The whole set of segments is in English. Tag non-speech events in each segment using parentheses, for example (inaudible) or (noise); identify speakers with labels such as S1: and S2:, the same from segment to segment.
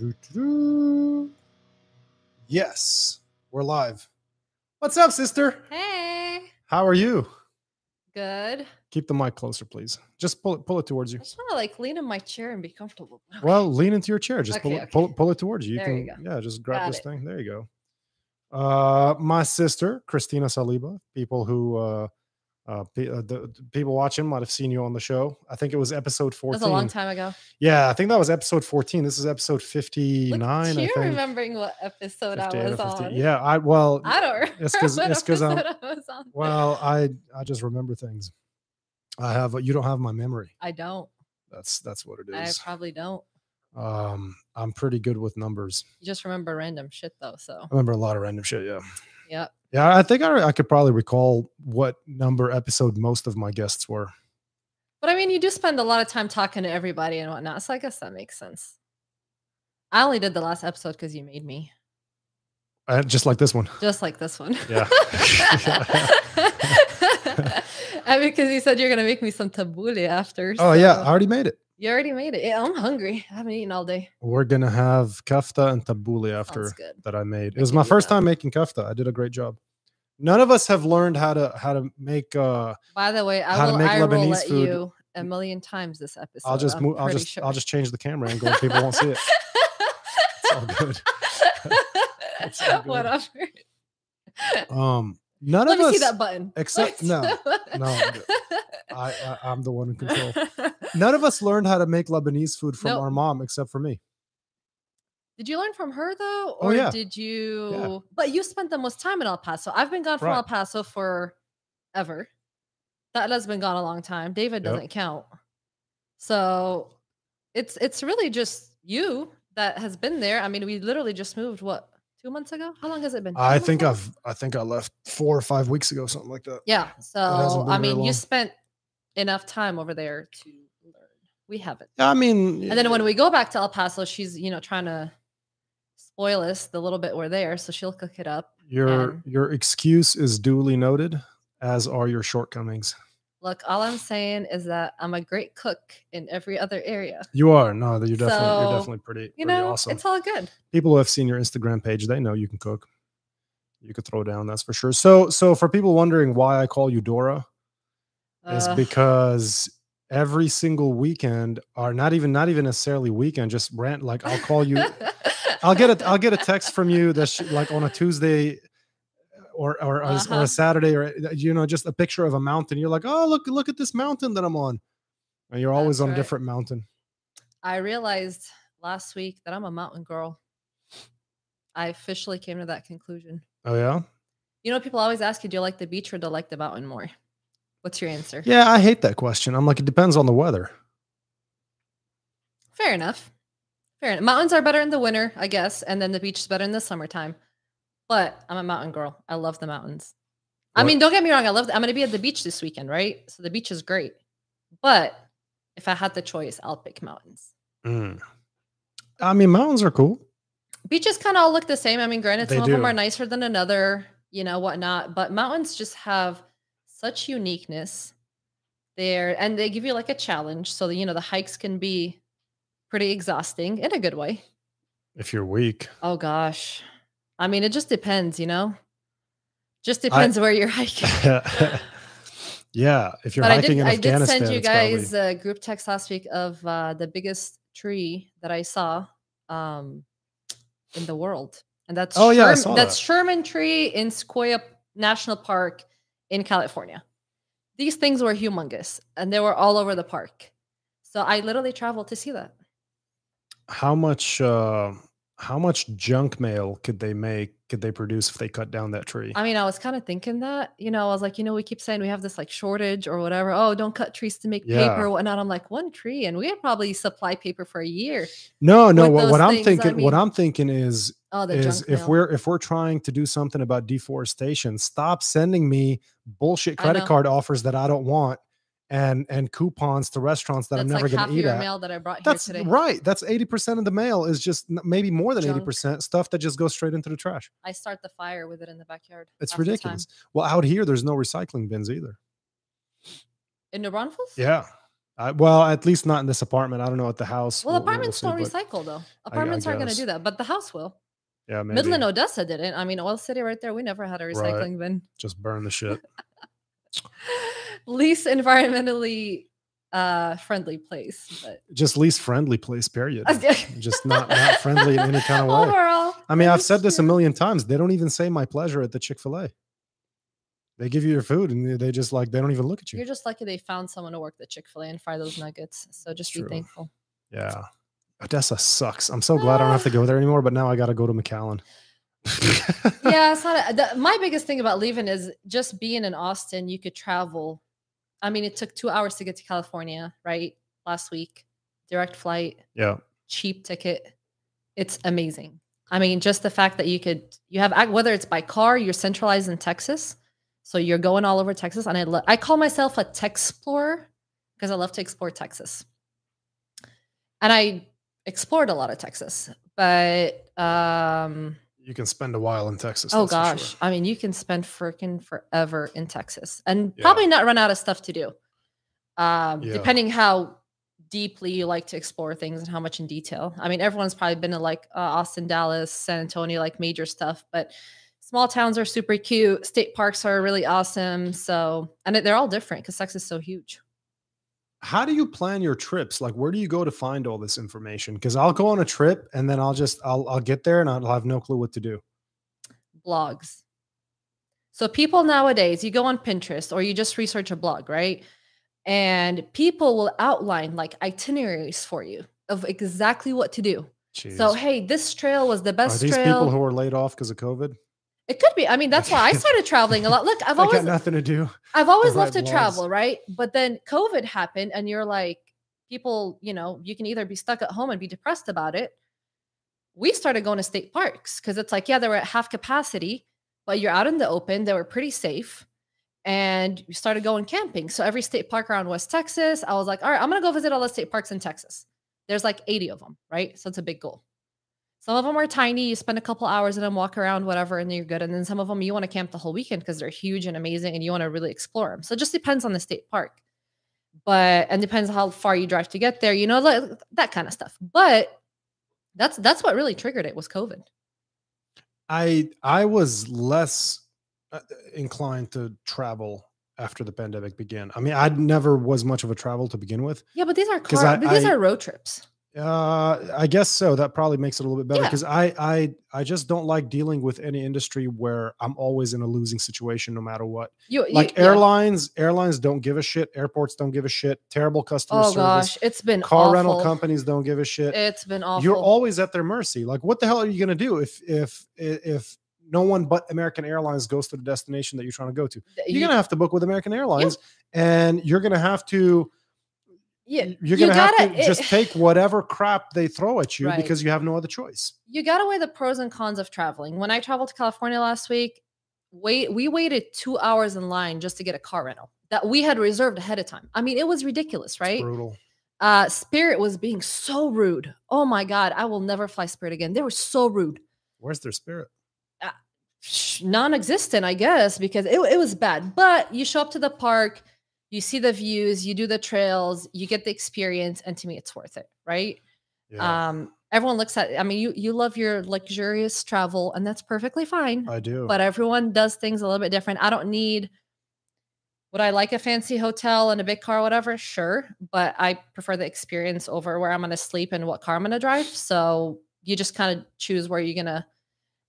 S1: Doo-doo-doo-doo-doo-doo. Yes, we're live. What's up, sister?
S2: Hey,
S1: How are you?
S2: good.
S1: Keep the mic closer, please. Just pull it, pull it towards
S2: I
S1: you.
S2: just want to like lean in my chair and be comfortable. Okay.
S1: Well, lean into your chair. Just pull,
S2: Okay,
S1: it, pull,
S2: okay.
S1: it- pull it towards you. You
S2: There
S1: can,
S2: you
S1: yeah, just grab
S2: Got
S1: this
S2: it.
S1: thing. There you go. Uh, my sister, Christina Saliba. People who, uh, uh, pe- uh, the, the people watching might have seen you on the show. I think it was episode
S2: that
S1: fourteen.
S2: was a long time ago.
S1: Yeah, I think that was episode fourteen. This is episode
S2: Look
S1: fifty-nine. I
S2: at you
S1: think.
S2: remembering what episode I
S1: 58 or
S2: was
S1: 50
S2: on.
S1: Yeah, I well,
S2: I don't (laughs) remember
S1: It's 'cause-
S2: what
S1: it's 'cause I'm-
S2: episode I was on.
S1: well, I I just remember things. I have you don't have my memory.
S2: I don't.
S1: That's that's what it
S2: I
S1: is.
S2: probably don't.
S1: Um, I'm pretty good with numbers.
S2: You just remember random shit though. So,
S1: I remember a lot of random shit. Yeah,
S2: yep.
S1: yeah. I think I I could probably recall what number episode most of my guests were.
S2: But I mean, you do spend a lot of time talking to everybody and whatnot. So I guess that makes sense. I only did the last episode because you made me,
S1: Uh, just like this one.
S2: just like this one.
S1: Yeah. (laughs)
S2: (laughs) and because you said you're gonna make me some tabbouleh after.
S1: Oh yeah,
S2: so-
S1: I already made it.
S2: You already made it. Yeah, I'm hungry. I haven't eaten all day.
S1: We're gonna have kafta and tabbouleh after.
S2: Sounds good.
S1: that I made. It
S2: I
S1: was
S2: can
S1: my
S2: do
S1: first
S2: that.
S1: time making kofta. I did a great job. None of us have learned how to how to make. uh
S2: By the way,
S1: How
S2: I
S1: to
S2: will
S1: make
S2: I will
S1: Lebanese
S2: let
S1: food.
S2: you a million times this episode.
S1: I'll just
S2: I'm
S1: move. I'll
S2: pretty
S1: just
S2: sure.
S1: I'll just change the camera angle and people won't see it. It's
S2: (laughs)
S1: all good. It's all good.
S2: Whatever.
S1: Um, none of
S2: Let me
S1: us
S2: see that button.
S1: except-
S2: (laughs)
S1: no, no, I, I I'm the one in
S2: (laughs)
S1: control. None of us learned how to make Lebanese food from
S2: Nope.
S1: our mom except for me.
S2: Did you learn from her though,
S1: Oh,
S2: or
S1: yeah.
S2: did you? But you spent the most time in El Paso. I've been gone from
S1: Right.
S2: El Paso for ever. Datla's been gone a long time. David
S1: Yep.
S2: doesn't count. So it's it's really just you that has been there. I mean, we literally just moved. What two months ago? How long has it been? Two
S1: I
S2: months
S1: think
S2: ago?
S1: I've I think I left four or five weeks ago, something like that.
S2: Yeah.
S1: hasn't
S2: So
S1: been
S2: I
S1: very
S2: mean,
S1: long.
S2: you spent enough time over there to learn. We haven't.
S1: I mean,
S2: And then when we go back to El Paso, she's you know trying to spoil us the little bit we're there, so she'll cook it up.
S1: your
S2: um,
S1: your excuse is duly noted, as are your shortcomings.
S2: Look, all I'm saying is that I'm a great cook in every other area.
S1: You are no, that you're definitely you're
S2: So,
S1: definitely pretty
S2: You
S1: pretty
S2: know,
S1: awesome.
S2: it's all good.
S1: people who have seen your Instagram page, they know you can cook. You could throw down, that's for sure. So, so for people wondering why I call you Dora, is
S2: Uh, (laughs)
S1: because every single weekend, or not even not even necessarily weekend, just rant like I'll call
S2: (laughs)
S1: you. I'll get a I'll get a text from you that's like on a Tuesday. Or or, a s- or a
S2: Uh-huh.
S1: Saturday or uh, you know just a picture of a mountain. You're like, oh look look at this mountain that I'm on, and you're always
S2: That's
S1: on a
S2: right.
S1: different mountain.
S2: I realized last week that I'm a mountain girl. I officially came to that conclusion.
S1: Oh yeah,
S2: You know, people always ask you, do you like the beach or do you like the mountain more? What's your answer?
S1: yeah. I hate that question. I'm like, it depends on the weather.
S2: Fair enough. Fair enough. Mountains are better in the winter, I guess, and then the beach is better in the summertime. But I'm a mountain girl. I love the mountains. I
S1: What-
S2: mean, don't get me wrong. I love. I'm going to be at the beach this weekend, right? So the beach is great. But if I had the choice, I'll pick mountains.
S1: Mm. I mean, mountains are cool.
S2: Beaches kind of all look the same. I mean, granted,
S1: They
S2: some of them
S1: do.
S2: are nicer than another, you know, whatnot. But mountains just have such uniqueness there, and they give you like a challenge. So you know, the hikes can be pretty exhausting in a good way.
S1: If you're weak, (laughs)
S2: (laughs) Oh gosh. I mean, it just depends, you know? Just depends where you're (laughs) hiking.
S1: yeah. If you're
S2: but I
S1: hiking
S2: did
S1: in
S2: I did
S1: Afghanistan,
S2: send you
S1: it's probably-
S2: guys a group text last week of uh, the biggest tree that I saw um, in the world. And that's
S1: Oh, yeah, I
S2: Sherm-
S1: saw
S2: that's
S1: that.
S2: Sherman Tree in Sequoia National Park in California. These things were humongous and they were all over the park. So I literally traveled to see that.
S1: how much uh, how much junk mail could they make? Could they produce if they cut down that tree?
S2: I mean, I was kind of thinking that, you know, I was like, you know, we keep saying we have this like shortage or whatever. Oh, don't cut trees to make
S1: Yeah.
S2: paper, whatnot. I'm like, one tree, and we had probably supply paper for a year.
S1: no, no.
S2: with
S1: What,
S2: those
S1: what I'm
S2: things, I
S1: thinking, what
S2: mean-
S1: I'm thinking is
S2: Oh, the
S1: is
S2: junk
S1: if
S2: mail.
S1: we're if we're trying to do something about deforestation, stop sending me bullshit
S2: I
S1: credit
S2: know.
S1: card offers that I don't want, and and coupons to restaurants that
S2: that's
S1: I'm never
S2: like
S1: going
S2: half
S1: to
S2: of
S1: eat
S2: your
S1: at.
S2: mail that I brought
S1: That's
S2: here today.
S1: right. That's 80% of the mail is just n- maybe more than
S2: Junk.
S1: 80% stuff that just goes straight into the trash.
S2: I start the fire with it in the backyard.
S1: It's
S2: half the time.
S1: ridiculous. Well, out here, there's no recycling bins either.
S2: In New Braunfels?
S1: Yeah. I, well, at least not in this apartment. I don't know at the house.
S2: Well,
S1: We'll- we'll
S2: apartments
S1: see,
S2: don't
S1: but
S2: recycle though. Apartments aren't going to
S1: guess.
S2: do that, but the house will.
S1: Yeah, maybe.
S2: Midland, Odessa didn't. I mean, Oil City right there. We never had a
S1: Right.
S2: recycling bin.
S1: Just burn the shit.
S2: (laughs) Least environmentally uh, friendly place, but
S1: Just least friendly place.
S2: (laughs)
S1: Period. Just not not friendly in any kind of way.
S2: Overall,
S1: I mean,
S2: yeah,
S1: I've
S2: that's
S1: said this a
S2: true.
S1: million times. They don't even say my pleasure at the Chick fil A. They give you your food and they just like, they don't even look at
S2: You're
S1: you.
S2: just lucky they found someone to work the Chick Fil A and fry those nuggets. So just
S1: True.
S2: be thankful.
S1: (laughs) Yeah. Odessa sucks. I'm so glad I don't have to
S2: (sighs)
S1: go there anymore, but now I got to go to McAllen.
S2: yeah, it's not. A, the, my biggest thing about leaving is just being in Austin. You could travel. I mean, it took two hours to get to California, right? Last week, direct flight,
S1: (laughs) yeah.
S2: cheap ticket. It's amazing. I mean, just the fact that you could you have ac- whether it's by car, you're centralized in Texas, so you're going all over Texas. And I lo- I call myself a Texplorer because I love to explore Texas, and I explored a lot of Texas, but. um
S1: You can spend a while in Texas.
S2: Oh
S1: that's for
S2: gosh.
S1: sure.
S2: I mean, you can spend freaking forever in Texas and
S1: Yeah.
S2: probably not run out of stuff to do. Um,
S1: Yeah.
S2: depending how deeply you like to explore things and how much in detail. I mean, everyone's probably been to like uh, Austin, Dallas, San Antonio, like major stuff, but small towns are super cute. State parks are really awesome. So, and it- they're all different because Texas is so huge.
S1: How do you plan your trips? Like, where do you go to find all this information? Because I'll go on a trip and then I'll just, I'll, I'll get there and I'll have no clue what to do.
S2: blogs. So people nowadays, you go on Pinterest or you just research a blog, right? And people will outline like itineraries for you of exactly what to do.
S1: Jeez.
S2: So hey, this trail was the
S1: Are
S2: best
S1: these
S2: trail.
S1: people who are laid off because of COVID?
S2: it could be. I mean,
S1: (laughs)
S2: that's why I started traveling a lot. Look, I've
S1: They got
S2: always
S1: nothing to do.
S2: I've always loved to
S1: right blogs.
S2: travel, right? But then COVID happened, and you're like, people, you know, you can either be stuck at home and be depressed about it. We started going to state parks because it's like, yeah, they were at half capacity, but you're out in the open. They were pretty safe. And we started going camping. So every state park around West Texas, I was like, all right, I'm going to go visit all the state parks in Texas. There's like 80 of them, right? So it's a big goal. Some of them are tiny. You spend a couple hours and then walk around, whatever, and you're good. And then some of them you want to camp the whole weekend because they're huge and amazing and you want to really explore them. So it just depends on the state park. But and depends how far you drive to get there, you know, like, that kind of stuff. But that's that's what really triggered it was COVID.
S1: I I was less uh, inclined to travel after the pandemic began. I mean, I never was much of a travel to begin with.
S2: Yeah, but these are
S1: 'Cause
S2: car,
S1: I-
S2: but these
S1: I-
S2: are road trips.
S1: Uh, I guess so. That probably makes it a little bit better
S2: Yeah.
S1: because I I I just don't like dealing with any industry where I'm always in a losing situation no matter what.
S2: You you-
S1: Like
S2: yeah.
S1: airlines, airlines don't give a shit. Airports don't give a shit. Terrible customer
S2: Oh
S1: service.
S2: gosh, it's been
S1: Car
S2: awful.
S1: rental companies don't give a shit.
S2: It's been awful.
S1: you're always at their mercy. Like, what the hell are you going to do if if i- if no one but American Airlines goes to the destination that you're trying to go to?
S2: Th-
S1: You're
S2: you-
S1: going to have to book with American Airlines, and you're going to have to
S2: yeah,
S1: you're
S2: you
S1: going to have
S2: gotta-
S1: to just
S2: it-
S1: take whatever crap they throw at you
S2: Right.
S1: because you have no other choice.
S2: you gotta weigh the pros and cons of traveling. When I traveled to California last week, wait, we waited two hours in line just to get a car rental that we had reserved ahead of time. I mean, it was ridiculous,
S1: It's
S2: right?
S1: brutal.
S2: Uh, Spirit was being so rude. Oh my god, I will never fly Spirit again. They were so rude,
S1: Where's their spirit?
S2: Sh- non-existent, I guess, because it, it was bad. But you show up to the park, you see the views, you do the trails, you get the experience, and to me, it's worth it, right?
S1: Yeah,
S2: Um, everyone looks at. I mean, you you love your luxurious travel, and that's perfectly fine.
S1: I do.
S2: But everyone does things a little bit different. I don't need. Would I like a fancy hotel and a big car, whatever? Sure, but I prefer the experience over where I'm going to sleep and what car I'm going to drive. So you just kind of choose where you're going to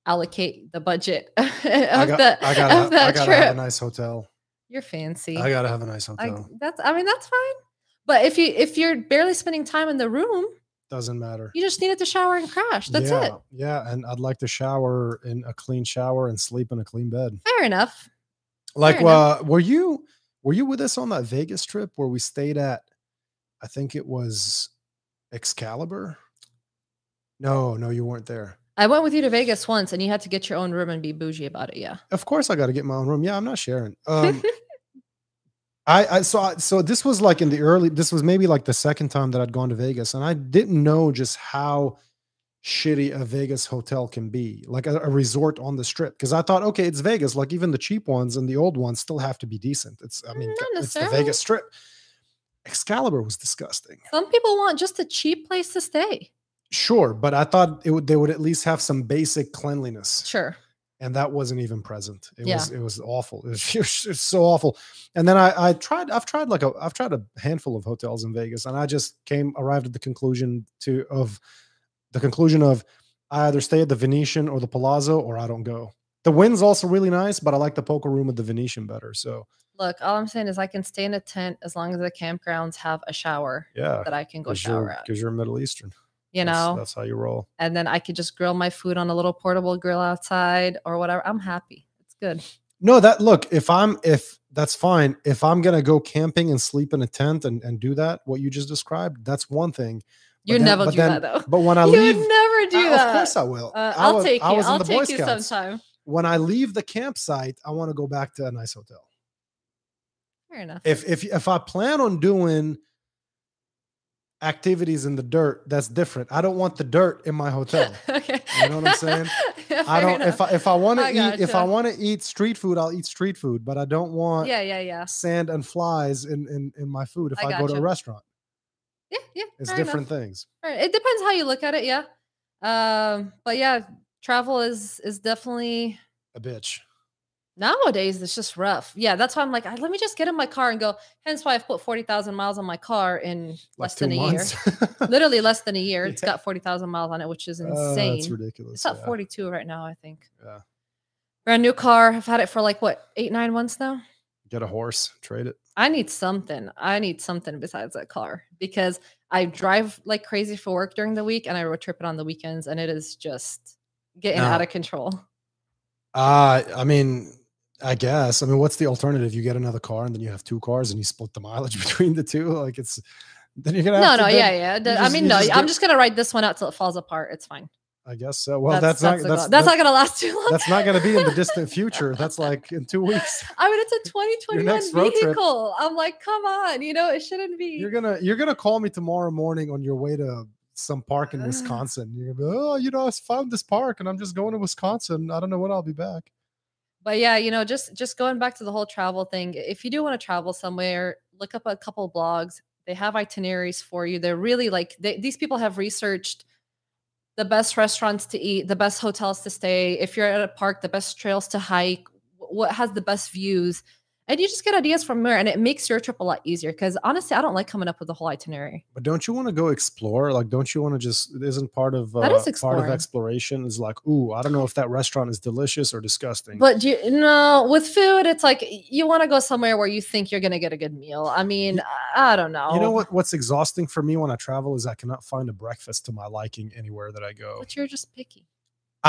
S2: allocate the budget (laughs) of
S1: I got,
S2: that,
S1: I gotta,
S2: of
S1: ha- I
S2: that
S1: gotta have a
S2: trip.
S1: nice hotel.
S2: You're fancy.
S1: I gotta have a nice
S2: I-
S1: hotel.
S2: that's. I mean, that's fine. But if you if you're barely spending time in the room,
S1: Doesn't matter.
S2: you just needed to shower and crash. That's
S1: yeah,
S2: it.
S1: Yeah, and I'd like to shower in a clean shower and sleep in a clean bed.
S2: Fair enough.
S1: like uh,
S2: enough.
S1: were you were you with us on that vegas trip where we stayed at i think it was excalibur no no you weren't there
S2: I went with you to Vegas once and you had to get your own room and be bougie about it. Yeah.
S1: of course i got to get my own room yeah i'm not sharing um I, I saw so this was like in the early this was maybe like the second time that I'd gone to Vegas and I didn't know just how shitty a Vegas hotel can be like a, a resort on the strip because I thought okay it's Vegas like even the cheap ones and the old ones still have to be decent it's I mean
S2: Mm, Not
S1: it's the
S2: necessarily.
S1: Vegas strip Excalibur was disgusting.
S2: (laughs) Some people want just a cheap place to stay.
S1: Sure, but I thought it would they would at least have some basic cleanliness.
S2: Sure.
S1: and that wasn't even present. It
S2: Yeah.
S1: was it was awful. (laughs) It was, it was just so awful. And then I I tried I've tried like a I've tried a handful of hotels in Vegas, and I just came arrived at the conclusion to of the conclusion of I either stay at the Venetian or the Palazzo or I don't go. The wind's also really nice, but I like the poker room at the Venetian better. So
S2: Look, all I'm saying is I can stay in a tent as long as the campgrounds have a shower
S1: yeah,
S2: that I can go
S1: because you're,
S2: shower at.
S1: 'cause you're Middle Eastern.
S2: You
S1: That's-
S2: know,
S1: that's how you roll.
S2: and then I could just grill my food on a little portable grill outside or whatever. I'm happy. It's good.
S1: No, that look, if I'm if that's fine. If I'm gonna go camping and sleep in a tent and, and do that, what you just described, that's one thing.
S2: You
S1: then-
S2: never
S1: but
S2: do
S1: then-
S2: that though.
S1: But when I
S2: (laughs) you
S1: leave,
S2: would never do
S1: I-
S2: that.
S1: of course I will.
S2: Uh,
S1: I
S2: I'll
S1: was,
S2: take you.
S1: I was in
S2: I'll
S1: the
S2: take
S1: Boy
S2: you
S1: Scouts.
S2: sometime.
S1: When I leave the campsite, I want to go back to a nice hotel.
S2: Fair enough. (laughs)
S1: If if if I plan on doing activities in the dirt, that's different. I don't want the dirt in my
S2: (laughs)
S1: hotel.
S2: okay.
S1: You know what I'm saying?
S2: (laughs) Yeah,
S1: I
S2: fair
S1: don't. If
S2: enough.
S1: I if I want to
S2: I
S1: eat if I
S2: gotcha.
S1: want to eat street food, I'll eat street food. But I don't want
S2: yeah, yeah, yeah,
S1: sand and flies in in, in my food if
S2: I
S1: I, go to a
S2: gotcha.
S1: restaurant.
S2: yeah, yeah.
S1: It's
S2: fair enough.
S1: different things.
S2: All right. It depends how you look at it. Yeah. Um, but yeah, travel is is definitely
S1: A bitch.
S2: nowadays it's just rough. Yeah, that's why I'm like, "Ah, let me just get in my car and go. Hence why I've put forty thousand miles on my car in
S1: Like
S2: less
S1: two
S2: than a
S1: months. (laughs)
S2: year. (laughs) Literally less than a year. It's
S1: Yeah.
S2: got forty thousand miles on it, which is
S1: Uh,
S2: insane.
S1: that's ridiculous.
S2: It's at
S1: yeah.
S2: 42 right now, I think.
S1: Yeah.
S2: Brand new car. I've had it for like what, eight, nine months now?
S1: Get a horse. Trade it.
S2: I need something. I need something besides that car because I drive like crazy for work during the week and I road trip it on the weekends and it is just getting
S1: Now-
S2: out of control.
S1: Uh, I mean, I guess. I mean, what's the alternative? You get another car and then you have two cars and you split the mileage (laughs) between the two. Like it's then you're gonna
S2: No,
S1: have to
S2: no,
S1: then-
S2: yeah, yeah. the- I
S1: just-
S2: mean,
S1: you
S2: no,
S1: just
S2: I'm
S1: get-
S2: just gonna ride this one out till it falls apart. It's fine.
S1: I guess so. Well, that's,
S2: the
S1: not
S2: goal.
S1: that's,
S2: that's (laughs)
S1: that-
S2: not gonna last too long.
S1: that's not gonna be in the distant future. That's like in two
S2: (laughs)
S1: weeks.
S2: I mean, it's a 2021
S1: next road trip-
S2: vehicle. I'm like, come on, you know, it shouldn't be.
S1: You're gonna you're gonna call me tomorrow morning on your way to some park in
S2: Ugh.
S1: Wisconsin. You're gonna be, oh, you know, I found this park and I'm just going to Wisconsin. I don't know when I'll be back.
S2: but yeah you know just just going back to the whole travel thing if you do want to travel somewhere look up a couple blogs they have itineraries for you they're really like they, these people have researched the best restaurants to eat the best hotels to stay if you're at a park the best trails to hike wh- what has the best views and you just get ideas from there and it makes your trip a lot easier because honestly i don't like coming up with a whole itinerary
S1: But don't you want to go explore? Like, don't you want to just? Isn't part of uh,
S2: That is
S1: part of
S2: exploring.
S1: exploration is like, ooh, I don't know if that restaurant is delicious or disgusting.
S2: but do you no with food it's like you want to go somewhere where you think you're going to get a good meal i mean i I don't know
S1: you know what? What's exhausting for me when I travel is I cannot find a breakfast to my liking anywhere that I go.
S2: but you're just picky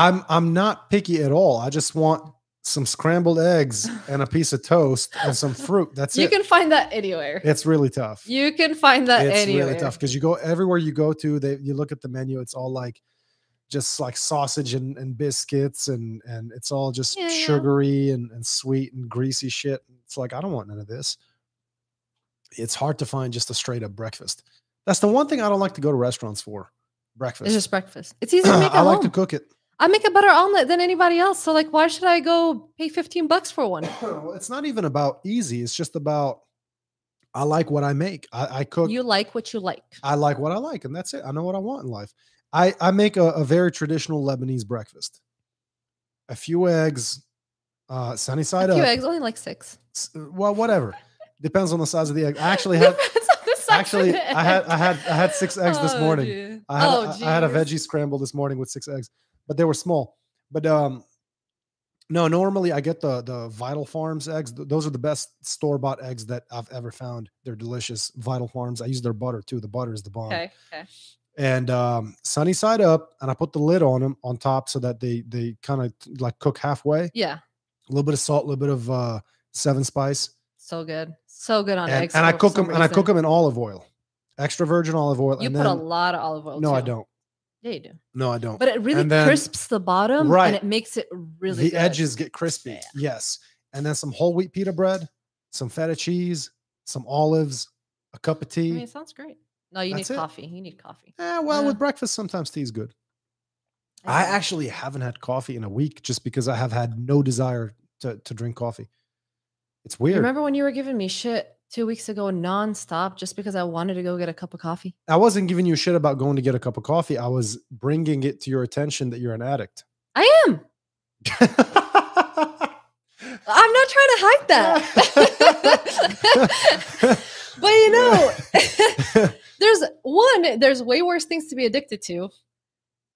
S1: I'm I'm not picky at all. I just want some scrambled
S2: (laughs)
S1: eggs and a piece of toast and some fruit. That's
S2: you
S1: it.
S2: can find that anywhere.
S1: it's really tough.
S2: You can find that
S1: it's
S2: Uh, anywhere.
S1: really tough because you go everywhere you go to they you look at the menu it's all like just like sausage and, and biscuits and and it's all just
S2: Yeah, yeah.
S1: sugary and, and sweet and greasy shit it's like i don't want none of this it's hard to find just a straight up breakfast that's the one thing i don't like to go to restaurants for breakfast
S2: It's just breakfast. It's
S1: (clears throat)
S2: easy to make at
S1: i like
S2: home.
S1: to cook it
S2: I make a better omelet than anybody else. So like, why should I go pay fifteen bucks for one?
S1: Well, it's not even about easy it's just about i like what i make i, I cook
S2: You like what you like.
S1: I like what I like, and that's it. I know what I want in life. I, I make a, a very traditional Lebanese breakfast. A few eggs, uh, sunny side
S2: A few
S1: up.
S2: eggs, only like six. (laughs)
S1: s- Well, whatever. Depends on the size of the egg. I
S2: (laughs)
S1: actually had
S2: Depends on the size of
S1: actually,
S2: the
S1: I had-
S2: egg.
S1: I had- I had six eggs this morning.
S2: dear.
S1: I had,
S2: Oh,
S1: I, I had a
S2: geez.
S1: veggie scramble this morning with six eggs, but they were small. But um, no, normally I get the the Vital Farms eggs. Th- Those are the best store bought eggs that I've ever found. They're delicious. Vital Farms. I use their butter too. The butter is the bomb
S2: Okay, okay.
S1: and um, sunny side up, and I put the lid on them on top so that they they kind of like cook halfway. A
S2: Yeah,
S1: little bit of salt, a little bit of uh, seven spice,
S2: so good, so good on
S1: and,
S2: eggs.
S1: and I
S2: Oh, for
S1: cook
S2: some
S1: them and I cook
S2: reason.
S1: them in olive oil, extra virgin olive oil.
S2: You
S1: and
S2: put
S1: then,
S2: a lot of olive oil.
S1: No, I
S2: too.
S1: don't.
S2: Yeah, you do.
S1: No, I don't.
S2: But it really
S1: And then-
S2: crisps the bottom,
S1: Right.
S2: and it makes it really
S1: the
S2: good.
S1: edges get crispy.
S2: Yeah.
S1: Yes, and then some whole wheat pita bread, some feta cheese, some olives, a cup of
S2: I
S1: tea.
S2: mean, it sounds great. No, you need
S1: That's it.
S2: coffee. You need coffee.
S1: Eh, well,
S2: Yeah.
S1: with breakfast sometimes tea is good. I
S2: agree.
S1: actually haven't had coffee in a week just because I have had no desire to, to drink coffee. It's
S2: You
S1: weird.
S2: Remember when you were giving me shit two weeks ago nonstop just because I wanted to go get a cup of coffee.
S1: I wasn't giving you shit about going to get a cup of coffee. I was bringing it to your attention that you're an addict.
S2: I am. I'm not trying to hide that. (laughs) but you know, (laughs) there's one, there's way worse things to be addicted to.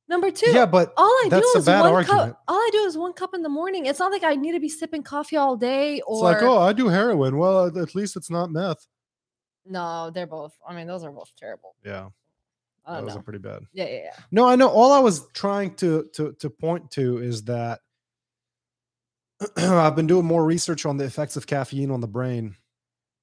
S2: Number two,
S1: (laughs) yeah,
S2: (laughs)
S1: but
S2: all I
S1: that's
S2: do
S1: a
S2: is
S1: bad
S2: one
S1: argument.
S2: cup. All I do is one cup in the morning. It's not like I need to be sipping coffee all day or
S1: it's like, oh, I do heroin. Well, at- at least it's not meth.
S2: no, they're both. I mean, those are both terrible.
S1: Yeah,
S2: I
S1: that
S2: don't
S1: was
S2: know.
S1: a pretty bad.
S2: yeah, yeah, yeah.
S1: No, I know. All I was trying to to to point to is that (clears throat) I've been doing more research on the effects of caffeine on the brain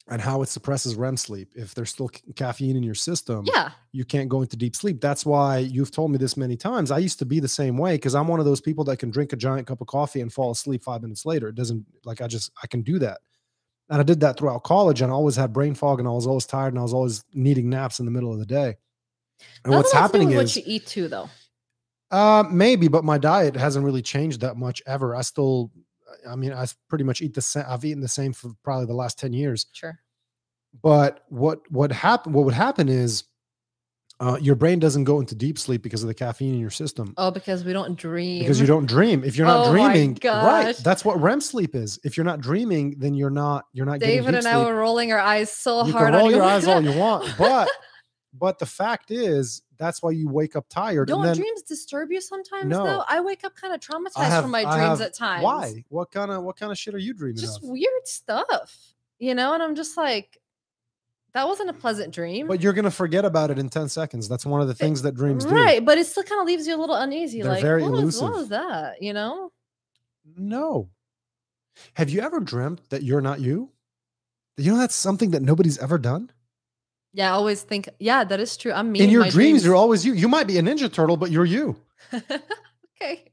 S1: and how it suppresses REM sleep. If there's still ca- caffeine in your system,
S2: Yeah.
S1: you can't go into deep sleep. That's why you've told me this many times. I used to be the same way because I'm one of those people that can drink a giant cup of coffee and fall asleep five minutes later. It doesn't like I just I can do that. And I did that throughout college and I always had brain fog and I was always tired and I was always needing naps in the middle of the day. And
S2: That
S1: what's
S2: has to do
S1: happening
S2: with
S1: is
S2: what you eat too, though.
S1: uh, maybe, but my diet hasn't really changed that much ever. I still, I mean, I s- pretty much eat the same. I've eaten the same for probably the last ten years.
S2: Sure.
S1: But what what happen? What would happen is, uh, your brain doesn't go into deep sleep because of the caffeine in your system.
S2: Oh, because we don't dream.
S1: Because you don't dream. If you're not
S2: Oh my
S1: dreaming, right?
S2: gosh.
S1: That's what REM sleep is. If you're not dreaming, then you're not you're not getting
S2: David
S1: deep
S2: and
S1: sleep.
S2: I were rolling our eyes so
S1: you
S2: hard.
S1: can roll
S2: on
S1: your eyes
S2: (laughs)
S1: all you want, but but the fact is that's why you wake up tired.
S2: Don't
S1: and then
S2: dreams disturb you sometimes?
S1: No.
S2: Though I wake up kind of traumatized
S1: have-
S2: from my
S1: I
S2: dreams
S1: have-
S2: at times.
S1: why? What kind of what kind of shit are you dreaming
S2: Just
S1: of?
S2: weird stuff, you know. And I'm just like, that wasn't a pleasant dream.
S1: But you're gonna forget about it in ten seconds. That's one of the things that dreams
S2: Eh, right, but it still kind of leaves you a little uneasy.
S1: They're
S2: like,
S1: very
S2: what, was, what
S1: elusive.
S2: was that? You know?
S1: do. No. Have you ever dreamt that you're not you? You know that's something that nobody's ever done.
S2: Yeah, I always think, yeah, that is true. I'm me
S1: in your
S2: my
S1: dreams, you're always you. You might be a ninja turtle, but you're you,
S2: (laughs) okay.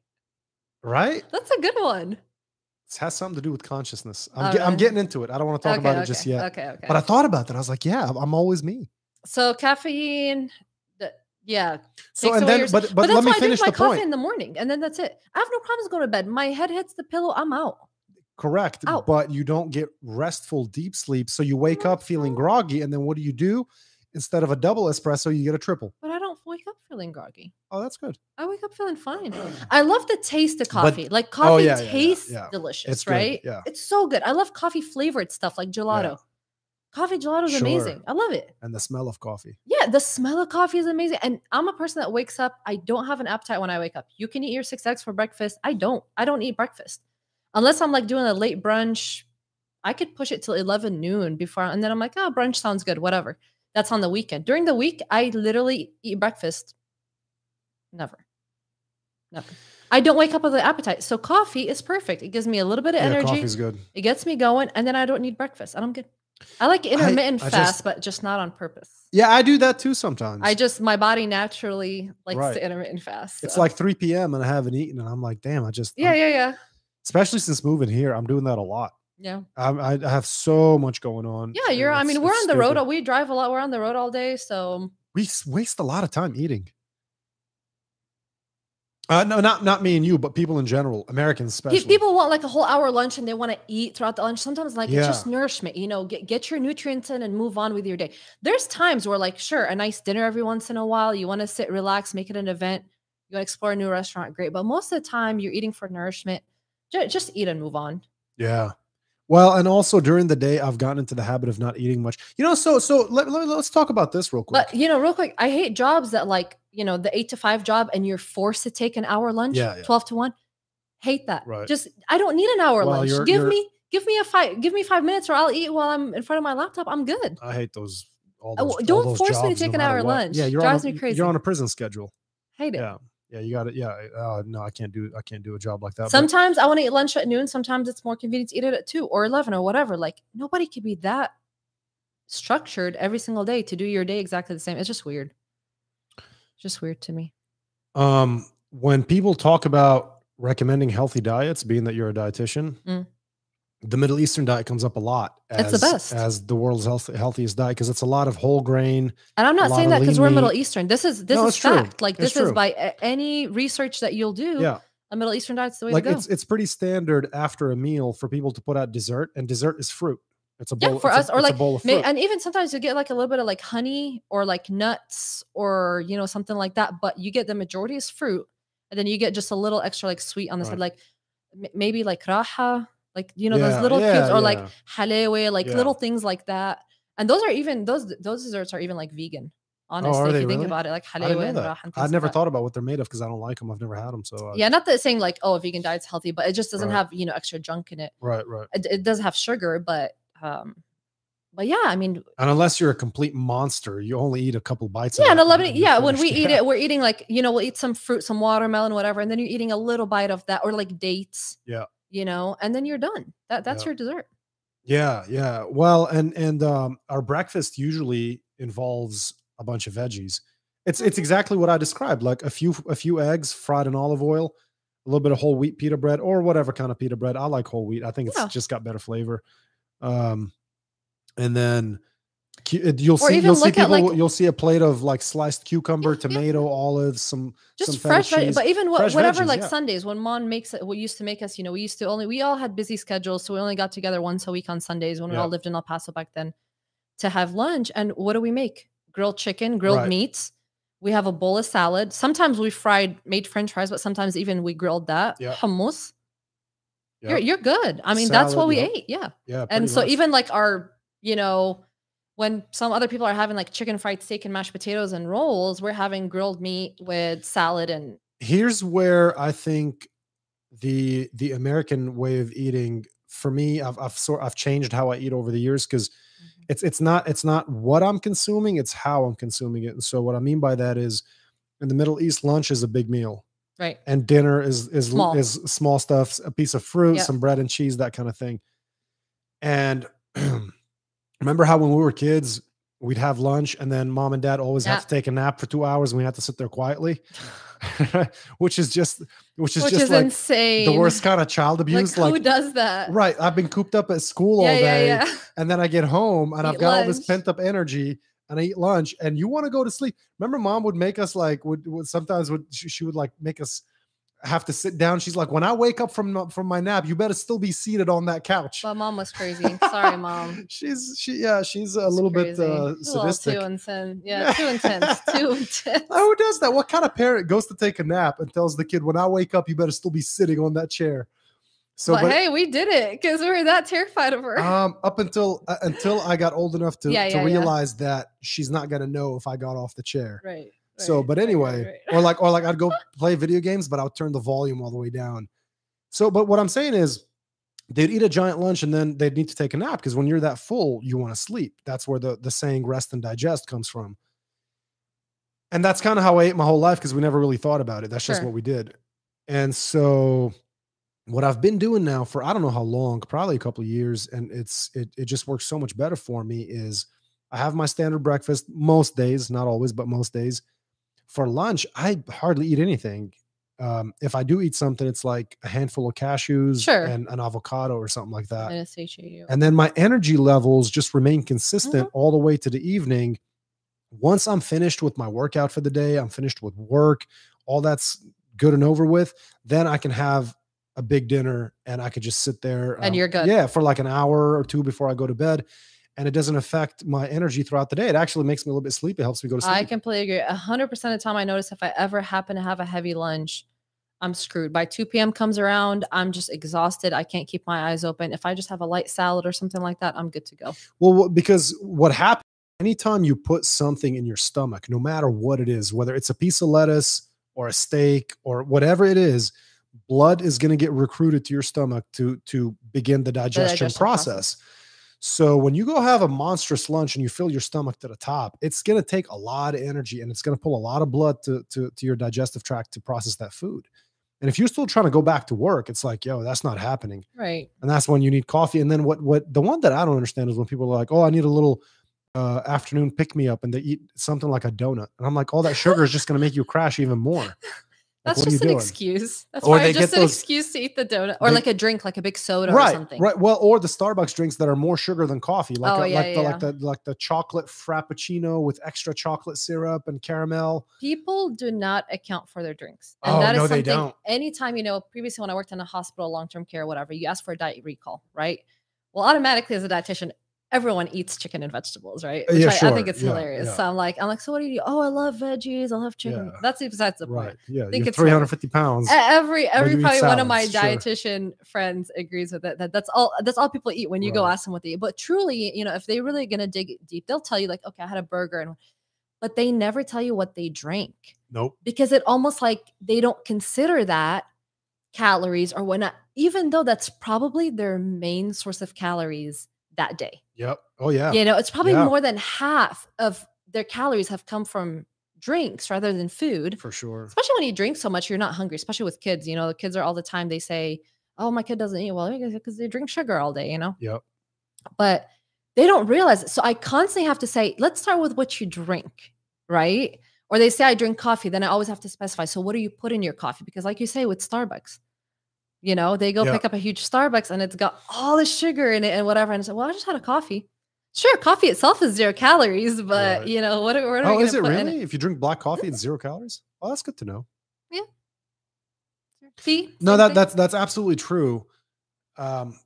S1: right?
S2: That's a good one.
S1: It has something to do with consciousness. I'm,
S2: Oh,
S1: ge- I'm
S2: really?
S1: getting into it. I don't want to talk
S2: okay,
S1: about
S2: okay,
S1: it just yet.
S2: Okay, okay.
S1: But I thought about that. I was like, yeah, I'm- I'm always me.
S2: so caffeine, th- yeah,
S1: So
S2: Takes
S1: and
S2: away
S1: then,
S2: your-
S1: but
S2: but,
S1: but let
S2: that's
S1: me
S2: why I
S1: finish
S2: drink my
S1: the
S2: coffee
S1: point.
S2: in the morning, and then that's it. I have no problems going to bed. My head hits the pillow. I'm out.
S1: Correct.
S2: Ow.
S1: But you don't get restful deep sleep. So you
S2: Mm-hmm.
S1: wake up feeling groggy. And then what do you do? Instead of a double espresso, you get a triple.
S2: But I don't wake up feeling groggy.
S1: Oh, that's good.
S2: I wake up
S1: (clears throat)
S2: feeling fine. I love the taste of coffee. like coffee
S1: Oh, yeah, yeah, yeah,
S2: tastes
S1: yeah.
S2: delicious,
S1: It's good,
S2: right?
S1: yeah.
S2: It's so good. I love coffee flavored stuff like gelato. Coffee gelato is
S1: Sure.
S2: amazing. I love it.
S1: And the smell of coffee.
S2: Yeah, the smell of coffee is amazing. And I'm a person that wakes up. I don't have an appetite when I wake up. You can eat your six eggs for breakfast. I don't. I don't eat breakfast unless I'm like doing a late brunch. I could push it till 11 noon before, and then I'm like, oh, brunch sounds good, whatever. That's on the weekend. During the week, I literally eat breakfast. Never. Never. I don't wake up with an appetite. So coffee is perfect. It gives me a little bit of
S1: Yeah,
S2: energy.
S1: coffee's good.
S2: It gets me going, and then I don't need breakfast, and I'm good. I like intermittent
S1: I just-
S2: fast, but just not on purpose.
S1: Yeah, I do that too sometimes.
S2: I just my body naturally likes
S1: Right.
S2: to intermittent fast.
S1: it's
S2: so.
S1: like 3 p.m. and I haven't eaten, and I'm like, damn, I just
S2: yeah,
S1: I'm-
S2: yeah, yeah,
S1: Especially since moving here, I'm doing that a lot.
S2: yeah,
S1: I'm, I, I have so much going on.
S2: yeah.
S1: and
S2: You're. I
S1: it's-
S2: mean, we're
S1: it's
S2: on the road.
S1: stupid.
S2: all- We drive a lot. We're on the road all day, so um,
S1: We s- waste a lot of time eating. Uh, no, not not me and you, but people in general, Americans
S2: pe-
S1: especially.
S2: people want like a whole hour lunch and they want to eat throughout the lunch. Sometimes like it's
S1: Yeah.
S2: just nourishment. You know, get get your nutrients in and move on with your day. There's times where like sure, a nice dinner every once in a while. You want to sit, relax, make it an event. You want to explore a new restaurant, great. But most of the time, you're eating for nourishment. Ju- Just eat and move on.
S1: Yeah. Well, and also during the day, I've gotten into the habit of not eating much. You know, so so let, let, us talk about this real quick.
S2: But you know, real quick, I hate jobs that like you know the eight to five job and you're forced to take an hour lunch,
S1: Yeah, yeah.
S2: twelve to one. Hate that.
S1: Right.
S2: Just I don't need an hour
S1: Well,
S2: lunch.
S1: you're-
S2: give
S1: you're-
S2: me give me a five give me five minutes or I'll eat while I'm in front of my laptop. I'm good.
S1: I hate those. All
S2: Oh,
S1: those all
S2: don't
S1: those
S2: force me to
S1: jobs, no
S2: take an
S1: matter
S2: hour
S1: what.
S2: lunch.
S1: Yeah, you're
S2: Drives
S1: on
S2: me
S1: a,
S2: crazy.
S1: You're on a prison schedule.
S2: Hate it.
S1: Yeah, yeah, you got it. Yeah, uh, no, I can't do. I can't do a job like that. but-
S2: Sometimes I want to eat lunch at noon. Sometimes it's more convenient to eat it at two or eleven or whatever. Like nobody could be that structured every single day to do your day exactly the same. It's just weird. Just weird to me.
S1: um, when people talk about recommending healthy diets, being that you're a dietitian,
S2: Mm.
S1: the Middle Eastern diet comes up a lot. As,
S2: It's the best.
S1: as the world's health, healthiest diet because it's a lot of whole grain.
S2: And I'm
S1: a
S2: not
S1: lot
S2: saying
S1: of
S2: that because
S1: lean
S2: we're Middle
S1: meat.
S2: Eastern. This is this
S1: No,
S2: is
S1: it's true.
S2: fact. Like
S1: It's
S2: this is
S1: true.
S2: by a- any research that you'll do.
S1: Yeah,
S2: a Middle Eastern diet's the way
S1: like
S2: to go.
S1: it's it's pretty standard after a meal for people to put out dessert, and dessert is fruit. It's a
S2: Yeah,
S1: bowl
S2: for
S1: it's a-
S2: us, or
S1: it's a
S2: like
S1: bowl of
S2: May-
S1: fruit.
S2: and even sometimes you get like a little bit of like honey or like nuts or you know something like that. But you get the majority is fruit, and then you get just a little extra like sweet on the
S1: Right.
S2: side, like m- maybe like raha, like you know
S1: Yeah,
S2: those little
S1: yeah,
S2: cubes or like
S1: yeah.
S2: halewe, like
S1: Yeah.
S2: little things like that. And those are even those those desserts are even like vegan. Honestly, if
S1: Oh, they
S2: you think
S1: really?
S2: about it, like
S1: I didn't
S2: halewe
S1: know
S2: and
S1: that.
S2: raha. and things
S1: I'd
S2: like
S1: never
S2: that.
S1: thought about what they're made of because I don't like them. I've never had them. So uh,
S2: Yeah, not that saying like oh, a vegan diet's healthy, but it just doesn't
S1: Right.
S2: have you know extra junk in it.
S1: right, right.
S2: It, it does have sugar, but um, but yeah, I mean,
S1: And unless you're a complete monster, you only eat a couple bites. of
S2: Yeah,
S1: it
S2: and
S1: (laughs)
S2: a little
S1: then
S2: bit.
S1: you're
S2: Yeah, when we
S1: finished.
S2: eat
S1: Yeah.
S2: it, we're eating like you know, we'll eat some fruit, some watermelon, whatever, and then you're eating a little bite of that, or like dates.
S1: Yeah.
S2: You know, and then you're done. That that's
S1: Yeah.
S2: your dessert.
S1: Yeah, yeah. Well, and and um, our breakfast usually involves a bunch of veggies. It's it's
S2: Mhm.
S1: exactly what I described, like a few a few eggs fried in olive oil, a little bit of whole wheat pita bread or whatever kind of pita bread. I like whole wheat. I think it's
S2: Yeah.
S1: just got better flavor. Um, and then cu- it- you'll
S2: Or
S1: see
S2: even
S1: you'll see
S2: look at,
S1: people
S2: like-
S1: w- you'll see a plate of like sliced cucumber,
S2: Yeah, yeah.
S1: tomato, olives, some
S2: Just
S1: some feta
S2: fresh, veg-
S1: cheese,
S2: but even what,
S1: fresh
S2: whatever,
S1: veggies,
S2: like
S1: yeah.
S2: Sundays when Mon makes it, what used to make us, you know, we used to only we all had busy schedules, so we only got together once a week on Sundays when we
S1: Yeah.
S2: all lived in El Paso back then to have lunch. And what do we make? Grilled chicken, grilled
S1: Right.
S2: meats. We have a bowl of salad. Sometimes we fried, made French fries, but sometimes even we grilled that
S1: Yeah.
S2: hummus.
S1: Yeah.
S2: You're, you're good. I mean, that's what
S1: Salad,
S2: we
S1: yep.
S2: ate. Yeah.
S1: yeah. pretty
S2: And so
S1: much.
S2: even like our, you know, when some other people are having like chicken fried steak and mashed potatoes and rolls, we're having grilled meat with salad and
S1: here's where I think the the American way of eating for me, I've I've sort I've changed how I eat over the years because it's it's not it's not what I'm consuming, it's how I'm consuming it. And so what I mean by that is in the Middle East, lunch is a big meal
S2: right.
S1: and dinner is is l-
S2: Small.
S1: is small stuff, a piece of fruit,
S2: Yeah.
S1: some bread and cheese, that kind of thing. And (clears throat) remember how when we were kids, we'd have lunch and then mom and dad always have
S2: Nap.
S1: to take a nap for two hours and we had to sit there quietly, (laughs) which is just which is
S2: Which
S1: just
S2: is
S1: like
S2: insane.
S1: the worst kind of child
S2: (laughs) Like,
S1: abuse.
S2: who
S1: Like,
S2: does that?
S1: right, I've been cooped up at school
S2: Yeah,
S1: all
S2: yeah,
S1: day, (laughs)
S2: yeah.
S1: and then I get home and I've
S2: Eat
S1: got all this
S2: lunch.
S1: pent up energy. And I eat lunch, and you want to go to sleep. Remember, mom would make us like would, would sometimes would she, she would like make us have to sit down. She's like, when I wake up from uh, from my nap, you better still be seated on that couch.
S2: But mom was crazy. Sorry, mom.
S1: She's she yeah, she's (laughs) a
S2: It's
S1: little
S2: crazy.
S1: bit uh,
S2: It's a little
S1: sadistic.
S2: Too intense.
S1: (laughs)
S2: Yeah, too intense. Too intense.
S1: Oh, Who does that? What kind of parent goes to take a nap and tells the kid, "When I wake up, you better still be sitting on that chair"? So,
S2: but,
S1: but,
S2: hey, we did it because we were that terrified of her. (laughs)
S1: um, up until uh, until I got old enough to,
S2: Yeah,
S1: to
S2: yeah, yeah.
S1: realize that she's not gonna know if I got off the chair.
S2: right, right.
S1: So, but
S2: right, right,
S1: anyway,
S2: right.
S1: or like or like I'd go play video games, but I'll turn the volume all the way down. So, but what I'm saying is, they'd eat a giant lunch and then they'd need to take a nap because when you're that full, you want to sleep. That's where the the saying "rest and digest" comes from. And that's kind of how I ate my whole life because we never really thought about it. That's just
S2: Sure.
S1: what we did. And so, what I've been doing now for I don't know how long, probably a couple of years, and it's it it just works so much better for me is I have my standard breakfast most days, not always, but most days. For lunch, I hardly eat anything. Um, if I do eat something, it's like a handful of cashews
S2: Sure.
S1: and an avocado or something like
S2: I'm
S1: that.
S2: gonna satiate you. Mm-hmm.
S1: And then my energy levels just remain consistent all the way to the evening. Once I'm finished with my workout for the day, I'm finished with work, all that's good and over with, then I can have a big dinner and I could just sit there. um,
S2: And you're good.
S1: Yeah, for like an hour or two before I go to bed. And it doesn't affect my energy throughout the day. It actually makes me a little bit sleepy. It helps me go to sleep.
S2: I completely agree. A hundred percent of the time, I notice if I ever happen to have a heavy lunch, I'm screwed. By two p.m. comes around, I'm just exhausted. I can't keep my eyes open. If I just have a light salad or something like that, I'm good to go.
S1: Well, what- because what happens anytime you put something in your stomach, no matter what it is, whether it's a piece of lettuce or a steak or whatever it is, blood is going to get recruited to your stomach to to begin the digestion,
S2: digestion
S1: process.
S2: process.
S1: So when you go have a monstrous lunch and you fill your stomach to the top, it's going to take a lot of energy and it's going to pull a lot of blood to, to to your digestive tract to process that food. And if you're still trying to go back to work, it's like, yo, that's not happening
S2: Right.
S1: and that's when you need coffee. And then what what the one that I don't understand is when people are like, "Oh, I need a little uh, afternoon pick me up," and they eat something like a donut, and I'm like, "All that sugar is just going to make you crash even
S2: (laughs)
S1: more." Like,
S2: That's
S1: what are you
S2: just an
S1: doing?
S2: excuse. That's
S1: Or they
S2: probably just
S1: get
S2: an
S1: those-
S2: excuse to eat the donut or
S1: they-
S2: like a drink, like a big soda or
S1: Right,
S2: something.
S1: right. Well, or the Starbucks drinks that are more sugar than coffee, like
S2: Oh,
S1: uh,
S2: yeah,
S1: like the
S2: yeah,
S1: like the like the chocolate frappuccino with extra chocolate syrup and caramel.
S2: People do not account for their drinks.
S1: Oh,
S2: And that is
S1: no, they
S2: something
S1: don't.
S2: anytime, you know, previously when I worked in a hospital, long term care, whatever, you ask for a diet recall, right? Well, automatically as a dietitian, everyone eats chicken and vegetables, right?
S1: Uh,
S2: Which
S1: yeah,
S2: I, I
S1: sure.
S2: think it's
S1: Yeah,
S2: hilarious.
S1: yeah.
S2: So I'm like, I'm like, so what do you do? Oh, I love veggies. I'll have chicken.
S1: Yeah.
S2: That's besides the point.
S1: right. Yeah,
S2: think
S1: you're
S2: it's hilarious.
S1: 350 pounds.
S2: E- Every every
S1: you eat
S2: probably one of my
S1: salads, sure.
S2: dietitian friends agrees with it. That that's all that's all people eat when you go
S1: Right.
S2: ask them what they eat. But truly, you know, if they're really gonna dig deep, they'll tell you like, okay, I had a burger, and but they never tell you what they drank
S1: Nope.
S2: because it almost like they don't consider that calories or whatnot, even though that's probably their main source of calories that day.
S1: Yep. Oh yeah.
S2: You know, it's probably
S1: Yeah.
S2: more than half of their calories have come from drinks rather than food
S1: For sure.
S2: especially when you drink so much, you're not hungry, especially with kids. You know, the kids are all the time, they say, Oh, my kid doesn't eat well because they drink sugar all day, you know?
S1: Yep.
S2: But they don't realize it. So I constantly have to say, Let's start with what you drink, right? Or they say, I drink coffee. Then I always have to specify. So what do you put in your coffee? Because, like you say, with Starbucks, you know, they go
S1: Yeah.
S2: pick up a huge Starbucks and it's got all the sugar in it and whatever. And it's like, Well, I just had a coffee. Sure, coffee itself is zero calories, but
S1: Right.
S2: you know, what, are- what are
S1: Oh,
S2: we
S1: is
S2: going to
S1: it
S2: put in it?
S1: really? If you drink black coffee,
S2: (laughs)
S1: it's zero calories. Oh, that's good to know.
S2: See?
S1: No,
S2: Same
S1: that
S2: thing.
S1: that's that's absolutely true. Um,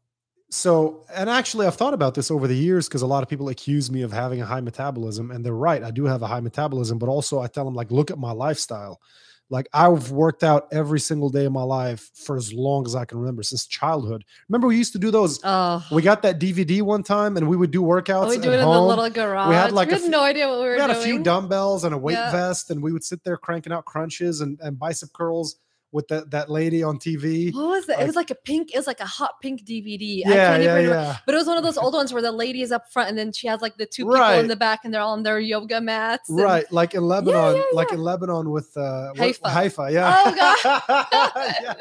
S1: so, and actually, I've thought about this over the years because a lot of people accuse me of having a high metabolism, and they're right. I do have a high metabolism, but also I tell them like, look at my lifestyle. Like I've worked out every single day of my life for as long as I can remember since childhood. Remember, we used to do those.
S2: Oh.
S1: We got that DVD one time, and we would do workouts.
S2: Oh, we do
S1: at
S2: it in the
S1: home.
S2: little garage.
S1: like, a
S2: we had
S1: few-
S2: no idea what we were
S1: we had
S2: doing.
S1: a few dumbbells and a weight
S2: Yeah.
S1: vest, and we would sit there cranking out crunches and, and bicep curls with that that lady on TV.
S2: what was it?
S1: like-
S2: It was like a pink. It was like a hot pink DVD. I
S1: yeah,
S2: can't
S1: yeah,
S2: even remember.
S1: yeah.
S2: But it was one of those old ones where the lady is up front and then she has like the two people
S1: Right.
S2: in the back and they're all on their yoga mats. and-
S1: Right, like in Lebanon,
S2: yeah,
S1: like in Lebanon with uh, what-
S2: Haifa.
S1: Haifa, yeah.
S2: Oh,
S1: god. (laughs) yeah.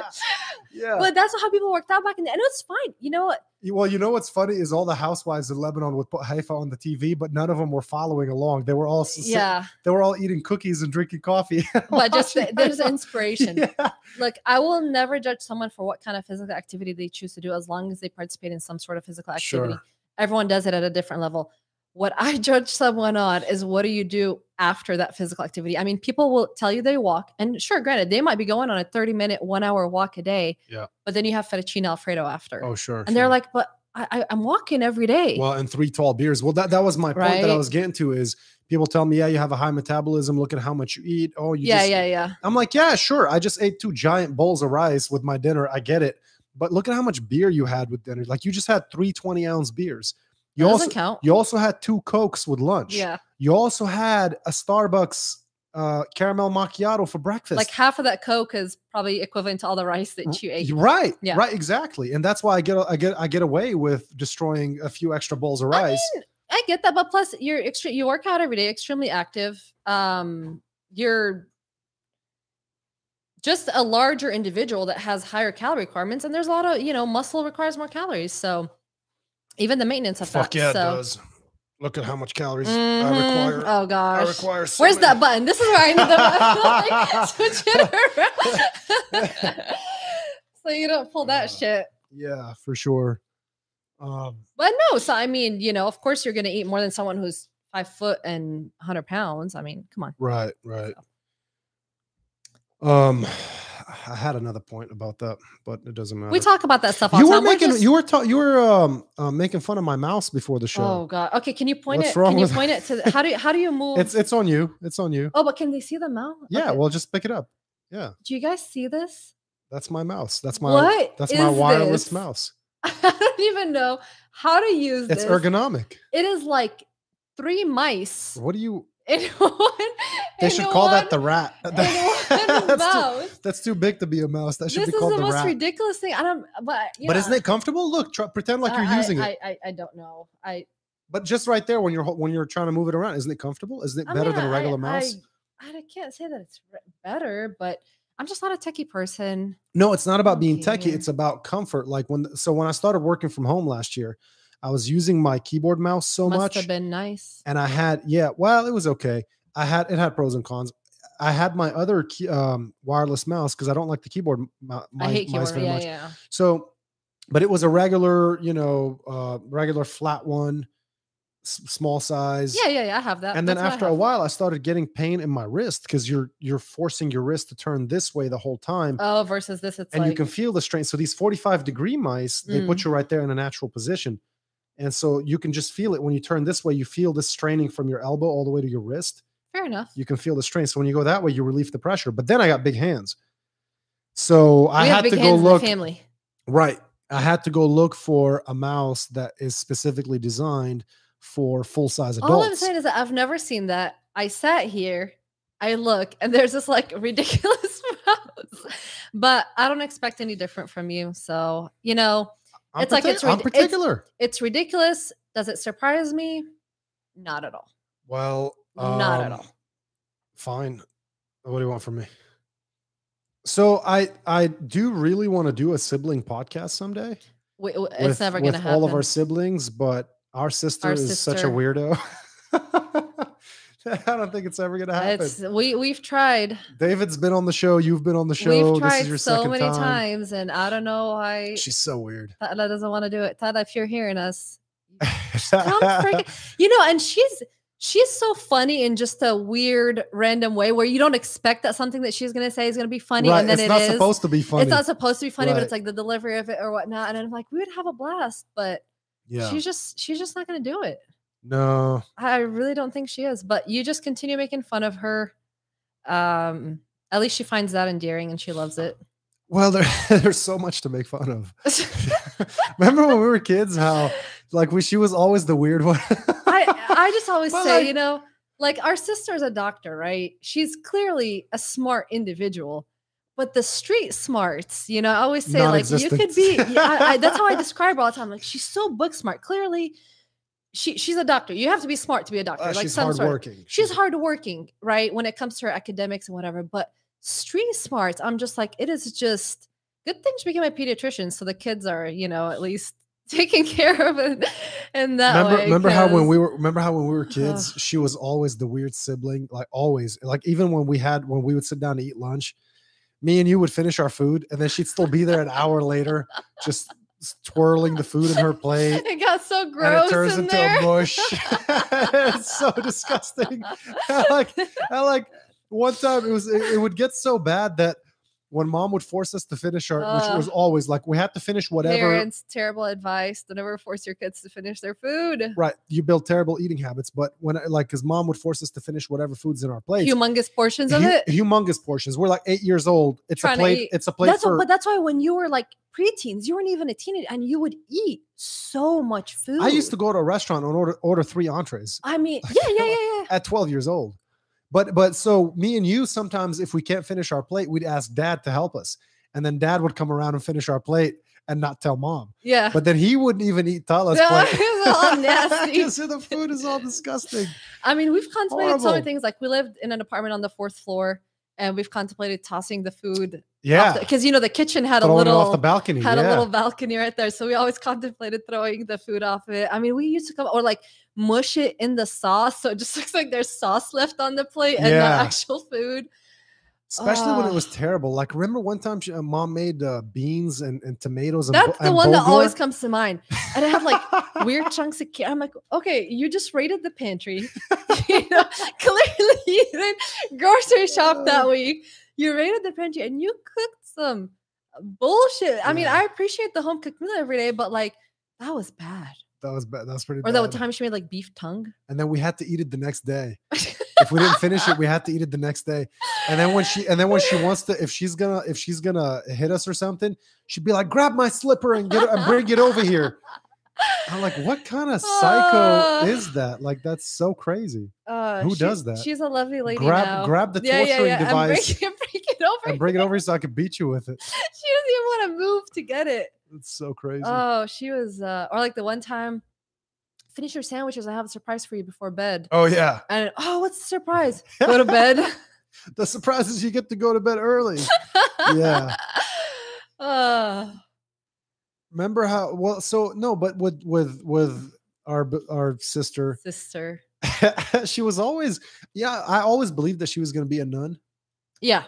S1: yeah.
S2: But that's how people worked out back in the and it was fine. You know what?
S1: You- well, you know what's funny is all the housewives in Lebanon would put Haifa on the TV, but none of them were following along. They were all s- sit- (laughs)
S2: Yeah. (laughs)
S1: They were all eating cookies and drinking coffee. (laughs)
S2: But just
S1: watching
S2: there's
S1: Haifa.
S2: inspiration.
S1: Yeah.
S2: Look, I will never judge someone for what kind of physical activity they choose to do as long as they participate in some sort of physical activity.
S1: Sure.
S2: Everyone does it at a different level. What I (laughs) judge someone on is what do you do after that physical activity? I mean, people will tell you they walk, and sure, granted, they might be going on a 30 minute, one hour walk a day.
S1: Yeah.
S2: But then you have fettuccine Alfredo after.
S1: Oh, sure.
S2: and they're
S1: sure.
S2: like, but I, I, I'm walking every day.
S1: Well, and three tall beers. Well, that, that was my point that I
S2: Right.
S1: was getting to is people tell me, yeah, you have a high metabolism. Look at how much you eat. Oh, you
S2: yeah,
S1: just,
S2: yeah, yeah.
S1: I'm like, yeah, sure. I just ate two giant bowls of rice with my dinner. I get it. But look at how much beer you had with dinner. Like you just had three 20 ounce beers. You
S2: That
S1: also,
S2: doesn't count.
S1: you also had two Cokes with lunch.
S2: Yeah.
S1: You also had a Starbucks uh, caramel macchiato for breakfast.
S2: Like half of that Coke is probably equivalent to all the rice that you ate.
S1: You're Right.
S2: Yeah.
S1: Right. Exactly. And that's why I get I get I get away with destroying a few extra bowls of rice.
S2: I, mean, I get that, but plus you're extre- you work out every day, extremely active. Um, you're just a larger individual that has higher calorie requirements, and there's a lot of you know muscle requires more calories, so even the maintenance of
S1: Fuck
S2: that.
S1: yeah, it
S2: so.
S1: does. Look at how much calories I
S2: Mhm.
S1: require.
S2: oh
S1: I
S2: gosh.
S1: require. So
S2: Where's
S1: many-
S2: that button? This is where I need the (laughs)
S1: (laughs)
S2: button. Switch it around. (laughs) so you don't pull that
S1: Uh,
S2: shit.
S1: Yeah, for sure. Um,
S2: But no, so I mean, you know, of course you're going to eat more than someone who's five foot and 100 pounds. I mean, come on.
S1: right, right. Um, I had another point about that, but it doesn't matter.
S2: We talk about that stuff all
S1: You
S2: the
S1: were
S2: time. We're
S1: making
S2: just-
S1: you were ta- you were um uh, making fun of my mouse before the
S2: Oh
S1: show.
S2: God. Okay. Can you point
S1: What's
S2: it?
S1: wrong
S2: Can you
S1: with-
S2: point it to the, how do you, how do you move?
S1: It's it's on you. It's on you.
S2: oh, but can they see the mouth?
S1: Yeah,
S2: Okay.
S1: well, just pick it up.
S2: Do you guys see this?
S1: That's my mouse. That's my
S2: What
S1: that's my
S2: is
S1: wireless
S2: this?
S1: mouse.
S2: (laughs) I don't even know how to use
S1: It's
S2: this.
S1: ergonomic.
S2: it is like three mice
S1: What do you?
S2: in (laughs) one.
S1: They
S2: in
S1: should call that the
S2: one- (laughs)
S1: rat.
S2: in one
S1: (laughs) that's, too,
S2: mouse.
S1: that's too big to be a mouse. That should
S2: This
S1: be
S2: is
S1: called
S2: the
S1: the,
S2: most
S1: rat.
S2: ridiculous thing. I don't. But, yeah.
S1: But isn't it comfortable? Look, try, pretend like you're
S2: I- I-
S1: using it.
S2: I, I I don't know. I
S1: But just right there, when you're hol- when you're trying to move it around, isn't it comfortable? Isn't it
S2: I
S1: better
S2: mean,
S1: than a
S2: I-
S1: regular
S2: I-
S1: mouse?
S2: I, d- can't say that it's re- better, but I'm just not a techie person.
S1: No, it's not about being techie.
S2: Okay.
S1: It's about comfort. Like when so when I started working from home last year, I was using my keyboard mouse so
S2: Must
S1: much,
S2: have been nice.
S1: and I had yeah, well, it was okay. I had it had pros and cons. I had my other key, um, wireless mouse because I don't like the keyboard m- mi-
S2: I hate
S1: mice
S2: keyboard.
S1: very
S2: Yeah,
S1: much.
S2: yeah.
S1: So, but it was a regular, you know, uh, regular flat one, s- small size.
S2: Yeah, yeah, yeah. I have that.
S1: and then
S2: Uh, That's what I
S1: after a
S2: have.
S1: while i started getting pain in my wrist because you're you're forcing your wrist to turn this way the whole time
S2: Oh, versus this, it's
S1: and
S2: like Mm.
S1: you can feel the strain so these 45 degree mice they put you right there in a natural position And so you can just feel it when you turn this way, you feel this straining from your elbow all the way to your wrist.
S2: Fair enough.
S1: You can feel the strain. So when you go that way, you relieve the pressure. But then I got big hands. So I
S2: we have
S1: had
S2: big
S1: to go
S2: hands in
S1: look.
S2: the family.
S1: Right. I had to go look for a mouse that is specifically designed for full size adults.
S2: All I'm saying is that I've never seen that. I sat here, I look, and there's this like (laughs) ridiculous mouse. But I don't expect any different from you. So, you know,
S1: I'm
S2: it's like
S1: partic-
S2: it's
S1: I'm
S2: rid- it's-
S1: particular.
S2: it's ridiculous. Does it surprise me? Not at all.
S1: well,
S2: not at
S1: um,
S2: all.
S1: Fine. What do you want from me? So I I do really want to do a sibling podcast someday.
S2: We, w- it's
S1: with-
S2: never
S1: with
S2: going to happen.
S1: All of our siblings, but our sister
S2: Our
S1: is such a
S2: sister.
S1: weirdo. (laughs) I don't think it's ever gonna happen.
S2: it's we we've tried.
S1: David's been on the show. You've been on the show.
S2: we've
S1: this
S2: tried
S1: is your
S2: so
S1: second
S2: many
S1: time.
S2: times, and I don't know why
S1: She's so weird.
S2: Tada doesn't want to do it. Tada, if you're
S1: (laughs)
S2: hearing us, Come freaking- you know, and she's she's so funny in just a weird, random way where you don't expect that something that she's gonna say is gonna be funny,
S1: right.
S2: and then
S1: it's
S2: it
S1: not
S2: is.
S1: supposed to be funny.
S2: It's not supposed to be funny, but
S1: Right.
S2: it's like the delivery of it or whatnot. And I'm like, we would have a blast, but
S1: yeah.
S2: she's just she's just not gonna do it.
S1: no.
S2: I really don't think she is. But you just continue making fun of her. Um, at least she finds that endearing and she loves it. (laughs)
S1: Well, there, (laughs) there's so much to make fun of. (laughs) Remember when we were kids, how like we, she was always the weird one.
S2: I
S1: (laughs)
S2: I just always
S1: But,
S2: say,
S1: like-
S2: you know, like our sister's a doctor, right? She's clearly a smart individual, but the street smarts, you know, I always say like you could
S1: (laughs)
S2: be.
S1: Non-existent.
S2: yeah, I, I, that's how I describe her all the time. Like she's so book smart. Clearly, she she's a doctor. You have to be smart to be a doctor.
S1: Uh,
S2: like
S1: she's
S2: some sort. Of,
S1: hardworking.
S2: she's hardworking, right? When it comes to her academics and whatever, but street smarts, I'm just like it is just good thing she became a pediatrician, so the kids are, you know, at least (laughs) taken care of and, and that
S1: remember,
S2: way,
S1: remember how
S2: 'cause-
S1: when we were remember how when we
S2: (sighs)
S1: were kids, she was always the weird sibling. Like always, like even when we had when we would sit down to eat lunch, me and you would finish our food, and then she'd still be there an hour later, just s- twirling the food in
S2: (laughs)
S1: her plate.
S2: it got so
S1: and
S2: gross
S1: it turns
S2: in
S1: into
S2: there.
S1: a
S2: (laughs)
S1: bush. it's so disgusting. (laughs) I like, I like one time it was it, it would get so bad that when mom would force us to finish our, which
S2: Ugh.
S1: was always like we had to finish (laughs) whatever.
S2: Parents, terrible advice. Don't ever force your kids to finish their food.
S1: Right, you build terrible eating habits, but when like because mom would force us to finish whatever foods in our plate,
S2: Humongous portions of it.
S1: humongous portions. We're like eight years old. It's
S2: Trying
S1: a
S2: to
S1: plate.
S2: eat-
S1: It's a plate
S2: That's
S1: for.
S2: what, but that's why when you were like preteens, you weren't even a teenager, and you would eat so much food.
S1: I used to go to a restaurant and order order three entrees.
S2: I mean, yeah, yeah, yeah, yeah.
S1: at 12 years old. But but so me and you sometimes if we can't finish our plate, we'd ask dad to help us. And then dad would come around and finish our plate and not tell mom.
S2: Yeah.
S1: But then he wouldn't even eat
S2: (laughs)
S1: Tala's
S2: No,
S1: plate.
S2: it
S1: (laughs)
S2: was all Oh, nasty.
S1: 'Cause the food is all
S2: (laughs)
S1: disgusting.
S2: I mean, we've contemplated so many
S1: Horrible.
S2: things. Like we lived in an apartment on the fourth floor, and we've contemplated tossing the food.
S1: Yeah.
S2: Because you know the kitchen had a
S1: Throwing
S2: little
S1: it off the balcony.
S2: had
S1: yeah.
S2: a little balcony right there. So we always contemplated throwing the food off it. I mean, we used to come or like mush it in the sauce. So it just (laughs) looks like there's sauce left on the plate and
S1: Yeah.
S2: not actual food.
S1: Especially when it
S2: Ugh.
S1: was terrible. Like remember one time she, uh, mom made uh, beans and, and tomatoes and bo-
S2: That's the
S1: and
S2: one that
S1: bulgur?
S2: always comes to mind. And I have like weird chunks of cake. I'm like, okay, you just raided the
S1: (laughs)
S2: pantry. you know, (laughs) clearly you didn't grocery shop that
S1: Uh.
S2: week. You raided the pantry and you cooked some bullshit. I mean,
S1: Yeah.
S2: I appreciate the home cooked meal every day, but like that was bad.
S1: (laughs) that was bad. That's pretty
S2: Or
S1: bad.
S2: that time she made like beef tongue.
S1: and then we had to eat it the next
S2: (laughs)
S1: day. if we didn't finish it, we had to eat it the next day. And then when she and then when she wants to, if she's gonna if she's gonna hit us or something, she'd be like, "Grab my slipper and get and bring it over here." I'm like, "What kind of psycho
S2: Ah.
S1: is that? Like, that's so crazy."
S2: Uh,
S1: Who
S2: she's-
S1: does that?
S2: She's a lovely lady.
S1: grab
S2: now.
S1: grab the torturing
S2: (laughs) And
S1: device
S2: bring it, bring it over.
S1: and bring it over here so I could beat you with it.
S2: (laughs) she doesn't even want to move to get it.
S1: It's so crazy.
S2: Oh, she was, uh, or like the one time, finish your sandwiches. I have a surprise for you before bed.
S1: oh yeah,
S2: And oh, what's the surprise? Go to bed.
S1: the surprise is you get to go to bed
S2: (laughs)
S1: early. (laughs) Yeah.
S2: Uh,
S1: Remember how? Well, so no, but with with with our b- our sister.
S2: sister.
S1: (laughs) she was always yeah i always believed that she was going to be a nun
S2: Yeah.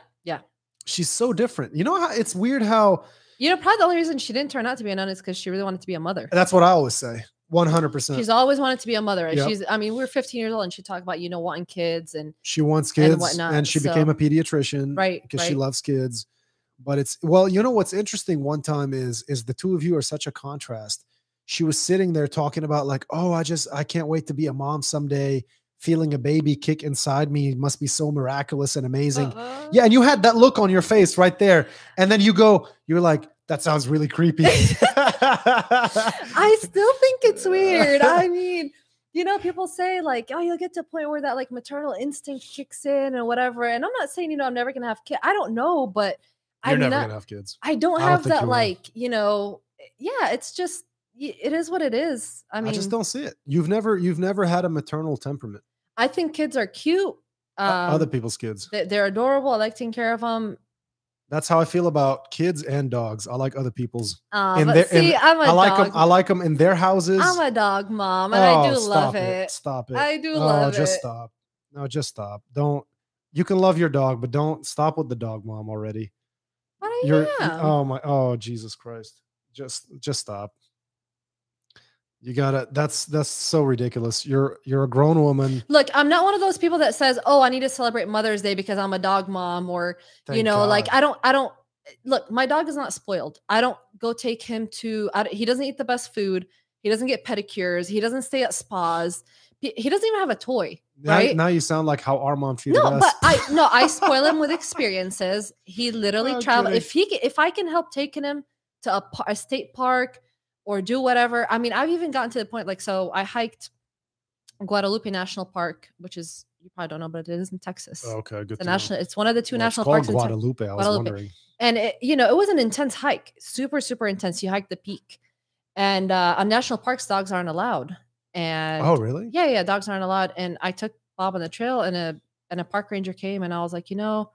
S1: she's so different you know how it's weird how
S2: You know, probably the only reason she didn't turn out to be a nun is because she really wanted to be a mother.
S1: that's what i always say 100%
S2: She's always wanted to be a mother. and
S1: Yep.
S2: She's, I mean, we were 15 years old and she talked about, you know, wanting kids and
S1: she wants
S2: and
S1: kids and,
S2: whatnot,
S1: she became
S2: so-
S1: a pediatrician
S2: Right,
S1: because Mm, she
S2: right.
S1: loves kids but it's well you know what's interesting one time is is the two of you are such a contrast she was sitting there talking about like, oh, I just I can't wait to be a mom someday. Feeling a baby kick inside me must be so miraculous and amazing.
S2: Uh-oh.
S1: Yeah, and you had that look on your face right there, and then you go, you're like, that sounds really
S2: (laughs)
S1: creepy. (laughs)
S2: I still think it's
S1: (laughs)
S2: weird. I mean, you know, people say like, oh, you'll get to a point where that like maternal instinct kicks in and whatever. And I'm not saying, you know, I'm never gonna have kids. I don't know, but
S1: you're
S2: I'm
S1: never
S2: not
S1: gonna have kids.
S2: I don't
S1: I don't
S2: have
S1: think you
S2: that
S1: will.
S2: like, you know, eh, yeah, it's just y- it is what it is. I
S1: I,
S2: mean, I,
S1: just don't see it. You've never you've never had a maternal temperament.
S2: think kids are cute. Um,
S1: O- Other people's kids.
S2: they- they're adorable. I like taking care of them.
S1: That's how I feel about kids and dogs. I like other people's.
S2: Uh,
S1: And
S2: but
S1: they're- and
S2: see, I'm a
S1: I like
S2: dog.
S1: them. I like them in their houses.
S2: I'm a dog mom, and
S1: Oh,
S2: I do
S1: stop
S2: love it.
S1: Stop it.
S2: I do
S1: oh,
S2: love
S1: just
S2: it.
S1: stop. No, just stop. Don't. You can love your dog, but don't stop with the dog mom already.
S2: But I
S1: You're.
S2: am.
S1: Oh my. Oh Jesus Christ. Just, just stop. You gotta. That's that's so ridiculous. You're you're a grown woman.
S2: Look, I'm not one of those people that says, "Oh, I need to celebrate Mother's Day because I'm a dog mom," or you
S1: Thank
S2: know, like
S1: God.
S2: I don't, I don't. Look, my dog is not spoiled. I don't go take him to. I, don't- he doesn't eat the best food. He doesn't get pedicures. He doesn't stay at spas. He, he doesn't even have a toy.
S1: now,
S2: right?
S1: now you sound like how our mom treated
S2: No,
S1: us.
S2: but I no, I spoil
S1: (laughs)
S2: him with experiences. He literally
S1: Oh,
S2: travel.
S1: goodness.
S2: If he ca- if I can help taking him to a, pa- a state park or do whatever. I mean, I've even gotten to the point like so. I hiked Guadalupe National Park, which is you probably don't know, but it is in Texas.
S1: okay, good.
S2: the
S1: to know.
S2: national. It's one of the two
S1: Oh, Well, it's
S2: national
S1: called
S2: parks. in Tex-
S1: Guadalupe. I was
S2: Guadalupe.
S1: wondering.
S2: and it, you know it was an intense hike super super intense you hiked the peak and uh on national parks dogs aren't allowed and
S1: Oh really?
S2: yeah yeah dogs aren't allowed and i took bob on the trail and a and a park ranger came and i was like you know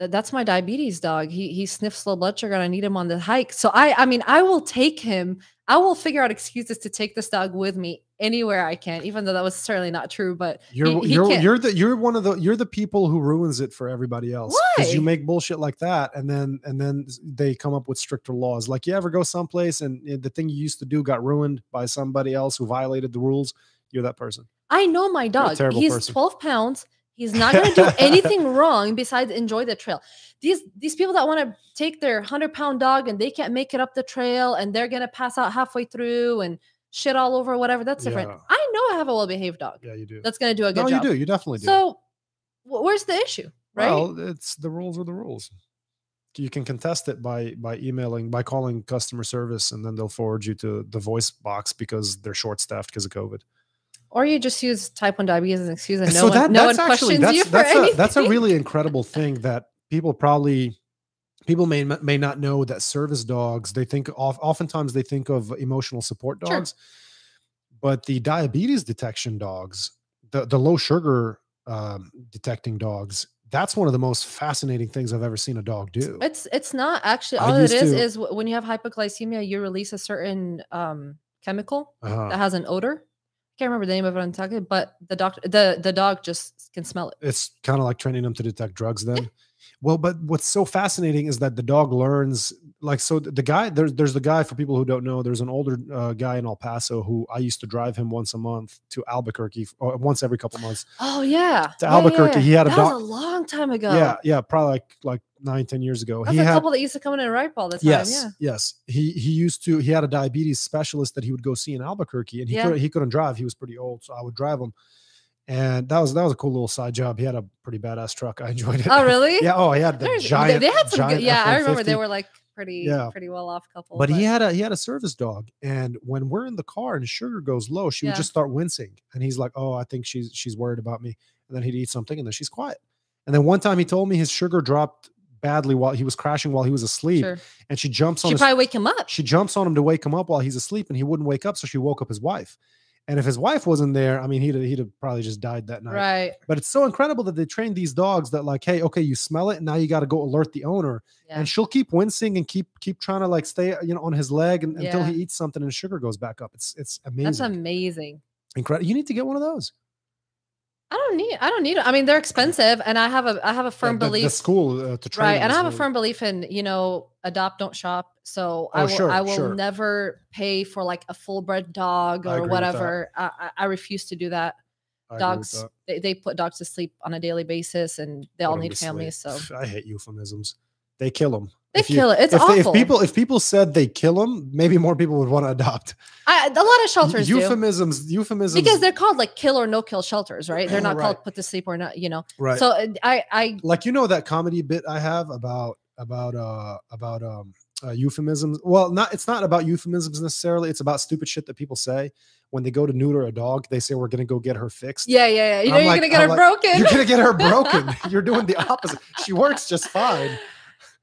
S2: that, that's my diabetes dog he he sniffs low blood sugar and i need him on the hike so i i mean i will take him i will figure out excuses to take this dog with me anywhere i can even though that was certainly not true but
S1: You're
S2: he
S1: you're
S2: can't-
S1: you're the you're one of the you're the people who ruins it for everybody else you
S2: Why?
S1: make bullshit like that, and then and then s- they come up with stricter laws. Like you ever go someplace and uh, the thing you used to do got ruined by somebody else who violated the rules. You're that person.
S2: I know my dog.
S1: terrible
S2: He's
S1: person.
S2: 12 pounds. He's not going
S1: (laughs)
S2: to do anything wrong besides enjoy the trail. These these people that want to take their 100 pound dog and they can't make it up the trail and they're going to pass out halfway through and shit all over, whatever, that's different.
S1: Yeah.
S2: I know I have a well behaved dog
S1: Yeah, you do.
S2: that's going to do a good
S1: no,
S2: job.
S1: you do. You definitely do.
S2: So, wh- where's the issue? Right?
S1: Well, it's the rules are the rules. You can contest it by by emailing, by calling customer service, and then they'll forward you to the voice box because they're short staffed because of COVID.
S2: or you just use type 1 diabetes as an excuse and no
S1: so
S2: one,
S1: that,
S2: no
S1: that's
S2: one
S1: actually
S2: questions
S1: that's,
S2: you for
S1: that's,
S2: anything.
S1: a, that's a really incredible thing that people probably people may n- may not know that service dogs they think of oftentimes they think of emotional support
S2: Sure.
S1: dogs but the diabetes detection dogs the, the low sugar um, detecting dogs that's one of the most fascinating things i've ever seen a dog do
S2: It's it's not actually
S1: I
S2: all it
S1: used
S2: is
S1: to-
S2: is wh- when you have hypoglycemia, you release a certain um chemical
S1: uh-huh.
S2: that has an odor. I can't remember the name of it on top, but the doctor, the the dog just can smell it.
S1: it's kind of like training them to detect drugs then well but what's so fascinating is that the dog learns like so th- the guy there's there's the guy for people who don't know there's an older uh, guy in el paso who i used to drive him once a month to albuquerque f- or once every couple months
S2: Oh yeah,
S1: To Albuquerque, he had a
S2: that
S1: dog-
S2: was a long time ago.
S1: yeah yeah probably like like nine ten years ago
S2: that's a couple that used to come in and ripe all the time.
S1: yes (laughs)
S2: Yeah,
S1: yes he he used to he had a diabetes specialist that he would go see in albuquerque and he,
S2: Yeah.
S1: could, he couldn't drive he was pretty old so i would drive him and that was that was a cool little side job he had a pretty badass truck i enjoyed it
S2: Oh (laughs) really?
S1: yeah oh he had the
S2: There's- they-
S1: giant
S2: They had some.
S1: giant
S2: Good, yeah, I remember
S1: F-150.
S2: they were like pretty
S1: Yeah.
S2: pretty well off couple.
S1: but he had a he had a service dog and when we're in the car and sugar goes low she would
S2: Yeah.
S1: just start wincing and he's like oh i think she's she's worried about me and then he'd eat something and then she's quiet and then one time he told me his sugar dropped badly while he was crashing while he was asleep
S2: sure.
S1: and she jumps on
S2: She
S1: his,
S2: probably wake him up.
S1: she jumps on him to wake him up while he's asleep and he wouldn't wake up so she woke up his wife and if his wife wasn't there i mean he'd he'd have probably just died that night
S2: Right.
S1: but it's so incredible that they train these dogs that like hey okay you smell it and now you got to go alert the owner
S2: Yeah.
S1: and she'll keep wincing and keep keep trying to like stay you know on his leg and, until
S2: Yeah.
S1: he eats something and sugar goes back up it's it's amazing
S2: That's amazing.
S1: incredible you need to get one of those
S2: I don't need. I don't need. it. I mean, they're expensive, and I have a I have a firm
S1: Like the, the
S2: belief.
S1: school uh, to train
S2: right
S1: them
S2: and i
S1: is
S2: have a
S1: really-
S2: firm belief in you know adopt don't shop so
S1: Oh,
S2: i will
S1: sure,
S2: i will
S1: sure.
S2: never pay for like a full bred dog
S1: I agree
S2: or
S1: with
S2: whatever I, I I refuse to do that
S1: I agree with
S2: dogs
S1: that.
S2: they, they put dogs to sleep on a daily basis and they
S1: Let
S2: all
S1: 'em
S2: need
S1: be (laughs)
S2: families
S1: slave.
S2: so
S1: Pff, i hate euphemisms they kill them
S2: They
S1: If you-
S2: kill it. It's
S1: if,
S2: awful.
S1: they- if people if people said they kill them, maybe more people would want to adopt.
S2: I, a lot of shelters do
S1: euphemisms, euphemisms,
S2: because they're called like kill or no kill shelters, right? They're not
S1: Right.
S2: called put to sleep or not. You know.
S1: right?
S2: So uh, I I
S1: like you know that comedy bit I have about about uh about um uh, euphemisms. Well, not it's not about euphemisms necessarily. It's about stupid shit that people say when they go to neuter a dog. They say we're gonna go get her fixed.
S2: yeah yeah yeah. You know
S1: I'm
S2: you're
S1: like-
S2: gonna get
S1: I'm
S2: her
S1: like, (laughs)
S2: broken.
S1: You're gonna get her broken.
S2: (laughs)
S1: You're doing the opposite. She works just fine.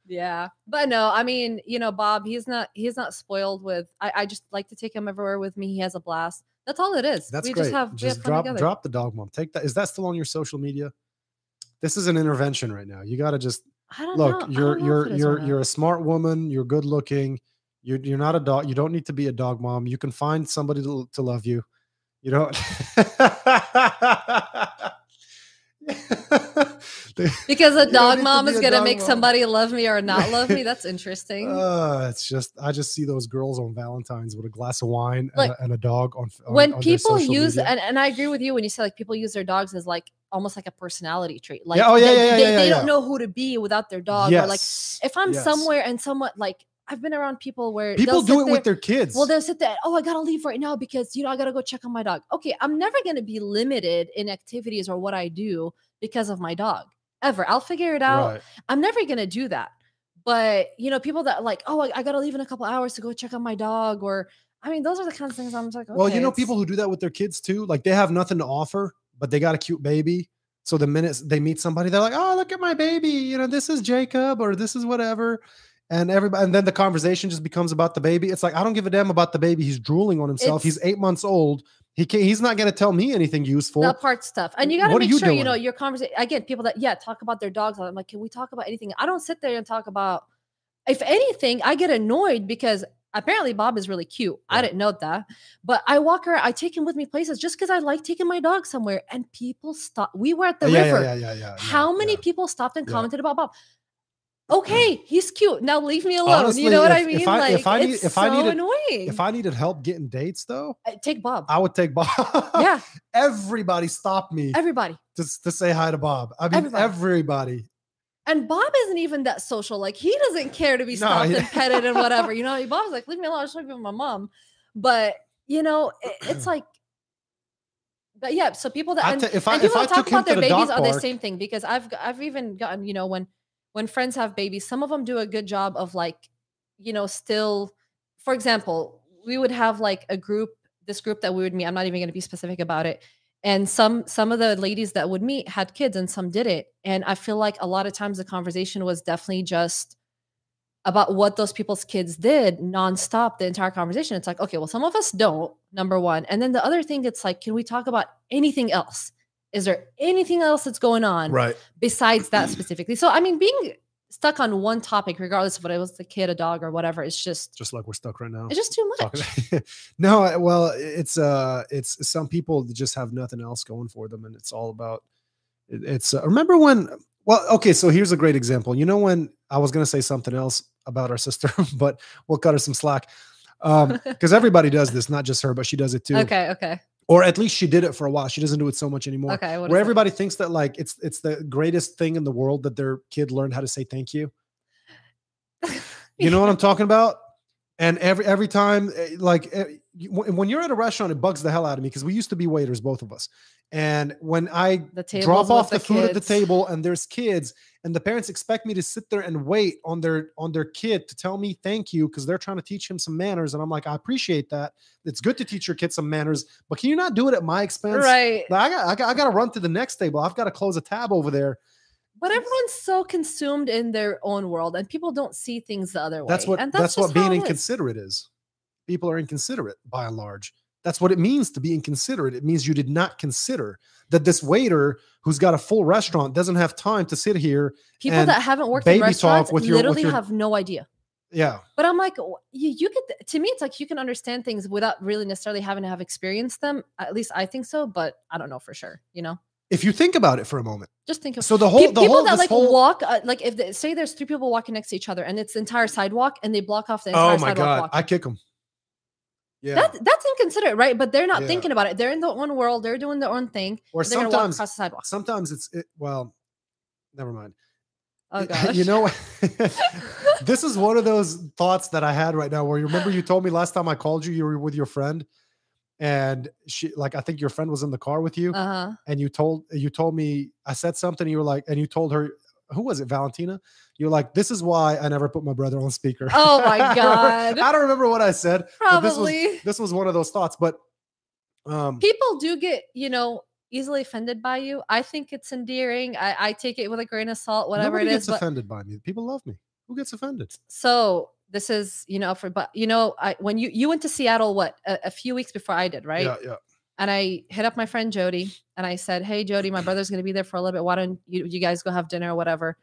S2: Yeah. But no, I mean, you know, Bob, he's not he's not spoiled with I, I just like to take him everywhere with me. He has a blast. That's all it is.
S1: That's
S2: we
S1: great.
S2: just have we have fun
S1: drop
S2: together.
S1: drop the dog mom. Take that. Is that still on your social media? This is an intervention right now. You gotta just
S2: I don't know.
S1: look.
S2: I
S1: You're
S2: don't know if
S1: you're
S2: it is or
S1: you're
S2: not.
S1: you're a smart woman. You're good looking. You're you're not a dog. You don't need to be a dog mom. You can find somebody to, to love you. You (laughs) don't. (laughs)
S2: because
S1: you
S2: a
S1: don't
S2: dog
S1: need to
S2: mom
S1: be
S2: is
S1: a
S2: gonna
S1: dog
S2: make
S1: mom.
S2: somebody love me or not love me. That's interesting.
S1: Uh, it's just I just see those girls on Valentine's with a glass of wine and
S2: Look,
S1: a- and, a, dog on. f- on-
S2: when
S1: on their
S2: people
S1: social
S2: use
S1: media.
S2: and, and I agree with you when you say like people use their dogs as like almost like a personality trait. Like
S1: oh, yeah,
S2: they,
S1: yeah, yeah,
S2: they,
S1: yeah,
S2: they
S1: yeah.
S2: don't know who to be without their dog. Or like
S1: Yes,
S2: if I'm
S1: yes.
S2: somewhere and somewhat like I've been around people where
S1: people
S2: they'll
S1: do
S2: sit
S1: it
S2: there-
S1: with their kids.
S2: Well, they'll sit there. Oh, I gotta leave right now because you know I gotta go check on my dog. Okay, I'm never gonna be limited in activities or what I do because of my dog. Ever, I'll figure it out.
S1: Right.
S2: I'm never gonna do that. But you know, people that like, oh, I, I gotta leave in a couple hours to go check on my dog, or I mean, those are the kinds of things I'm just like.
S1: Well, you
S2: okay,
S1: know
S2: it's-
S1: people who do that with their kids too. Like they have nothing to offer, but they got a cute baby. So the minute they meet somebody, they're like, "Oh, look at my baby! You know, this is Jacob, or this is whatever." And everybody, and then the conversation just becomes about the baby. It's like I don't give a damn about the baby. He's drooling on himself. He's eight months old. He can't. He's not going to tell me anything useful.
S2: that part stuff, and you gotta
S1: What are
S2: make
S1: you
S2: sure you know
S1: doing?
S2: your conversation. Again, people that yeah talk about their dogs. I'm like, can we talk about anything? I don't sit there and talk about. If anything, I get annoyed because apparently Bob is really cute. I
S1: Right.
S2: didn't know that, but I walk around. I take him with me places just because I like taking my dog somewhere. And people stop. We were at the
S1: Oh, yeah,
S2: river.
S1: yeah, yeah, yeah, yeah.
S2: How
S1: yeah,
S2: many
S1: yeah.
S2: people stopped and
S1: yeah.
S2: commented about Bob? Okay, he's cute. Now leave me alone. you know what
S1: if-
S2: I
S1: if
S2: mean?
S1: I-
S2: like,
S1: if I need-
S2: it's
S1: if
S2: so
S1: I needed-
S2: annoying.
S1: If I needed help getting dates, though,
S2: Uh, take
S1: (laughs)
S2: Bob.
S1: I would take Bob.
S2: yeah,
S1: (laughs) everybody stopped me
S2: everybody.
S1: to, s- to say hi to Bob. I mean,
S2: Everybody.
S1: everybody.
S2: And Bob isn't even that social. Like he doesn't care to be
S1: No,
S2: stopped
S1: he-
S2: and petted and
S1: (laughs)
S2: whatever. You know, Bob's like, leave me alone. I just want to be with my mom. But you know, it, it's like, but yeah. So people that
S1: I
S2: and,
S1: ta- if I
S2: and
S1: if
S2: people
S1: I
S2: that talk
S1: took him
S2: about
S1: to
S2: their
S1: the dog
S2: babies are the
S1: park,
S2: same thing because I've g- I've even gotten you know when when friends have babies, some of them do a good job of like you know still. For example, we would have like a group, this group that we would meet. I'm not even going to be specific about it. And some some of the ladies that would meet had kids, and some didn't. And I feel like a lot of times the conversation was definitely just about what those people's kids did nonstop the entire conversation. It's like, okay, well, some of us don't, number one. And then the other thing, it's like, can we talk about anything else? Is there anything else that's going on
S1: right?
S2: besides that specifically? So, I mean, being stuck on one topic, regardless of whether it was a kid, a dog, or whatever, it's just,
S1: Just like we're stuck right now.
S2: it's just too much.
S1: talking- (laughs) no, I- well, it's uh, it's some people that just have nothing else going for them, and it's all about. it- It's uh, remember when? Well, okay, so here's a great example. You know when I was gonna say something else about our sister, (laughs) but we'll cut her some slack.
S2: (laughs)
S1: Um, because everybody does this, not just her, but she does it too.
S2: Okay, okay,
S1: Or at least she did it for a while. She doesn't do it so much anymore.
S2: okay. what is
S1: Where
S2: it?
S1: everybody thinks that like it's it's the greatest thing in the world that their kid learned how to say thank
S2: (laughs)
S1: you. You know what I'm talking about? And every every time, eh, like eh, you- when when you're at a restaurant, it bugs the hell out of me because we used to be waiters, both of us. And when I
S2: the tables
S1: drop
S2: with
S1: off the, food at the
S2: kids.
S1: table, and there's kids, and the parents expect me to sit there and wait on their on their kid to tell me thank you because they're trying to teach him some manners, and I'm like, I appreciate that. It's good to teach your kids some manners, but can you not do it at my expense?
S2: Right.
S1: Like, I got I got, I got to run to the next table. I've got to close a tab over there.
S2: But everyone's so consumed in their own world and people don't see things the other way.
S1: That's what
S2: and
S1: that's,
S2: just
S1: what
S2: how
S1: being
S2: it is.
S1: inconsiderate is. People are inconsiderate by and large. That's what it means to be inconsiderate. It means you did not consider that this waiter who's got a full restaurant doesn't have time to sit here.
S2: People
S1: and
S2: that haven't worked in
S1: baby talk
S2: restaurants
S1: with your- with
S2: literally
S1: your-
S2: have no idea.
S1: Yeah,
S2: But I'm like, w- you, you could, to me, it's like you can understand things without really necessarily having to have experienced them. At least I think so, but I don't know for sure. You know,
S1: if you think about it for a moment.
S2: just think of
S1: So the whole
S2: Pe-
S1: the
S2: people
S1: whole
S2: that
S1: this
S2: like
S1: whole
S2: walk, uh, like if they, say there's three people walking next to each other and it's the entire sidewalk and they block off the entire
S1: oh my
S2: sidewalk.
S1: god,
S2: walk.
S1: I kick them. Yeah,
S2: That's that's inconsiderate, right? But they're not
S1: Yeah.
S2: thinking about it. They're in their own world. They're doing their own thing.
S1: or
S2: They're gonna walk
S1: sometimes
S2: across the sidewalk.
S1: sometimes it's it, well, never mind. (laughs)
S2: Oh gosh.
S1: You know, this is one of those thoughts that I had right now where you remember you told me last time I called you, you were with your friend and she like I think your friend was in the car with you
S2: (laughs)
S1: (laughs)
S2: Uh-huh.
S1: and you told you told me I said something you were like and you told her who was it Valentina you're like this is why I never put my brother on speaker.
S2: Oh
S1: (laughs)
S2: my
S1: I don't
S2: God.
S1: remember- I don't remember what I said. but this was-
S2: Probably.
S1: This was one of those thoughts but um
S2: people do get you know easily offended by you i think it's endearing i, I take it with a grain of salt whatever
S1: nobody
S2: it is
S1: gets
S2: but,
S1: offended by me. People love me. Who gets offended?
S2: so this is you know for but you know i when you you went to seattle what a, a few weeks before i did right
S1: Yeah, yeah.
S2: and i hit up my friend jody and i said hey jody my brother's going to be there for a little bit why don't you, you guys go have dinner or whatever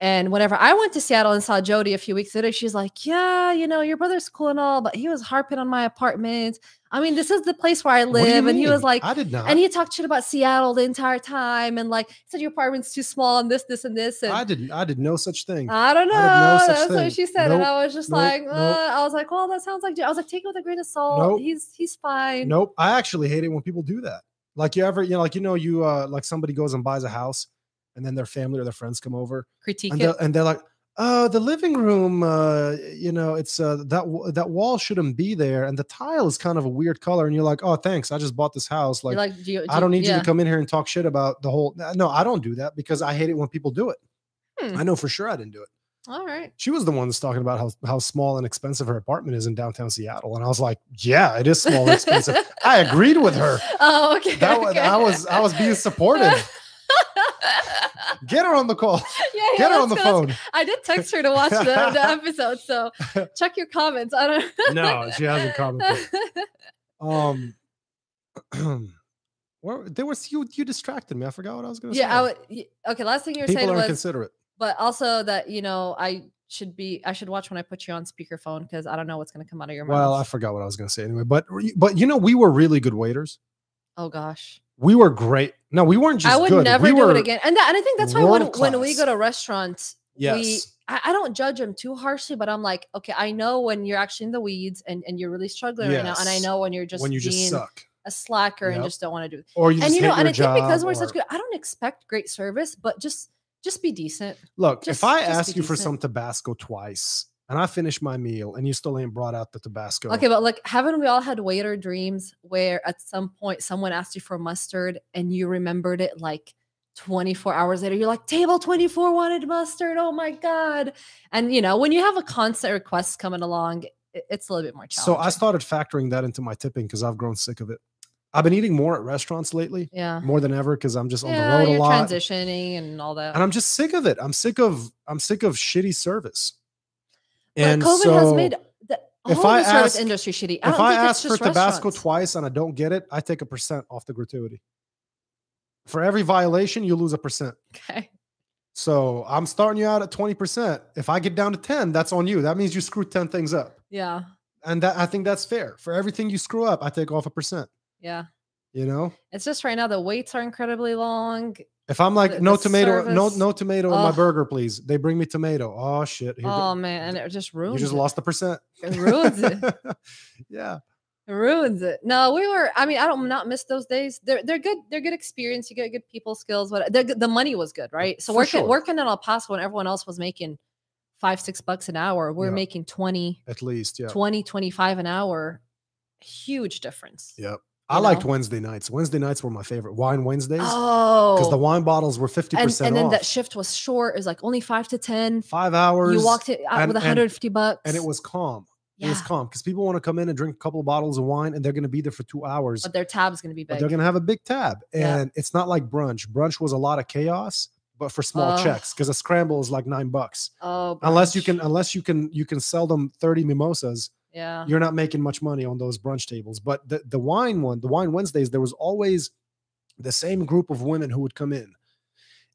S2: and whenever i went to seattle and saw jody a few weeks later she's like yeah you know your brother's cool and all but he was harping on my apartment i mean this is the place where i
S1: What do you
S2: live and he was
S1: mean?
S2: like
S1: I did not.
S2: and he talked shit about Seattle the entire time and like said your apartment's too small and this, this, and this. And
S1: I
S2: I,
S1: didn't. I did no such thing.
S2: don't know.
S1: I had no such
S2: That's
S1: thing.
S2: what she said. and
S1: Nope,
S2: I was just
S1: nope,
S2: like,
S1: nope.
S2: uh, I was like, well, that sounds like J-" I was like, take it with a grain of salt.
S1: Nope.
S2: He's he's fine.
S1: Nope. I actually hate it when people do that. Like you ever, you know, like you know, you uh like somebody goes and buys a house and then their family or their friends come over
S2: Critique
S1: and
S2: it.
S1: they're, and they're like, oh, the living room, uh, you know, it's uh that w- that wall shouldn't be there and the tile is kind of a weird color. And you're like, oh, thanks. I just bought this house.
S2: You're
S1: Like,
S2: like, do you- do
S1: I don't need you
S2: yeah.
S1: to come in here and talk shit about the whole. uh, No, I don't do that because I hate it when people do it.
S2: Hmm.
S1: I know for sure I didn't do it.
S2: All right.
S1: She was the one that's talking about how, how small and expensive her apartment is in downtown Seattle. And I was like, yeah, it is small and
S2: (laughs)
S1: expensive. I agreed with her.
S2: Oh, okay.
S1: That was
S2: okay.
S1: I was I was being
S2: (laughs)
S1: supportive. Get her on the call.
S2: yeah, (laughs) yeah,
S1: Get her on
S2: let's
S1: the
S2: go, let's-
S1: phone.
S2: (laughs) I did text her to watch the,
S1: (laughs)
S2: the episode, so check your comments. I don't.
S1: No, she hasn't commented. Um, (clears throat) where there was you you distracted me. I forgot what I was going to say.
S2: (laughs) yeah, I would. y- Okay, last thing you were
S1: People
S2: saying
S1: are
S2: was
S1: inconsiderate.
S2: but also that you know I should be I should watch when I put you on speakerphone because I don't know what's going to come out of your mouth.
S1: Well, I forgot what I was going to say anyway. But but you know we were really good waiters.
S2: oh gosh,
S1: We were great. No, we weren't just
S2: I would
S1: good.
S2: never
S1: we
S2: do
S1: were,
S2: it again. And that, and I think that's why when,
S1: world
S2: when we go
S1: class.
S2: to restaurants,
S1: Yes.
S2: I, I don't judge them too harshly, but I'm like, okay, I know when you're actually in the weeds and, and you're really struggling right now, and I
S1: Yes.
S2: know when you're just
S1: when you
S2: being
S1: just suck
S2: a slacker and
S1: Yep.
S2: just don't want to do.
S1: or you
S2: and
S1: just
S2: you know,
S1: hate
S2: and I
S1: your
S2: think because
S1: job
S2: we're such
S1: or-
S2: good, I don't expect great service, but just just be decent.
S1: look
S2: just-
S1: if i
S2: just be
S1: ask you for
S2: decent.
S1: some tabasco twice and i finish my meal and you still ain't brought out the tabasco
S2: Okay, but like, haven't we all had waiter dreams where at some point someone asked you for mustard and you remembered it like 24 hours later? You're like, table 24 wanted mustard. Oh my God. And you know, when you have a constant request coming along, i- it's a little bit more challenging.
S1: so i started factoring that into my tipping because i've grown sick of it i've been eating more at restaurants lately
S2: yeah.
S1: more than ever because i'm just on
S2: yeah,
S1: the road
S2: you're
S1: a lot
S2: transitioning and all that.
S1: and i'm just sick of it i'm sick of i'm sick of shitty service
S2: But
S1: and
S2: COVID
S1: so
S2: has made the
S1: if
S2: whole
S1: I
S2: service
S1: ask-
S2: industry shitty. I
S1: if
S2: don't
S1: i
S2: think it's
S1: ask for
S2: just
S1: tabasco
S2: restaurants. (laughs)
S1: twice and i don't get it i take a percent off the gratuity for every violation you lose a percent
S2: Okay.
S1: So I'm starting you out at 20%. If I get down to 10, that's on you. That means you screwed 10 things up.
S2: Yeah.
S1: And that I think that's fair. For everything you screw up, I take off a percent,
S2: Yeah.
S1: you know?
S2: It's just right now the waits are incredibly long.
S1: If I'm like
S2: The-
S1: no
S2: the
S1: tomato, no
S2: service-
S1: no tomato on my
S2: Ugh.
S1: burger, please. They bring me tomato. Oh shit. Here go-
S2: Oh man, and it just
S1: you
S2: ruins
S1: just
S2: it.
S1: lost a percent.
S2: it ruins
S1: (laughs)
S2: it.
S1: yeah.
S2: It ruins it. No, we were. I mean, I don't not miss those days. They're they're good. They're good experience. You get good people skills. But they're good- the money was good, right? So
S1: for
S2: working
S1: sure.
S2: working in El Paso when everyone else was making five six bucks an hour, we are
S1: Yeah.
S2: making 20,
S1: At least. Yeah.
S2: 20, 25 an hour. Huge difference.
S1: Yep. I
S2: you
S1: liked
S2: know.
S1: Wednesday nights. Wednesday nights were my favorite. Wine Wednesdays. Because
S2: Oh,
S1: the wine bottles were 50%
S2: and, and then
S1: off.
S2: that shift was short. It was like only five to ten.
S1: Five hours.
S2: You walked it out
S1: and-
S2: with
S1: and-
S2: one hundred fifty bucks,
S1: and it was calm.
S2: yeah.
S1: It was calm because people want to come in and drink a couple of bottles of wine and they're going to be there for two hours,
S2: but their tab's gonna be
S1: but
S2: big.
S1: they're going to have a big tab.
S2: Yeah.
S1: And it's not like brunch. Brunch was a lot of chaos, but for small
S2: Ugh.
S1: checks because a scramble is like nine bucks.
S2: oh,
S1: Unless you
S2: brunch.
S1: can, unless you can, you can sell them thirty mimosas.
S2: (laughs) yeah.
S1: (laughs) You're not making much money on those brunch tables. But the the wine one, the wine Wednesdays, there was always the same group of women who would come in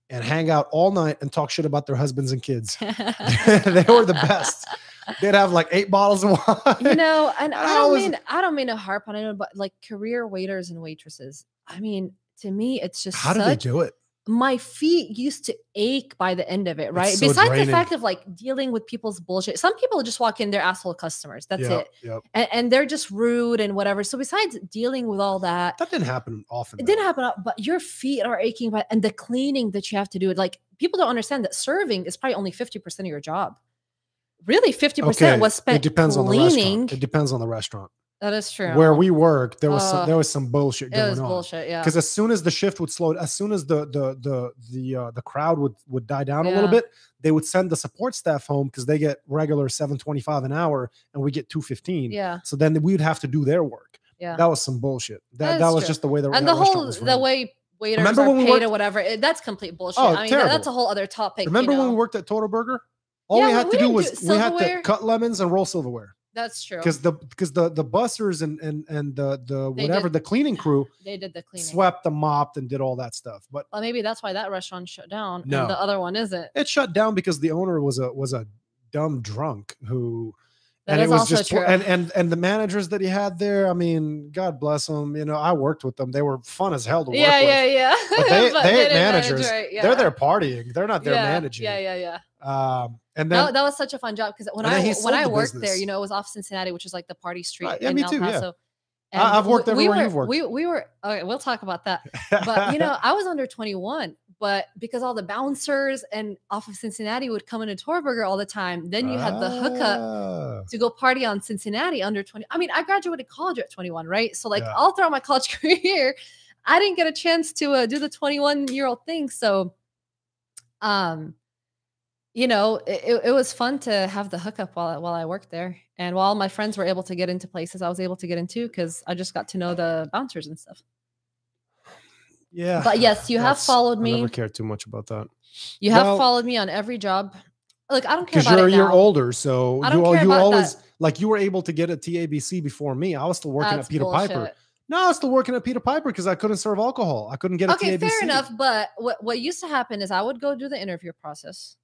S1: and hang out all night and talk shit about their husbands and kids. (laughs) they were the
S2: (laughs)
S1: best. They'd have like eight bottles of wine.
S2: you know, and
S1: I
S2: I don't
S1: always-
S2: mean I don't mean to harp on it, but like career waiters and waitresses. I mean, to me, it's just
S1: How do
S2: such,
S1: they do it?
S2: my feet used to ache by the end of it, right?
S1: so
S2: Besides
S1: draining.
S2: the fact of like dealing with people's bullshit, some people just walk in, they're asshole customers. That's
S1: Yep,
S2: it.
S1: Yep.
S2: And, and they're just rude and whatever. So, besides dealing with all that,
S1: That didn't happen often.
S2: it
S1: though.
S2: didn't happen, but your feet are aching, but and the cleaning that you have to do, like people don't understand that serving is probably only 50% of your job. Really, 50% was spent
S1: it depends on the
S2: cleaning.
S1: restaurant. It depends on the restaurant.
S2: that is true.
S1: Where we work, there was
S2: Uh,
S1: some, there was some bullshit
S2: it
S1: going
S2: was
S1: on.
S2: bullshit. Yeah.
S1: Because as soon as the shift would slow, as soon as the the the the uh, the crowd would would die down a little
S2: Yeah.
S1: bit, they would send the support staff home because they get regular seven twenty five an hour, and we get two fifteen.
S2: Yeah.
S1: So then we'd have to do their work.
S2: Yeah.
S1: That was some bullshit. That
S2: That
S1: that
S2: is
S1: was
S2: true.
S1: just the way the
S2: and
S1: that
S2: the
S1: restaurant
S2: whole
S1: was
S2: the
S1: ran.
S2: way waiters
S1: Remember
S2: are
S1: when we
S2: paid
S1: worked-
S2: or whatever it, that's complete bullshit.
S1: Oh,
S2: I mean that, that's
S1: terrible.
S2: a whole other topic. you
S1: Remember when
S2: know?
S1: we worked at Total Burger? All we
S2: Yeah,
S1: had
S2: we
S1: to do
S2: didn't do
S1: was we had to
S2: silverware.
S1: cut lemons and roll silverware
S2: that's true.
S1: because the because the the bussers and and and the the
S2: They
S1: whatever
S2: did
S1: the cleaning crew
S2: They did the cleaning.
S1: swept and mopped and did all that stuff. But
S2: Well, maybe that's why that restaurant shut down
S1: No.
S2: and the other one isn't.
S1: it shut down because the owner was a was a dumb drunk who
S2: That
S1: and it
S2: is
S1: was
S2: also
S1: just
S2: true.
S1: and and and the managers that he had there. I mean, God bless them. You know, I worked with them. They were fun as hell to work
S2: yeah,
S1: with.
S2: yeah, yeah. (laughs)
S1: But they- they ain't
S2: didn't manage
S1: managers.
S2: right, yeah.
S1: They're there partying. They're not there
S2: yeah,
S1: managing.
S2: Yeah, yeah, yeah.
S1: Um, and then
S2: That, that was such a fun job because when
S1: And then
S2: I
S1: he sold
S2: when I
S1: the
S2: worked there,
S1: business.
S2: you know, it was off Cincinnati, which is like the party street
S1: Right, yeah,
S2: in
S1: me
S2: El
S1: too, yeah.
S2: Paso.
S1: I- I've worked
S2: we- we
S1: everywhere
S2: were-
S1: you've worked.
S2: We we were okay. We'll talk about that. but
S1: (laughs)
S2: you know, I was under 21, but because all the bouncers and off of Cincinnati would come into Torberger all the time, then you had the hookup
S1: hookup.
S2: to go party on Cincinnati under 20. I mean, I graduated college at 21, right? So like
S1: Yeah.
S2: all throughout my (laughs) college career, I didn't get a chance to uh, do the 21 year old thing. So, um, you know, it, it- it was fun to have the hookup while I- while I worked there, and while my friends were able to get into places, I was able to get into because I just got to know the bouncers and
S1: (sighs)
S2: stuff.
S1: Yeah.
S2: But yes, you have
S1: That's-
S2: followed
S1: I
S2: me.
S1: never cared too much about that
S2: You have
S1: Well-
S2: followed me on every job. Look, I don't care
S1: because
S2: about
S1: you're
S2: it
S1: you're
S2: now.
S1: older, so
S2: I
S1: you
S2: don't
S1: all
S2: care
S1: you
S2: about
S1: always like you were able to get a TABC before me. I was still working
S2: That's
S1: at Peter Piper.
S2: bullshit.
S1: No, I was still working at Peter Piper because I couldn't serve alcohol. I couldn't get a
S2: Okay,
S1: TABC.
S2: fair enough. But what, what used to happen is I would go do the interview process.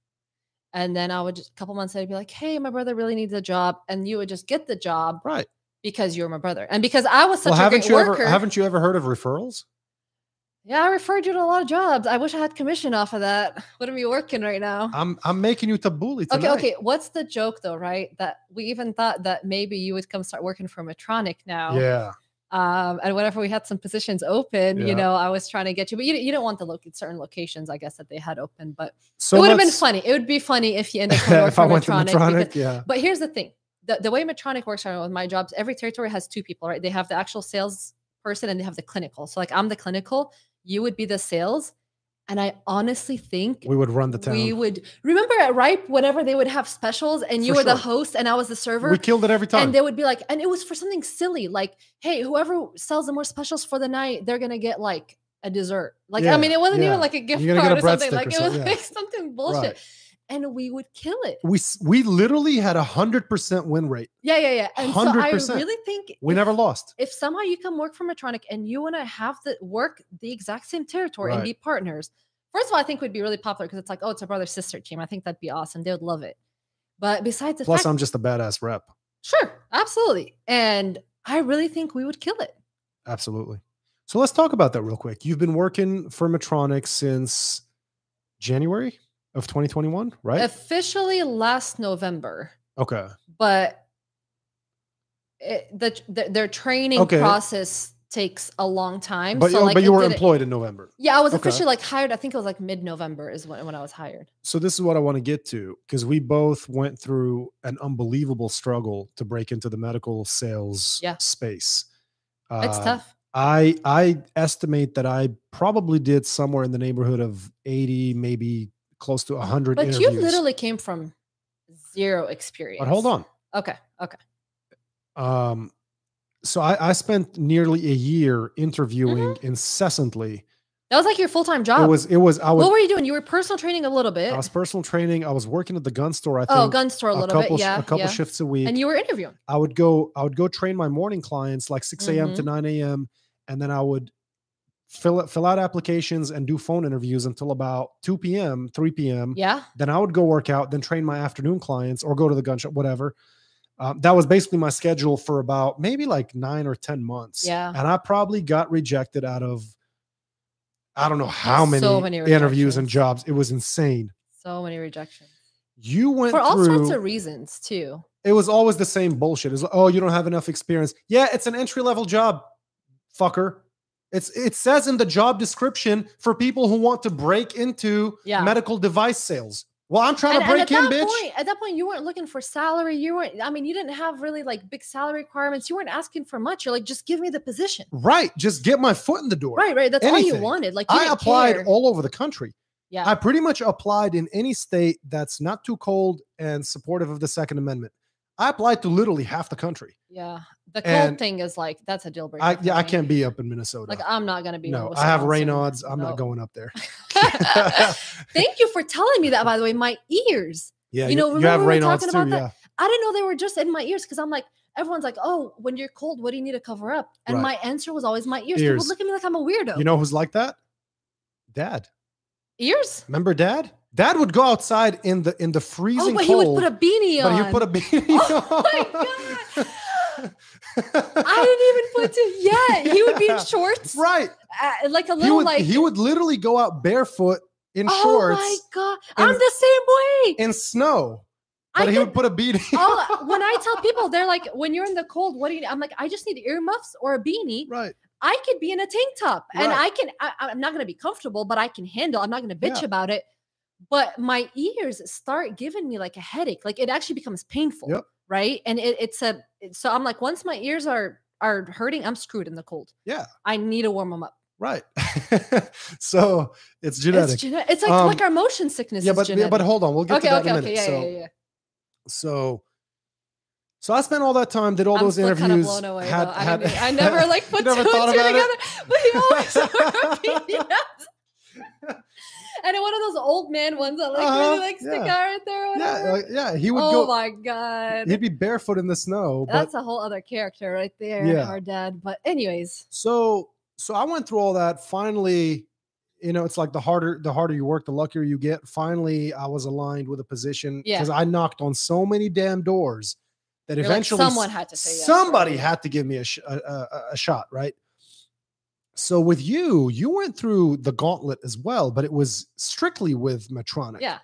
S2: And then I would just a couple months later be like, hey, my brother really needs a job. And you would just get the job
S1: Right.
S2: because you were my brother. And because I was such
S1: Well,
S2: a
S1: haven't
S2: great
S1: you
S2: worker.
S1: ever haven't you ever heard of referrals?
S2: yeah, I referred you to a lot of jobs. I wish I had commission off of that. (laughs) What am I working right now?
S1: I'm I'm making you tabbouleh
S2: Okay,
S1: tonight.
S2: okay. What's the joke though, right? That we even thought that maybe you would come start working for Medtronic now.
S1: Yeah.
S2: um, and whenever we had some positions open,
S1: Yeah.
S2: you know, I was trying to get you, but you, you don't want the loc certain locations, I guess, that they had open. But
S1: So
S2: it would have been
S1: let's-
S2: funny. It would be funny if you
S1: (laughs)
S2: ended up going to work
S1: if I
S2: for
S1: went to
S2: Medtronic.
S1: Medtronic,
S2: because-
S1: yeah.
S2: but here's the thing: the, the way Medtronic works around with my jobs, every territory has two people, right? They have the actual sales person and they have the clinical. So, like, I'm the clinical, you would be the sales, and I honestly think.
S1: We would run the town. We,
S2: We would remember at Ripe whenever they would have specials, and you
S1: For
S2: were the
S1: sure.
S2: host, and I was the server.
S1: killed it every time.
S2: And they would be like, and it was for something silly, like, hey, whoever sells the more specials for the night, they're gonna get like a dessert. Like,
S1: Yeah,
S2: I mean, it wasn't
S1: yeah.
S2: even like a gift
S1: You're gonna
S2: card
S1: get
S2: or
S1: a
S2: something.
S1: breadstick
S2: Like,
S1: or
S2: it was
S1: something, yeah.
S2: like (laughs) something bullshit.
S1: Right.
S2: And we would kill it.
S1: we s- we literally had a hundred percent win rate.
S2: Yeah, yeah, yeah. And so
S1: 100%.
S2: I really think
S1: We
S2: if,
S1: never lost.
S2: if somehow you come work for Medtronic and you and I have the work the exact same territory and
S1: Right.
S2: be partners, first of all, I think we'd be really popular because it's like, oh, it's a brother sister team. I think that'd be awesome. They would love it. But besides the
S1: Plus,
S2: fact,
S1: I'm just a badass rep.
S2: sure, absolutely. And I really think we would kill it.
S1: Absolutely. So let's talk about that real quick. You've been working for Medtronic since January of 2021, right?
S2: officially last November,
S1: okay.
S2: but it, the, tr- the their training
S1: Okay.
S2: process takes a long time.
S1: But,
S2: so
S1: oh,
S2: like
S1: but you
S2: it
S1: were
S2: didn't-
S1: employed in November.
S2: Yeah, I was
S1: Okay.
S2: officially like hired. I think it was like mid November is when, when I was hired.
S1: So this is what I want to get to because we both went through an unbelievable struggle to break into the medical sales
S2: Yeah.
S1: space. Uh,
S2: It's tough.
S1: I I estimate that I probably did somewhere in the neighborhood of 80, maybe close to 100
S2: But
S1: interviews.
S2: you literally came from zero experience.
S1: But hold on.
S2: Okay. Okay.
S1: Um, so I, I spent nearly a year interviewing
S2: Mm-hmm.
S1: incessantly.
S2: That was like your full time
S1: It
S2: job.
S1: was it was I
S2: what
S1: was
S2: were you doing? You were personal training a little bit.
S1: I was personal training. I was working at the gun store. I think
S2: oh, gun store a
S1: a
S2: little
S1: couple
S2: bit.
S1: sh-
S2: Yeah.
S1: a couple
S2: yeah.
S1: shifts a week.
S2: and you were interviewing.
S1: I would go I would go train my morning clients like six a.m.
S2: Mm-hmm.
S1: to nine a.m. and then I would fill it, fill out applications and do phone interviews until about two p.m. three p.m.
S2: Yeah.
S1: Then I would go work out, then train my afternoon clients or go to the gun shop, whatever. Um, that was basically my schedule for about maybe like nine or 10 months.
S2: Yeah.
S1: And I probably got rejected out of, I don't know how many,
S2: So many
S1: interviews and
S2: rejections.
S1: jobs. It was insane.
S2: So many rejections
S1: You went
S2: for all
S1: through,
S2: sorts of reasons too.
S1: It was always the same bullshit. It's like, oh, you don't have enough experience. Yeah, it's an entry level job, fucker. It's it says in the job description for people who want to break into
S2: Yeah.
S1: medical device sales. Well, I'm trying
S2: And,
S1: to
S2: and at
S1: break
S2: that
S1: in, bitch.
S2: point, at that point, you weren't looking for salary. You weren't. I mean, you didn't have really like big salary requirements. You weren't asking for much. You're like, just give me the position.
S1: Right, just get my foot in the door.
S2: Right, right. That's all
S1: Anything.
S2: you wanted. Like you
S1: I
S2: didn't
S1: applied
S2: care.
S1: all over the country.
S2: yeah,
S1: I pretty much applied in any state that's not too cold and supportive of the Second Amendment. I applied to literally half the country.
S2: yeah. The
S1: and
S2: cold thing is like that's a deal breaker.
S1: I
S2: for
S1: yeah, I
S2: me.
S1: can't be up in Minnesota.
S2: Like I'm not gonna be. in
S1: no, I have rain
S2: Wisconsin.
S1: odds. I'm
S2: No.
S1: not going up
S2: (laughs)
S1: there. (laughs)
S2: Thank you for telling me that. By the way, my ears.
S1: Yeah,
S2: You know,
S1: you have
S2: remember we were
S1: rain odds
S2: talking
S1: too.
S2: about that?
S1: Yeah,
S2: I didn't know they were just in my ears because I'm like, everyone's like, oh, when you're cold, what do you need to cover up? And
S1: Right.
S2: my answer was always my ears.
S1: Ears.
S2: People look at me like I'm a weirdo.
S1: you know who's like that? Dad.
S2: ears.
S1: Remember Dad? Dad would go outside in the in the
S2: Oh,
S1: freezing
S2: but he would
S1: cold.
S2: put a beanie
S1: but
S2: on.
S1: he would put a (laughs) beanie.
S2: Oh my
S1: (laughs)
S2: god. I didn't even put to yeah. He would be
S1: (laughs)
S2: in
S1: Yeah.
S2: shorts,
S1: right.
S2: uh, like a
S1: He
S2: little
S1: would
S2: like.
S1: he would literally go out barefoot in
S2: oh
S1: shorts
S2: my god!
S1: and-
S2: I'm the same way.
S1: in snow.
S2: I
S1: But he
S2: could
S1: would put a beanie.
S2: (laughs) oh, when I tell people, they're like, when you're in the cold, what do you? I'm like, I just need earmuffs or a beanie.
S1: (laughs) right.
S2: I could be in a tank top, and
S1: Right.
S2: I can. I, I'm not gonna be comfortable, but I can handle. I'm not gonna bitch
S1: Yeah.
S2: about it. But my ears start giving me like a headache. Like it actually becomes painful,
S1: Yep.
S2: right? And it, it's a. it- So I'm like, once my ears are are hurting, I'm screwed in the cold.
S1: Yeah.
S2: I need to warm them up.
S1: Right. (laughs) so it's genetic.
S2: It's genetic. It's like
S1: Um,
S2: like our motion sickness.
S1: yeah,
S2: is
S1: but
S2: genetic.
S1: but hold on, we'll get
S2: okay,
S1: to that
S2: okay,
S1: in a
S2: okay,
S1: minute.
S2: yeah,
S1: so
S2: yeah, yeah, yeah.
S1: so so I spent all that time, did all
S2: I'm
S1: those
S2: still
S1: interviews.
S2: kind of blown away.
S1: had-
S2: though. I,
S1: had-
S2: mean,
S1: (laughs)
S2: I never like put
S1: never
S2: two
S1: thought
S2: and two
S1: about it?
S2: together, but he
S1: (laughs)
S2: always wore peanuts. and one of those old man ones that like
S1: Uh-huh,
S2: really like stick
S1: yeah.
S2: out right there. Or
S1: yeah,
S2: whatever.
S1: like, yeah, he would
S2: oh
S1: go.
S2: my god,
S1: He'd be barefoot in the snow. But
S2: that's a whole other character right there.
S1: Yeah.
S2: Our dad. But anyways,
S1: so so I went through all that. Finally, you know, it's like the harder the harder you work, the luckier you get. Finally, I was aligned with a position
S2: Yeah.
S1: because I knocked on so many damn doors that
S2: you're like,
S1: eventually
S2: someone had to say yes, right?
S1: somebody had to give me a, sh- a, a, a shot, right? So with you, you went through the gauntlet as well, but it was strictly with Medtronic.
S2: Yeah.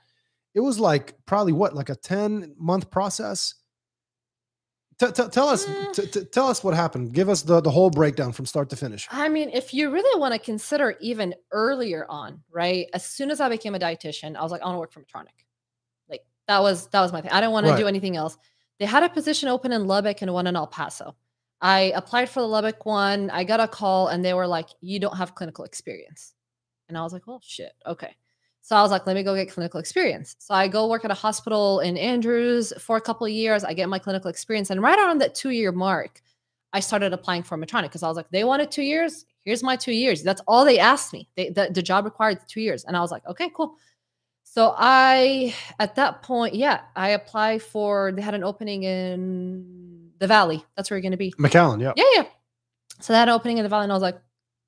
S1: It was like probably what, like a 10 month process? T- t- tell us,
S2: Mm.
S1: t- t- tell us what happened. Give us the, the whole breakdown from start to finish.
S2: I mean, if you really want to consider even earlier on, right? As soon as I became a dietitian, I was like, I want to work for Medtronic. Like that was that was my thing. I didn't want to do
S1: Right.
S2: anything else. They had a position open in Lubbock and one in El Paso. I applied for the Lubbock one. I got a call and they were like, you don't have clinical experience. And I was like, well, shit. Okay. So I was like, let me go get clinical experience. So I go work at a hospital in Andrews for a couple of years. I get my clinical experience. And right around that two year mark, I started applying for Medtronic because I was like, they wanted two years. Here's my two years. That's all they asked me. They, the, the job required two years. And I was like, okay, cool. So I, at that point, yeah, I applied for, they had an opening in the Valley. That's where you're going to be.
S1: McAllen, yeah.
S2: Yeah, yeah. So that opening in the valley, and I was like,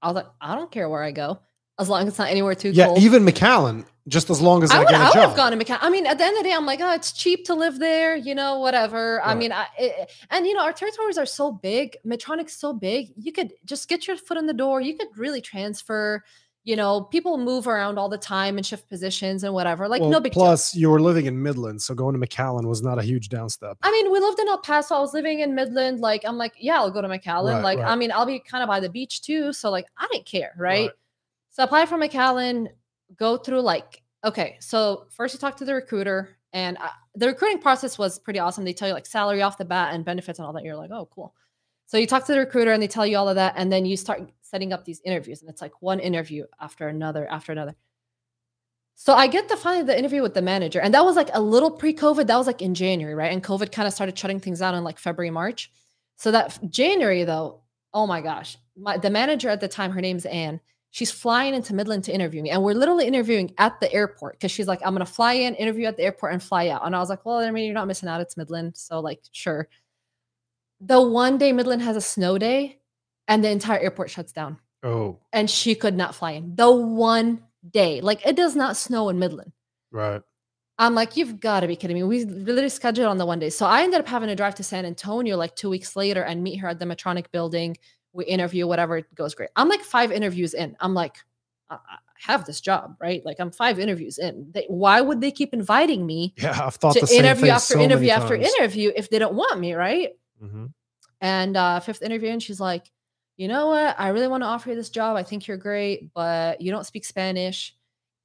S2: I was like, I don't care where I go, as long as it's not anywhere too
S1: Yeah,
S2: cold.
S1: even McAllen, just as long as I,
S2: I would,
S1: get a
S2: I would
S1: job.
S2: have gone to McAllen. I mean, at the end of the day, I'm like, oh, it's cheap to live there, you know, whatever. I
S1: Right.
S2: mean, I, it, and you know, our territories are so big, Medtronic's so big, you could just get your foot in the door. You could really transfer. You know, people move around all the time and shift positions and whatever. Like,
S1: Well,
S2: no big deal.
S1: plus, you were living in Midland, so going to McAllen was not a huge downstep.
S2: I mean, we lived in El Paso. I was living in Midland. Like, I'm like, yeah, I'll go to McAllen.
S1: Right,
S2: like,
S1: right.
S2: I mean, I'll be kind of by the beach too. So, like, I didn't care, right?
S1: Right.
S2: So, apply for McAllen, go through like, okay, so first you talk to the recruiter, and I, the recruiting process was pretty awesome. They tell you like salary off the bat and benefits and all that. You're like, oh, cool. So, you talk to the recruiter and they tell you all of that. And then you start setting up these interviews, and it's like one interview after another, after another. So I get the finally the interview with the manager, and that was like a little pre-COVID. That was like in January, right? And COVID kind of started shutting things down in like February, March. So that f- January though, oh my gosh, my, the manager at the time, her name's Anne. She's flying into Midland to interview me, and we're literally interviewing at the airport because she's like, "I'm gonna fly in, interview at the airport, and fly out." And I was like, "Well, I mean, you're not missing out. It's Midland, so like, sure." The one day Midland has a snow day, and the entire airport shuts down
S1: Oh,
S2: and she could not fly in the one day. Like it does not snow in Midland.
S1: right. (laughs)
S2: I'm like, you've got to be kidding me. We literally scheduled on the one day. So I ended up having to drive to San Antonio like two weeks later and meet her at the Medtronic building. We interview, whatever, it goes great. I'm like five interviews in. I'm like, I I have this job, right? Like I'm five interviews in. They, why would they keep inviting me
S1: Yeah, I've thought the
S2: to
S1: same
S2: interview
S1: thing
S2: after
S1: so
S2: interview
S1: many
S2: after
S1: times.
S2: interview if they don't want me, right?
S1: Mhm.
S2: And uh, fifth interview, and she's like, you know what? I really want to offer you this job. I think you're great, but you don't speak Spanish,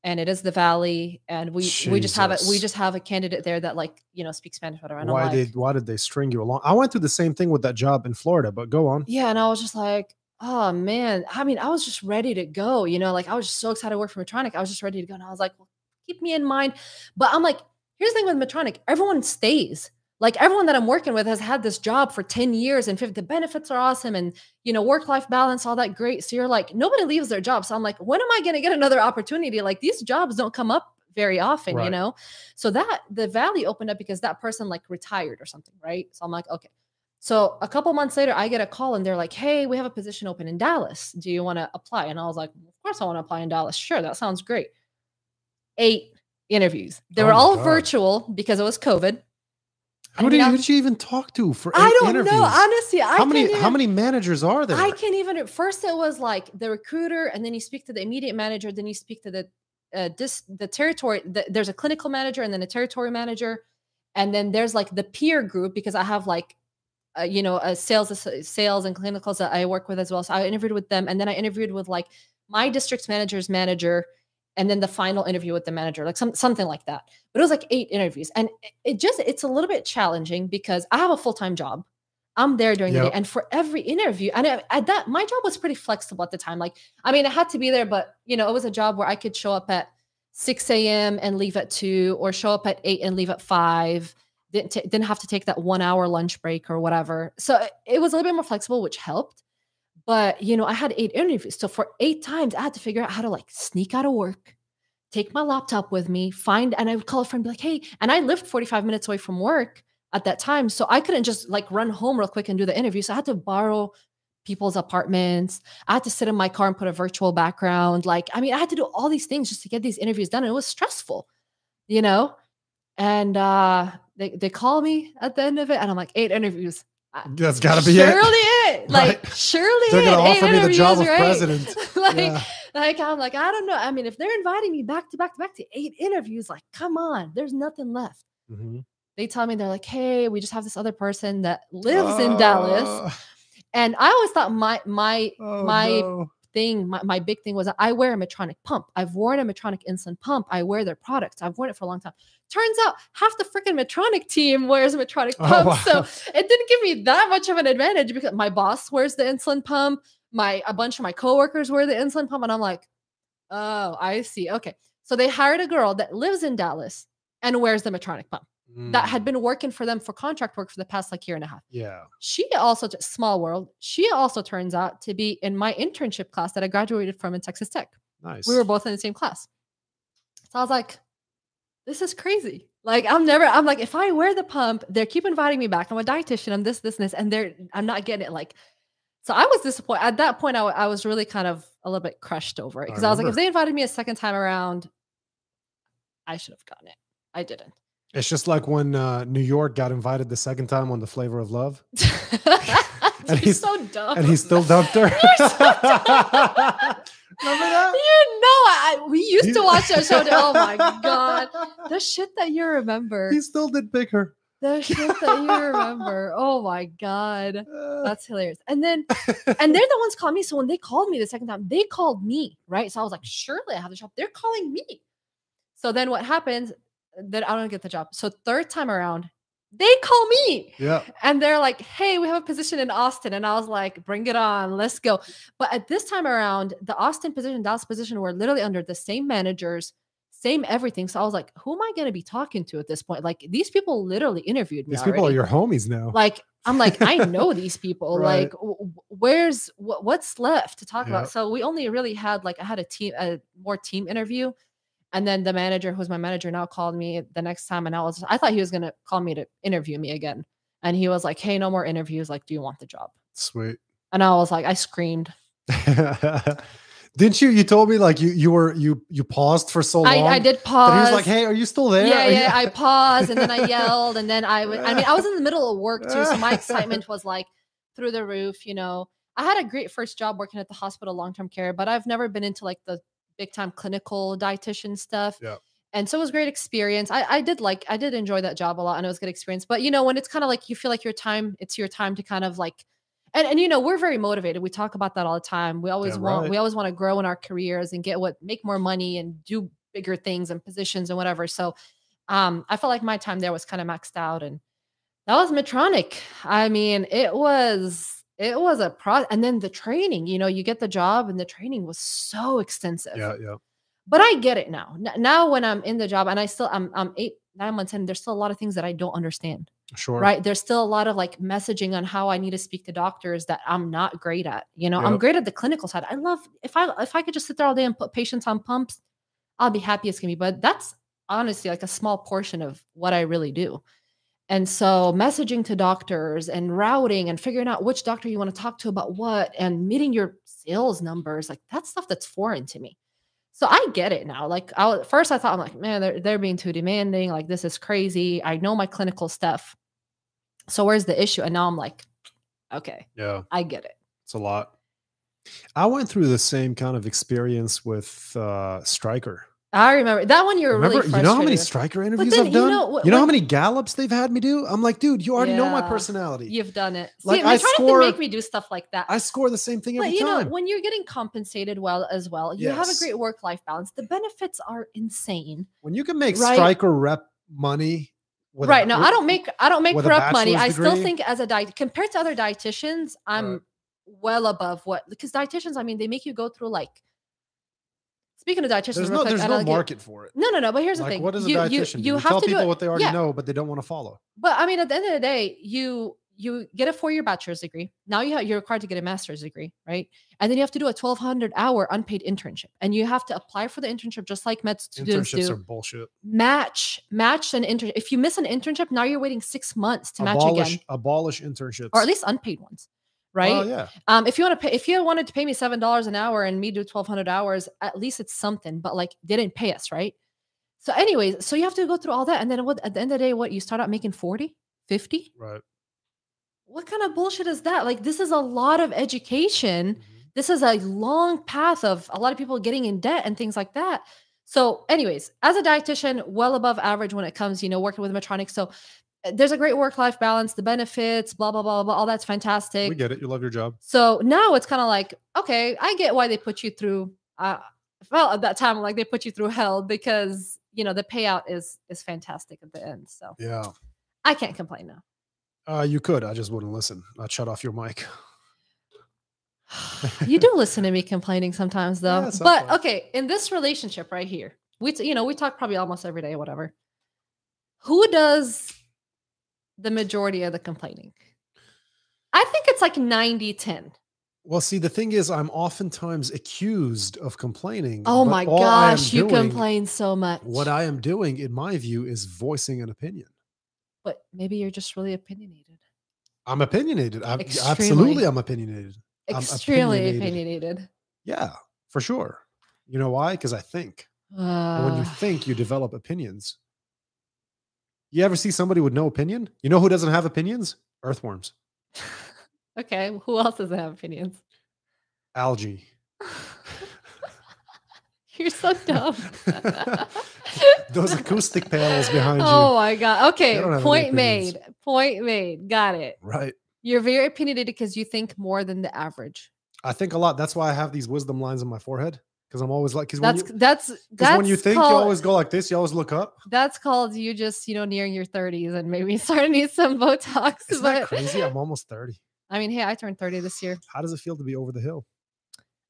S2: and it is the Valley, and we we just have a we
S1: Jesus.
S2: just have a candidate there that like you know speaks Spanish, whatever. And I'm
S1: Why
S2: like,
S1: did why did they string you along? I went through the same thing with that job in Florida, but go on.
S2: yeah, and I was just like, oh man. I mean, I was just ready to go, you know, like I was just so excited to work for Medtronic. I was just ready to go, and I was like, well, keep me in mind. But I'm like, here's the thing with Medtronic: everyone stays. Like everyone that I'm working with has had this job for 10 years and 50, the benefits are awesome and you know, work-life balance, all that great. So you're like, nobody leaves their job. So I'm like, when am I gonna get another opportunity? Like these jobs don't come up very often,
S1: Right.
S2: you know? So that the valley opened up because that person like retired or something, right? So I'm like, okay. So a couple months later, I get a call and they're like, "Hey, we have a position open in Dallas. Do you want to apply?" And I was like, "Of course, I want to apply in Dallas. Sure, that sounds great." Eight interviews. They
S1: Oh
S2: were
S1: my
S2: all
S1: God.
S2: virtual because it was COVID.
S1: Who
S2: I
S1: did
S2: mean,
S1: you,
S2: I-
S1: who did you even talk to for
S2: I
S1: eight
S2: don't
S1: interviews?
S2: know. Honestly, I
S1: how many
S2: can't
S1: how
S2: even-
S1: many managers are there?
S2: I can't even. At first, it was like the recruiter, and then you speak to the immediate manager, then you speak to the uh, dis, the territory. The, there's a clinical manager, and then a territory manager, and then there's like the peer group because I have like, uh, you know, a sales ass- sales and clinicals that I work with as well. So I interviewed with them, and then I interviewed with like my district's manager's manager, and then the final interview with the manager, like some something like that. But it was like eight interviews, and it- it just it's a little bit challenging because I have a full time job. I'm there during the
S1: Yep.
S2: day, and for every interview, and I- at that my job was pretty flexible at the time. Like, I mean, I had to be there, but you know, it was a job where I could show up at 6 a.m. and leave at two, or show up at eight and leave at five. Didn't ta- didn't have to take that one hour lunch break or whatever. So it- it was a little bit more flexible, which helped. But you know, I had eight interviews, so for eight times, I had to figure out how to like sneak out of work, take my laptop with me, find, and I would call a friend, be like, "Hey," and I lived 45 minutes away from work at that time, so I couldn't just like run home real quick and do the interview. So I had to borrow people's apartments. I had to sit in my car and put a virtual background. Like, I mean, I had to do all these things just to get these interviews done, and it was stressful, you know. And uh, they they call me at the end of it, and I'm like, eight interviews.
S1: That's gotta be
S2: surely
S1: it. (laughs)
S2: it. Like,
S1: Right.
S2: surely
S1: They're
S2: it.
S1: gonna
S2: Eight
S1: offer me the job of
S2: interviews, right?
S1: president.
S2: (laughs) like,
S1: Yeah.
S2: like I'm like, I don't know. I mean, if they're inviting me back to back to back to eight interviews, like, come on, there's nothing left.
S1: Mhm.
S2: They tell me they're like, hey, we just have this other person that lives
S1: Oh,
S2: in Dallas, and I always thought my my
S1: Oh, oh
S2: my
S1: no.
S2: thing, my, my big thing was that I wear a Medtronic pump. I've worn a Medtronic insulin pump. I wear their products. I've worn it for a long time. Turns out half the freaking Medtronic team wears Medtronic
S1: Oh,
S2: pumps.
S1: wow.
S2: So it didn't give me that much of an advantage because my boss wears the insulin pump. My a bunch of my coworkers wear the insulin pump. And I'm like, oh, I see. Okay. So they hired a girl that lives in Dallas and wears the Medtronic pump that had
S1: Mm,
S2: been working for them for contract work for the past like year and a half
S1: yeah.
S2: she also t- small world she also turns out to be in my internship class that i graduated from in texas tech
S1: Nice.
S2: we were both in the same class so i was like this is crazy like i'm never i'm like if i wear the pump they keep inviting me back i'm a dietitian i'm this this and this and they're i'm not getting it like so i was disappointed at that point i, wa- I was really kind of a little bit crushed over it
S1: I
S2: because I, was like if
S1: remember.
S2: they invited me a second time around i should have gotten it i didn't (laughs)
S1: It's just like when uh, New York got invited the second time on the Flavor of Love,
S2: You're
S1: he's-
S2: so dumb
S1: and he still dumped
S2: (laughs)
S1: her.
S2: You're so dumb.
S1: (laughs) Remember that?
S2: You know, I, I- we used to
S1: He-
S2: watch that show. Oh
S1: (laughs)
S2: my god, the shit that you remember,
S1: He still did pick her.
S2: the shit that you remember. Oh my god,
S1: Uh,
S2: that's hilarious. And then, and they're the ones calling me. So when they called me the second time, they called me right. So I was like, surely I have the job. They're calling me. So then what happens? Then I don't get the job. So third time around, they call me
S1: yeah.
S2: and they're like, "Hey, we have a position in Austin," and I was like, "Bring it on, let's go." But at this time around, the Austin position, Dallas position were literally under the same managers, same everything. So I was like, "Who am I going to be talking to at this point?" Like these people literally interviewed me.
S1: These people are
S2: already.
S1: your homies now.
S2: like. I'm like,
S1: (laughs)
S2: I know these people.
S1: Right.
S2: Like, w- w- where's wh- what's left to talk
S1: Yeah.
S2: about? So we only really had like I had a team, a more team interview, and then the manager, who's my manager now, called me the next time, and I was I thought he was gonna call me to interview me again, and he was like, "Hey, no more interviews. Like, do you want the job?"
S1: Sweet. (laughs)
S2: And I was like, I screamed.
S1: Didn't you? You told me like you you were you you paused for so long.
S2: I, I did
S1: that
S2: pause.
S1: he was like, "Hey, are you still there?"
S2: yeah,
S1: Are you- (laughs)
S2: yeah. I paused and then I yelled and then I was. I mean, I was in the middle of work too, so my excitement was like through the roof. You know, I had a great first job working at the hospital long term care, but I've never been into like the big time clinical dietitian stuff.
S1: Yeah.
S2: And so it was a great experience. I, I did like I did enjoy that job a lot and it was a good experience. But you know, when it's kind of like you feel like your time, it's your time to kind of like and, and you know, we're very motivated. We talk about that all the time. We always
S1: Yeah,
S2: want
S1: right.
S2: we always want to grow in our careers and get what make more money and do bigger things and positions and whatever. So um I felt like my time there was kind of maxed out and that was Medtronic. I mean, it was it was a pro and then the training, you know, you get the job and the training was so extensive
S1: yeah, yeah.
S2: but I get it now. N- now when I'm in the job and I still I'm I'm eight nine months in, there's still a lot of things that I don't understand.
S1: Sure.
S2: Right? There's still a lot of like messaging on how I need to speak to doctors that I'm not great at. You know, I'm
S1: Yep.
S2: great at the clinical side. I love if I if I could just sit there all day and put patients on pumps, I'll be happy as can be. But that's honestly like a small portion of what I really do. And so messaging to doctors and routing and figuring out which doctor you want to talk to about what and meeting your sales numbers, like that's stuff that's foreign to me. So I get it now. Like I, at first I thought I'm like, man, they're they're being too demanding. Like this is crazy. I know my clinical stuff. So where's the issue? And now I'm like, okay,
S1: Yeah,
S2: I get it.
S1: it's a lot. I went through the same kind of experience with uh Striker.
S2: I remember that one. You were
S1: Remember,
S2: really
S1: you know how many
S2: frustrated with.
S1: Striker interviews
S2: then
S1: I've
S2: you
S1: done? You
S2: know
S1: know,
S2: what-
S1: how
S2: what-
S1: many Gallups they've had me do? I'm like, dude, you already know my
S2: Yeah.
S1: personality.
S2: You've done it. See,
S1: Like,
S2: I
S1: I
S2: trying
S1: score-
S2: to make me do stuff like that.
S1: I score the same thing every
S2: but you
S1: time.
S2: know, when you're getting compensated well as well, you have a
S1: Yes.
S2: great work-life balance. The benefits are insane.
S1: when you can make
S2: Right.
S1: Striker rep money, with a-
S2: right now,
S1: with-
S2: I don't make I don't make
S1: with a
S2: corrupt money. I
S1: bachelor's
S2: still
S1: degree?
S2: think as a diet compared to other dietitians, I'm well above what because dietitians. I mean, they make you go through like. Speaking of dietitians,
S1: There's
S2: real
S1: no,
S2: quick,
S1: there's
S2: and
S1: no
S2: I'll get-
S1: market for it.
S2: No, no, no. But here's the
S1: Like,
S2: thing:
S1: what does
S2: you,
S1: a dietitian?
S2: you,
S1: do?
S2: you
S1: You
S2: have
S1: tell
S2: to do
S1: people
S2: it.
S1: what they already
S2: yeah.
S1: know, but they don't want to follow.
S2: But I mean, at the end of the day, you you get a four year bachelor's degree. Now you have, you're required to get a master's degree, right? And then you have to do a 1,200 hour unpaid internship, and you have to apply for the internship just like med students
S1: Internships
S2: do.
S1: are bullshit.
S2: match match an intern. If you miss an internship, now you're waiting six months to match
S1: abolish
S2: again,
S1: abolish internships.
S2: or at least unpaid ones, right?
S1: Well, yeah.
S2: Um, if you want to pay, if you wanted to pay me seven dollars an hour and me do twelve hundred hours, at least it's something. But like, they didn't pay us, right? So, anyways, so you have to go through all that, and then what? At the end of the day, what you start out making 40, 50?
S1: Right.
S2: What kind of bullshit is that? Like, this is a lot of education
S1: Mhm.
S2: this is a long path of a lot of people getting in debt and things like that. So, anyways, as a dietitian, well above average when it comes, you know, working with Medtronic. So, uh, there's a great work-life balance, the benefits, blah blah blah blah. All that's
S1: We
S2: fantastic.
S1: get it. You love your job.
S2: So now it's kind of like, okay, I get why they put you through. Uh, well, at that time, like they put you through hell because you know the payout is is fantastic at the end. So
S1: Yeah.
S2: I can't complain now.
S1: Uh, you could. I just wouldn't listen. I'd shut off your mic. (laughs)
S2: you do listen to me complaining sometimes though
S1: Yeah,
S2: but
S1: sometimes.
S2: okay in this relationship right here we t- you know we talk probably almost every day whatever who does the majority of the complaining i think it's like 90 10
S1: Well, see, the thing is, I'm oftentimes accused of complaining.
S2: oh
S1: but
S2: my
S1: all I am
S2: gosh you
S1: doing-
S2: complain so much
S1: What I am doing, in my view, is voicing an opinion.
S2: but maybe you're just really opinionated
S1: I'm opinionated. I'm,
S2: Extremely.
S1: absolutely, I'm opinionated. I'm
S2: extremely opinionated,
S1: opinionated. Yeah, for sure. You know why? Because I think. And when you
S2: Ugh.
S1: think, you develop opinions. You ever see somebody with no opinion? You know who doesn't have opinions? Earthworms,
S2: okay who else doesn't have opinions
S1: algae.
S2: you're so dumb
S1: (laughs) Those acoustic panels behind you.
S2: Oh my god. Okay.
S1: don't have any
S2: Point
S1: opinions.
S2: made. Point made. Got it.
S1: Right.
S2: You're very opinionated because you think more than the average.
S1: I think a lot. That's why I have these wisdom lines on my forehead because I'm always like, because when,
S2: That's
S1: you-
S2: that's
S1: 'cause
S2: that's
S1: when you think,
S2: called,
S1: you always go like this, you always look
S2: (laughs)
S1: up.
S2: that's called you just, you know, nearing your 30s and maybe (laughs) starting to need some Botox.
S1: Isn't
S2: but
S1: that crazy? I'm almost 30.
S2: I mean, hey, I turned 30 this year.
S1: How does it feel to be over the hill?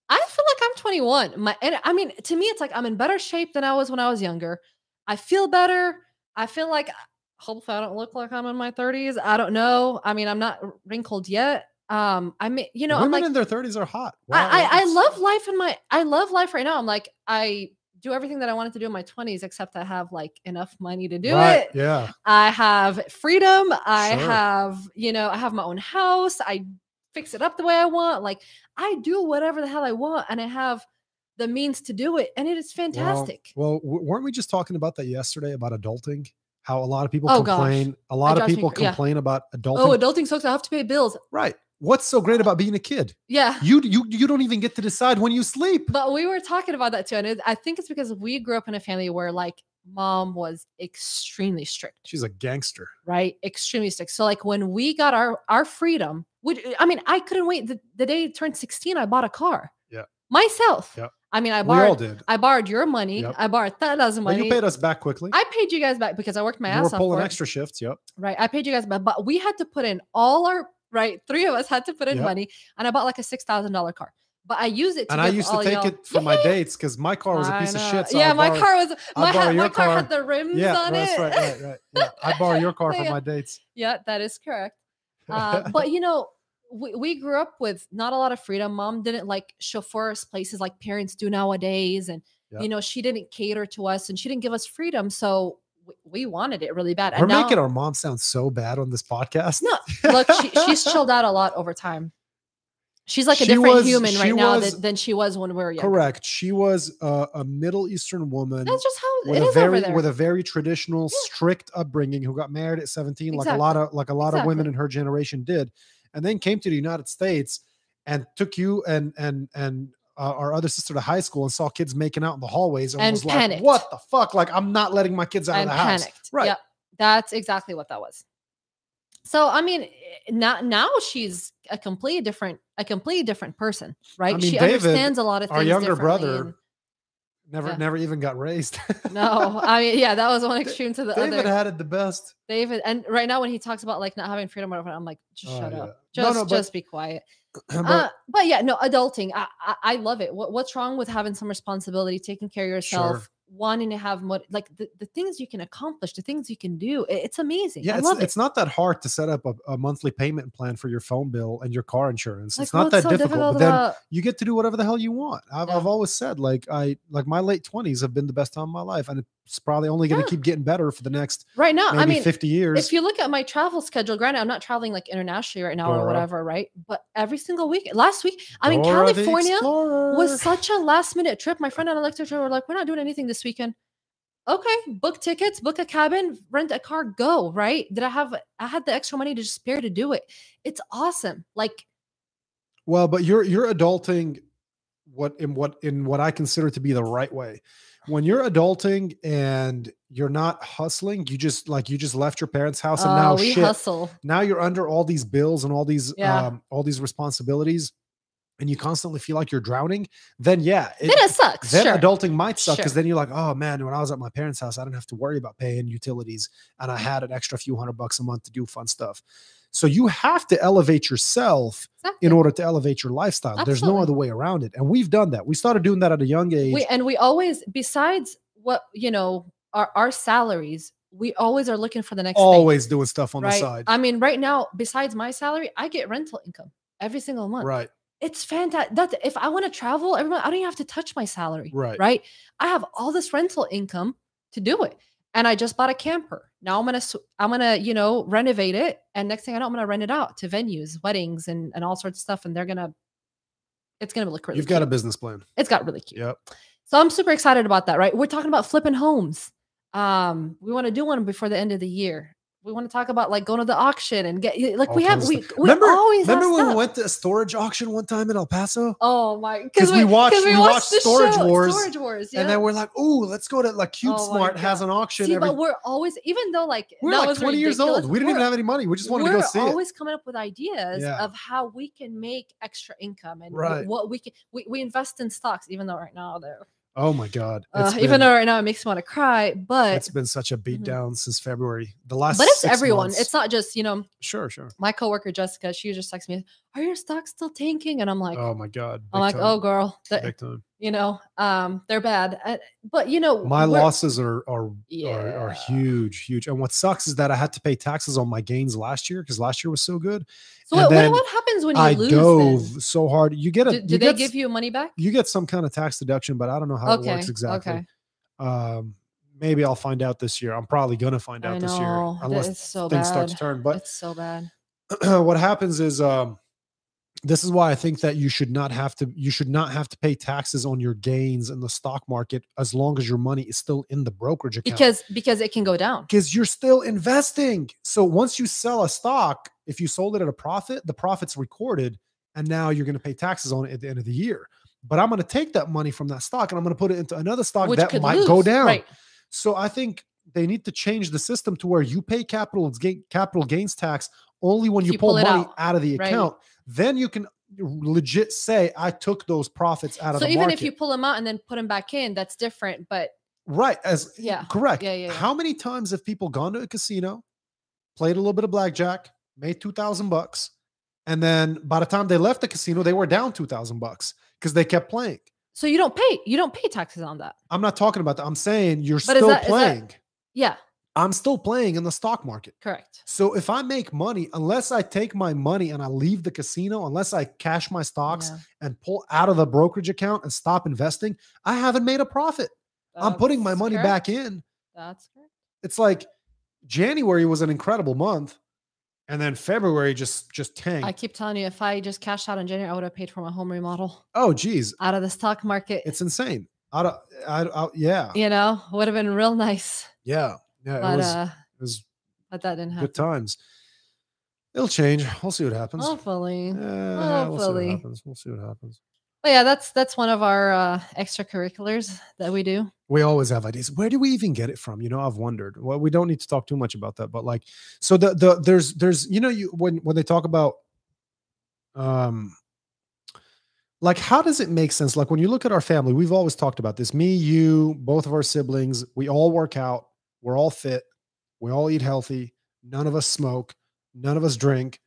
S2: I feel like I'm 21. My and I mean, to me, it's like I'm in better shape than I was when I was younger. I feel better. I feel like hopefully I don't look like I'm in my 30s. I don't know. I mean, I'm not wrinkled yet. Um, I mean, you know,
S1: Women
S2: I'm like
S1: in their 30s are hot.
S2: I, I, I
S1: it's-
S2: love life in my I love life right now. I'm like I do everything that I wanted to do in my 20s, except I have like enough money to do
S1: Right,
S2: it.
S1: Yeah.
S2: I have freedom. I
S1: Sure.
S2: have you know I have my own house. I fix it up the way I want. Like I do whatever the hell I want, and I have the means to do it, and it is
S1: Well-
S2: fantastic.
S1: Well, w- weren't we just talking about that yesterday about adulting? How a lot of people
S2: Oh, gosh.
S1: complain. A lot of
S2: drives me
S1: people
S2: cra- yeah.
S1: complain about adulting.
S2: oh, adulting sucks. I have to pay bills.
S1: right. What's so great about being a kid?
S2: Yeah. (laughs)
S1: You you you don't even get to decide when you sleep.
S2: But we were talking about that too. And it, I think it's because we grew up in a family where like mom was extremely strict,
S1: She's a gangster.
S2: right? Extremely strict. So like when we got our our freedom, which I mean, I couldn't wait. The, the day it turned 16, I bought a car.
S1: Yeah.
S2: Myself.
S1: Yeah.
S2: I mean, I
S1: We all
S2: borrowed
S1: did.
S2: I borrowed your money.
S1: Yep.
S2: I borrowed Tada's
S1: But
S2: money.
S1: you paid us back quickly.
S2: I paid you guys back because I worked my
S1: you were
S2: ass off.
S1: pulling
S2: for it.
S1: extra shifts. Yep.
S2: Right. I paid you guys back, but we had to put in all our right. Three of us had to put in
S1: Yep.
S2: money, and I bought like a six thousand dollar car. But I used it. To
S1: And I
S2: give
S1: used to
S2: all
S1: take
S2: y'all-
S1: it for
S2: (laughs)
S1: my dates because my car was a
S2: I
S1: piece of
S2: know.
S1: shit. So
S2: yeah,
S1: I
S2: my
S1: borrowed-
S2: car was
S1: I
S2: my, ha-
S1: borrow
S2: my
S1: your
S2: car,
S1: car.
S2: had the rims
S1: Yeah,
S2: on
S1: that's
S2: it.
S1: right, right, right. Yeah, I borrow your car
S2: (laughs)
S1: for
S2: Yeah.
S1: my dates.
S2: yeah, that is correct.
S1: (laughs)
S2: Uh, but you know, we, we grew up with not a lot of freedom. Mom didn't like chauffeur us places like parents do nowadays, and
S1: Yeah.
S2: you know, she didn't cater to us and she didn't give us freedom. So we, we wanted it really bad.
S1: We're
S2: and now,
S1: making our mom sound so bad on this podcast.
S2: uh, No, look, she,
S1: (laughs)
S2: she's chilled out a lot over time. She's like a
S1: She
S2: different
S1: was-
S2: human
S1: she
S2: right now
S1: was-
S2: than, than she was when we were younger.
S1: Correct. She was uh, a Middle Eastern woman
S2: That's just how
S1: with a
S2: it is over
S1: very
S2: there.
S1: with a very traditional,
S2: Yeah.
S1: strict upbringing who got married at 17 like a lot of like a lot of women
S2: Exactly.
S1: in her generation did and then came to the United States and took you and and and uh, our other sister to high school and saw kids making out in the hallways and,
S2: And
S1: was
S2: panicked.
S1: like what the fuck like I'm not letting my kids out
S2: I'm
S1: of the house.
S2: panicked.
S1: Right.
S2: Yep. That's exactly what that was. So I mean, eh, now now she's a completely different, a completely different person, right?
S1: mean,
S2: she
S1: David,
S2: understands a lot of things.
S1: Our younger
S2: differently
S1: brother never
S2: Yeah.
S1: never even got raised. (laughs)
S2: and- no, (laughs) I mean, yeah, that was one extreme to the
S1: David
S2: other.
S1: had it the best. (clears throat)
S2: David, and right now when he talks about like not having freedom, or whatever, I'm like, just
S1: Oh,
S2: shut
S1: yeah.
S2: up,
S1: No,
S2: just
S1: no, but-
S2: just be quiet.
S1: but
S2: uh, but yeah, no, adulting, I, I I love it. What what's wrong with having some responsibility, taking care of yourself?
S1: Sure.
S2: Wanting to have more, like the, the things you can accomplish, the things you can do, it- it's amazing.
S1: yeah,
S2: I
S1: it's,
S2: love it.
S1: it's not that hard to set up a, a monthly payment plan for your phone bill and your car insurance.
S2: Like,
S1: it's not
S2: what's
S1: that
S2: so
S1: difficult. but then
S2: about-
S1: you get to do whatever the hell you want. I've,
S2: Yeah.
S1: I've always said like I like my late twenties have been the best time of my life, and it's probably only going to
S2: Yeah.
S1: keep getting better for the next
S2: right now,
S1: maybe
S2: I mean,
S1: fifty years.
S2: if you look at my travel schedule, granted, I'm not traveling like internationally right now or
S1: Dora.
S2: whatever, right? But every single week, last week, I mean,
S1: Dora the
S2: California
S1: Explorer.
S2: was such a last minute trip. My friend and Electric were like, we're not doing anything this weekend. Okay, book tickets, book a cabin, rent a car, go, right? Did I have, I had the extra money to just spare to do it. It's awesome. Like,
S1: well, but you're you're adulting what in what in what I consider to be the right way. When you're adulting and you're not hustling, you just like you just left your parents' house and
S2: uh,
S1: now
S2: we
S1: shit.
S2: hustle.
S1: now you're under all these bills and all these
S2: Yeah.
S1: um, all these responsibilities and you constantly feel like you're drowning then yeah it,
S2: Then it sucks.
S1: then
S2: sure.
S1: adulting might suck because
S2: Sure.
S1: then you're like oh man when i was at my parents house i didn't have to worry about paying utilities and i
S2: Mm-hmm.
S1: had an extra few hundred bucks a month to do fun stuff so you have to elevate yourself
S2: Exactly.
S1: in order to elevate your lifestyle there's no
S2: Absolutely.
S1: other way around it and we've done that we started doing that at a young age
S2: we and we always besides what you know our, our salaries we always are looking for the next
S1: always doing stuff on
S2: thing, right?
S1: the side
S2: i mean right now besides my salary i get rental income every single month
S1: right
S2: it's fantastic that if i want to travel everyone i don't even have to touch my salary
S1: Right.
S2: i have all this rental income to do it and i just bought a camper now i'm gonna sw- i'm gonna you know renovate it and next thing i know i'm gonna rent it out to venues weddings and, and all sorts of stuff and they're gonna it's gonna look really
S1: you've got a
S2: cute.
S1: business plan
S2: it's got really cute
S1: yep
S2: so I'm super excited about that, right? We're talking about flipping homes. Um, we want to do one before the end of the year. We want to talk about like going to the auction and get like
S1: All
S2: we have
S1: kinds of
S2: we, we
S1: remember
S2: always have
S1: remember when we
S2: stuff.
S1: went to a storage auction one time in el paso
S2: Oh my!
S1: 'Cause we watched-
S2: 'cause
S1: we watched
S2: the
S1: Storage Wars,
S2: Storage Wars. Yeah.
S1: And then we're like, oh, let's go to like
S2: Oh
S1: Cube
S2: my
S1: Smart has
S2: God.
S1: an auction.
S2: see,
S1: every,
S2: but we're always even though like
S1: we were
S2: that
S1: like
S2: was
S1: 20 years
S2: ridiculous,
S1: old. We didn't even
S2: we're-
S1: have any money. We just wanted to
S2: we're
S1: go see it.
S2: always coming up with ideas
S1: Yeah.
S2: of how we can make extra income and wh-
S1: Right.
S2: what we can. We, we invest in stocks, even though right now they're
S1: Oh my God.
S2: uh,
S1: It's
S2: even
S1: been-
S2: though right now it makes me want to cry, but
S1: it's been such a beatdown
S2: Mhm.
S1: since February. The last
S2: but it's
S1: six
S2: everyone.
S1: months.
S2: It's not just you know
S1: sure, sure.
S2: my coworker Jessica. She just texts me, "Are your stocks still tanking?" And I'm like,
S1: oh my God. big
S2: "I'm like,
S1: time,
S2: oh girl, that-
S1: big time.
S2: you know, um, they're bad." Uh, but you know,
S1: My
S2: we're-
S1: losses are are, are are
S2: Yeah.
S1: huge, huge. And what sucks is that I had to pay taxes on my gains last year because last year was so good.
S2: So
S1: and
S2: what, what,
S1: then
S2: what happens when you
S1: I
S2: lose?
S1: dove
S2: then?
S1: so hard. You get a
S2: Do, do
S1: you
S2: they
S1: get,
S2: give you money back?
S1: you get some kind of tax deduction, but I don't know how
S2: okay.
S1: it works exactly.
S2: Okay.
S1: um maybe i'll find out this year i'm probably gonna find
S2: I
S1: out this year
S2: know. that
S1: unless
S2: is so
S1: things
S2: bad.
S1: start to turn but
S2: it's so bad.
S1: (clears throat) what happens is um this is why i think that you should not have to you should not have to pay taxes on your gains in the stock market as long as your money is still in the brokerage account
S2: Because because it can go down.
S1: because you're still investing so once you sell a stock If you sold it at a profit, the profit's recorded, and now you're going to pay taxes on it at the end of the year. But I'm going to take that money from that stock and I'm going to put it into another stock
S2: Which
S1: that
S2: could
S1: might go
S2: lose,
S1: down.
S2: Right.
S1: So I think they need to change the system to where you pay capital gain, capital gains tax only when
S2: If
S1: you,
S2: you
S1: pull,
S2: pull it
S1: money out.
S2: out,
S1: of the
S2: right.
S1: account. Then you can legit say I took those profits out of
S2: So
S1: the
S2: even
S1: market.
S2: if you pull them out and then put them back in, that's different. But
S1: right as
S2: Yeah.
S1: correct.
S2: Yeah, yeah, yeah.
S1: How many times have people gone to a casino, played a little bit of blackjack, made two thousand bucks, and then by the time they left the casino, they were down two thousand bucks because they kept playing.
S2: so you don't pay you don't pay taxes on that.
S1: I'm not talking about that. I'm saying you're
S2: But is
S1: still
S2: that- is that-
S1: playing.
S2: Yeah,
S1: I'm still playing in the stock market.
S2: correct.
S1: So if I make money, unless I take my money and I leave the casino, unless I cash my stocks
S2: Yeah.
S1: and pull out of the brokerage account and stop investing, I haven't made a profit. I'm putting my
S2: That's
S1: money
S2: correct.
S1: back in.
S2: That's correct.
S1: It's like January was an incredible month, and then February just just tanked.
S2: I keep telling you, if I just cashed out in January, I would have paid for my home remodel (laughs)
S1: oh, geez,
S2: out of the stock market.
S1: it's insane. I don't, I, I yeah,
S2: you know, would have been real nice.
S1: yeah, yeah. It
S2: But
S1: was,
S2: uh
S1: it was
S2: but that didn't happen.
S1: good times. It'll change. We'll see what happens.
S2: Hopefully.
S1: Yeah, we'll see what
S2: hopefully.
S1: happens. We'll see what happens.
S2: But yeah, that's that's one of our uh extracurriculars that we do.
S1: we always have ideas where do we even get it from you know i've wondered well we don't need to talk too much about that but like so the the there's there's you know you when when they talk about um like how does it make sense like when you look at our family we've always talked about this me you both of our siblings we all work out we're all fit we all eat healthy none of us smoke none of us drink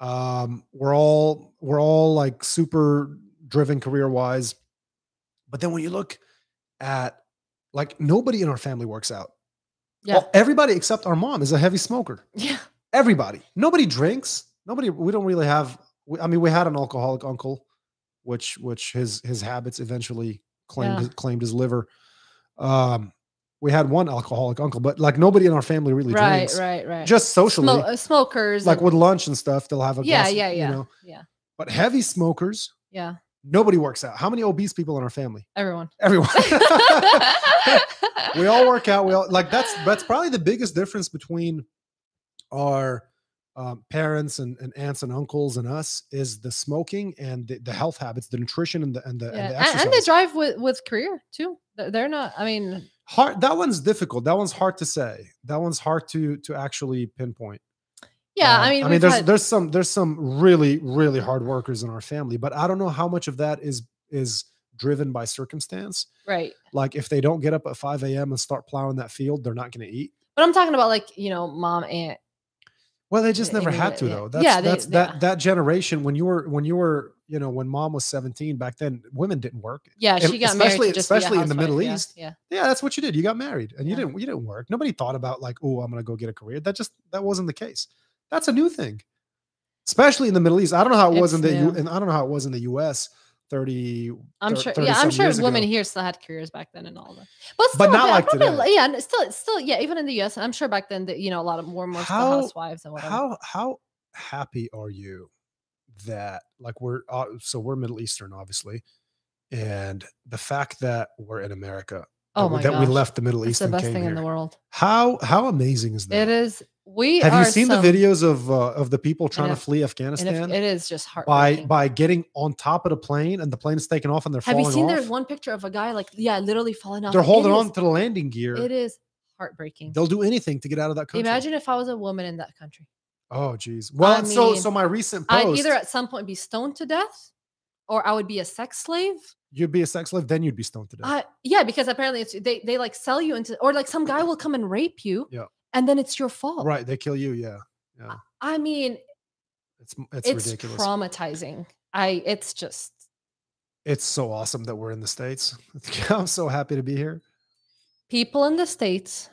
S1: um we're all we're all like super driven career wise but then when you look at like nobody in our family works out.
S2: Yeah.
S1: Well, everybody except our mom is a heavy smoker.
S2: (laughs) yeah.
S1: Everybody. Nobody drinks. Nobody we don't really have we, I mean we had an alcoholic uncle which which his his habits eventually claimed
S2: Yeah.
S1: his, claimed his liver. Um we had one alcoholic uncle but like nobody in our family really
S2: Right,
S1: drinks.
S2: right, right.
S1: Just socially
S2: Smo- uh, smokers
S1: like
S2: and-
S1: with lunch and stuff they'll have a
S2: Yeah,
S1: glass,
S2: yeah, yeah.
S1: you know.
S2: Yeah.
S1: But heavy smokers,
S2: Yeah.
S1: nobody works out. How many obese people in our family?
S2: Everyone. (laughs)
S1: Everyone. (laughs) we all work out. We all like that's that's probably the biggest difference between our um, parents and, and aunts and uncles and us is the smoking and the, the health habits, the nutrition and the and the,
S2: Yeah,
S1: and the
S2: and,
S1: exercise.
S2: and they drive with with career too. They're they're not. I mean,
S1: hard. That one's difficult. That one's hard to say. That one's hard to to actually pinpoint.
S2: yeah.
S1: Uh,
S2: I mean,
S1: I
S2: we've
S1: mean, there's
S2: had-
S1: there's some there's some really really hard workers in our family, but I don't know how much of that is is driven by circumstance.
S2: right.
S1: Like if they don't get up at 5 a.m. and start plowing that field, they're not going to eat.
S2: But I'm talking about like you know, mom, aunt.
S1: Well, they just
S2: Yeah,
S1: never
S2: yeah,
S1: had to
S2: yeah.
S1: though. That's
S2: Yeah, they- uh,
S1: that's
S2: yeah.
S1: that that generation when you were when you were you know when mom was seventeen back then women didn't work.
S2: Yeah,
S1: And
S2: she got
S1: especially-
S2: married. to just be a
S1: especially in the
S2: housewife,
S1: Middle
S2: yeah,
S1: East.
S2: Yeah,
S1: Yeah, that's what you did. You got married and you
S2: Yeah.
S1: didn't you didn't work. Nobody thought about like oh I'm gonna go get a career. That just that wasn't the case. That's a new thing, especially in the Middle East. I don't know how it was in
S2: It's
S1: the U,
S2: new.
S1: and I don't know how it was in the U.S. Thirty.
S2: I'm
S1: thir-
S2: sure.
S1: 30
S2: Yeah, I'm
S1: some
S2: sure
S1: years
S2: women
S1: ago.
S2: here still had careers back then and all that. But still,
S1: But not
S2: ba-
S1: like
S2: probably,
S1: today.
S2: li- Yeah, and still, still, yeah. Even in the U.S., I'm sure back then, that you know, a lot of more and more still
S1: How-
S2: housewives and whatever.
S1: How how happy are you that like we're uh, so we're Middle Eastern obviously, and the fact that we're in America
S2: oh
S1: that we-
S2: my
S1: that
S2: gosh,
S1: we left the Middle
S2: it's
S1: East
S2: the
S1: and
S2: best
S1: came
S2: thing
S1: here.
S2: in the world.
S1: How how amazing is
S2: It
S1: that?
S2: is. We
S1: Have you
S2: are
S1: seen
S2: some-
S1: the videos of uh, of the people trying to
S2: know.
S1: flee
S2: and if-
S1: Afghanistan
S2: It is just
S1: by
S2: heartbreaking.
S1: by getting on top of the plane and the plane is taken off and they're
S2: Have
S1: falling
S2: you seen
S1: off?
S2: there's one picture of a guy like yeah, literally falling off?
S1: they're
S2: It
S1: holding
S2: is-
S1: on to the landing gear.
S2: It is heartbreaking.
S1: They'll do anything to get out of that country.
S2: Imagine if I was a woman in that country.
S1: Oh geez. Well, and so
S2: mean,
S1: so my recent
S2: I'd
S1: post,
S2: either at some point be stoned to death or I would be a sex slave.
S1: you'd be a sex slave, then you'd be stoned to death.
S2: Uh, yeah, because apparently it's they they like sell you into or like some guy will come and rape you.
S1: Yeah.
S2: And then it's your fault.
S1: right? They kill you. Yeah.
S2: I mean,
S1: It's m- it's,
S2: it's,
S1: ridiculous.
S2: traumatizing. I it's just
S1: it's so awesome that we're in the states. (laughs) I'm so happy to be here.
S2: people in the states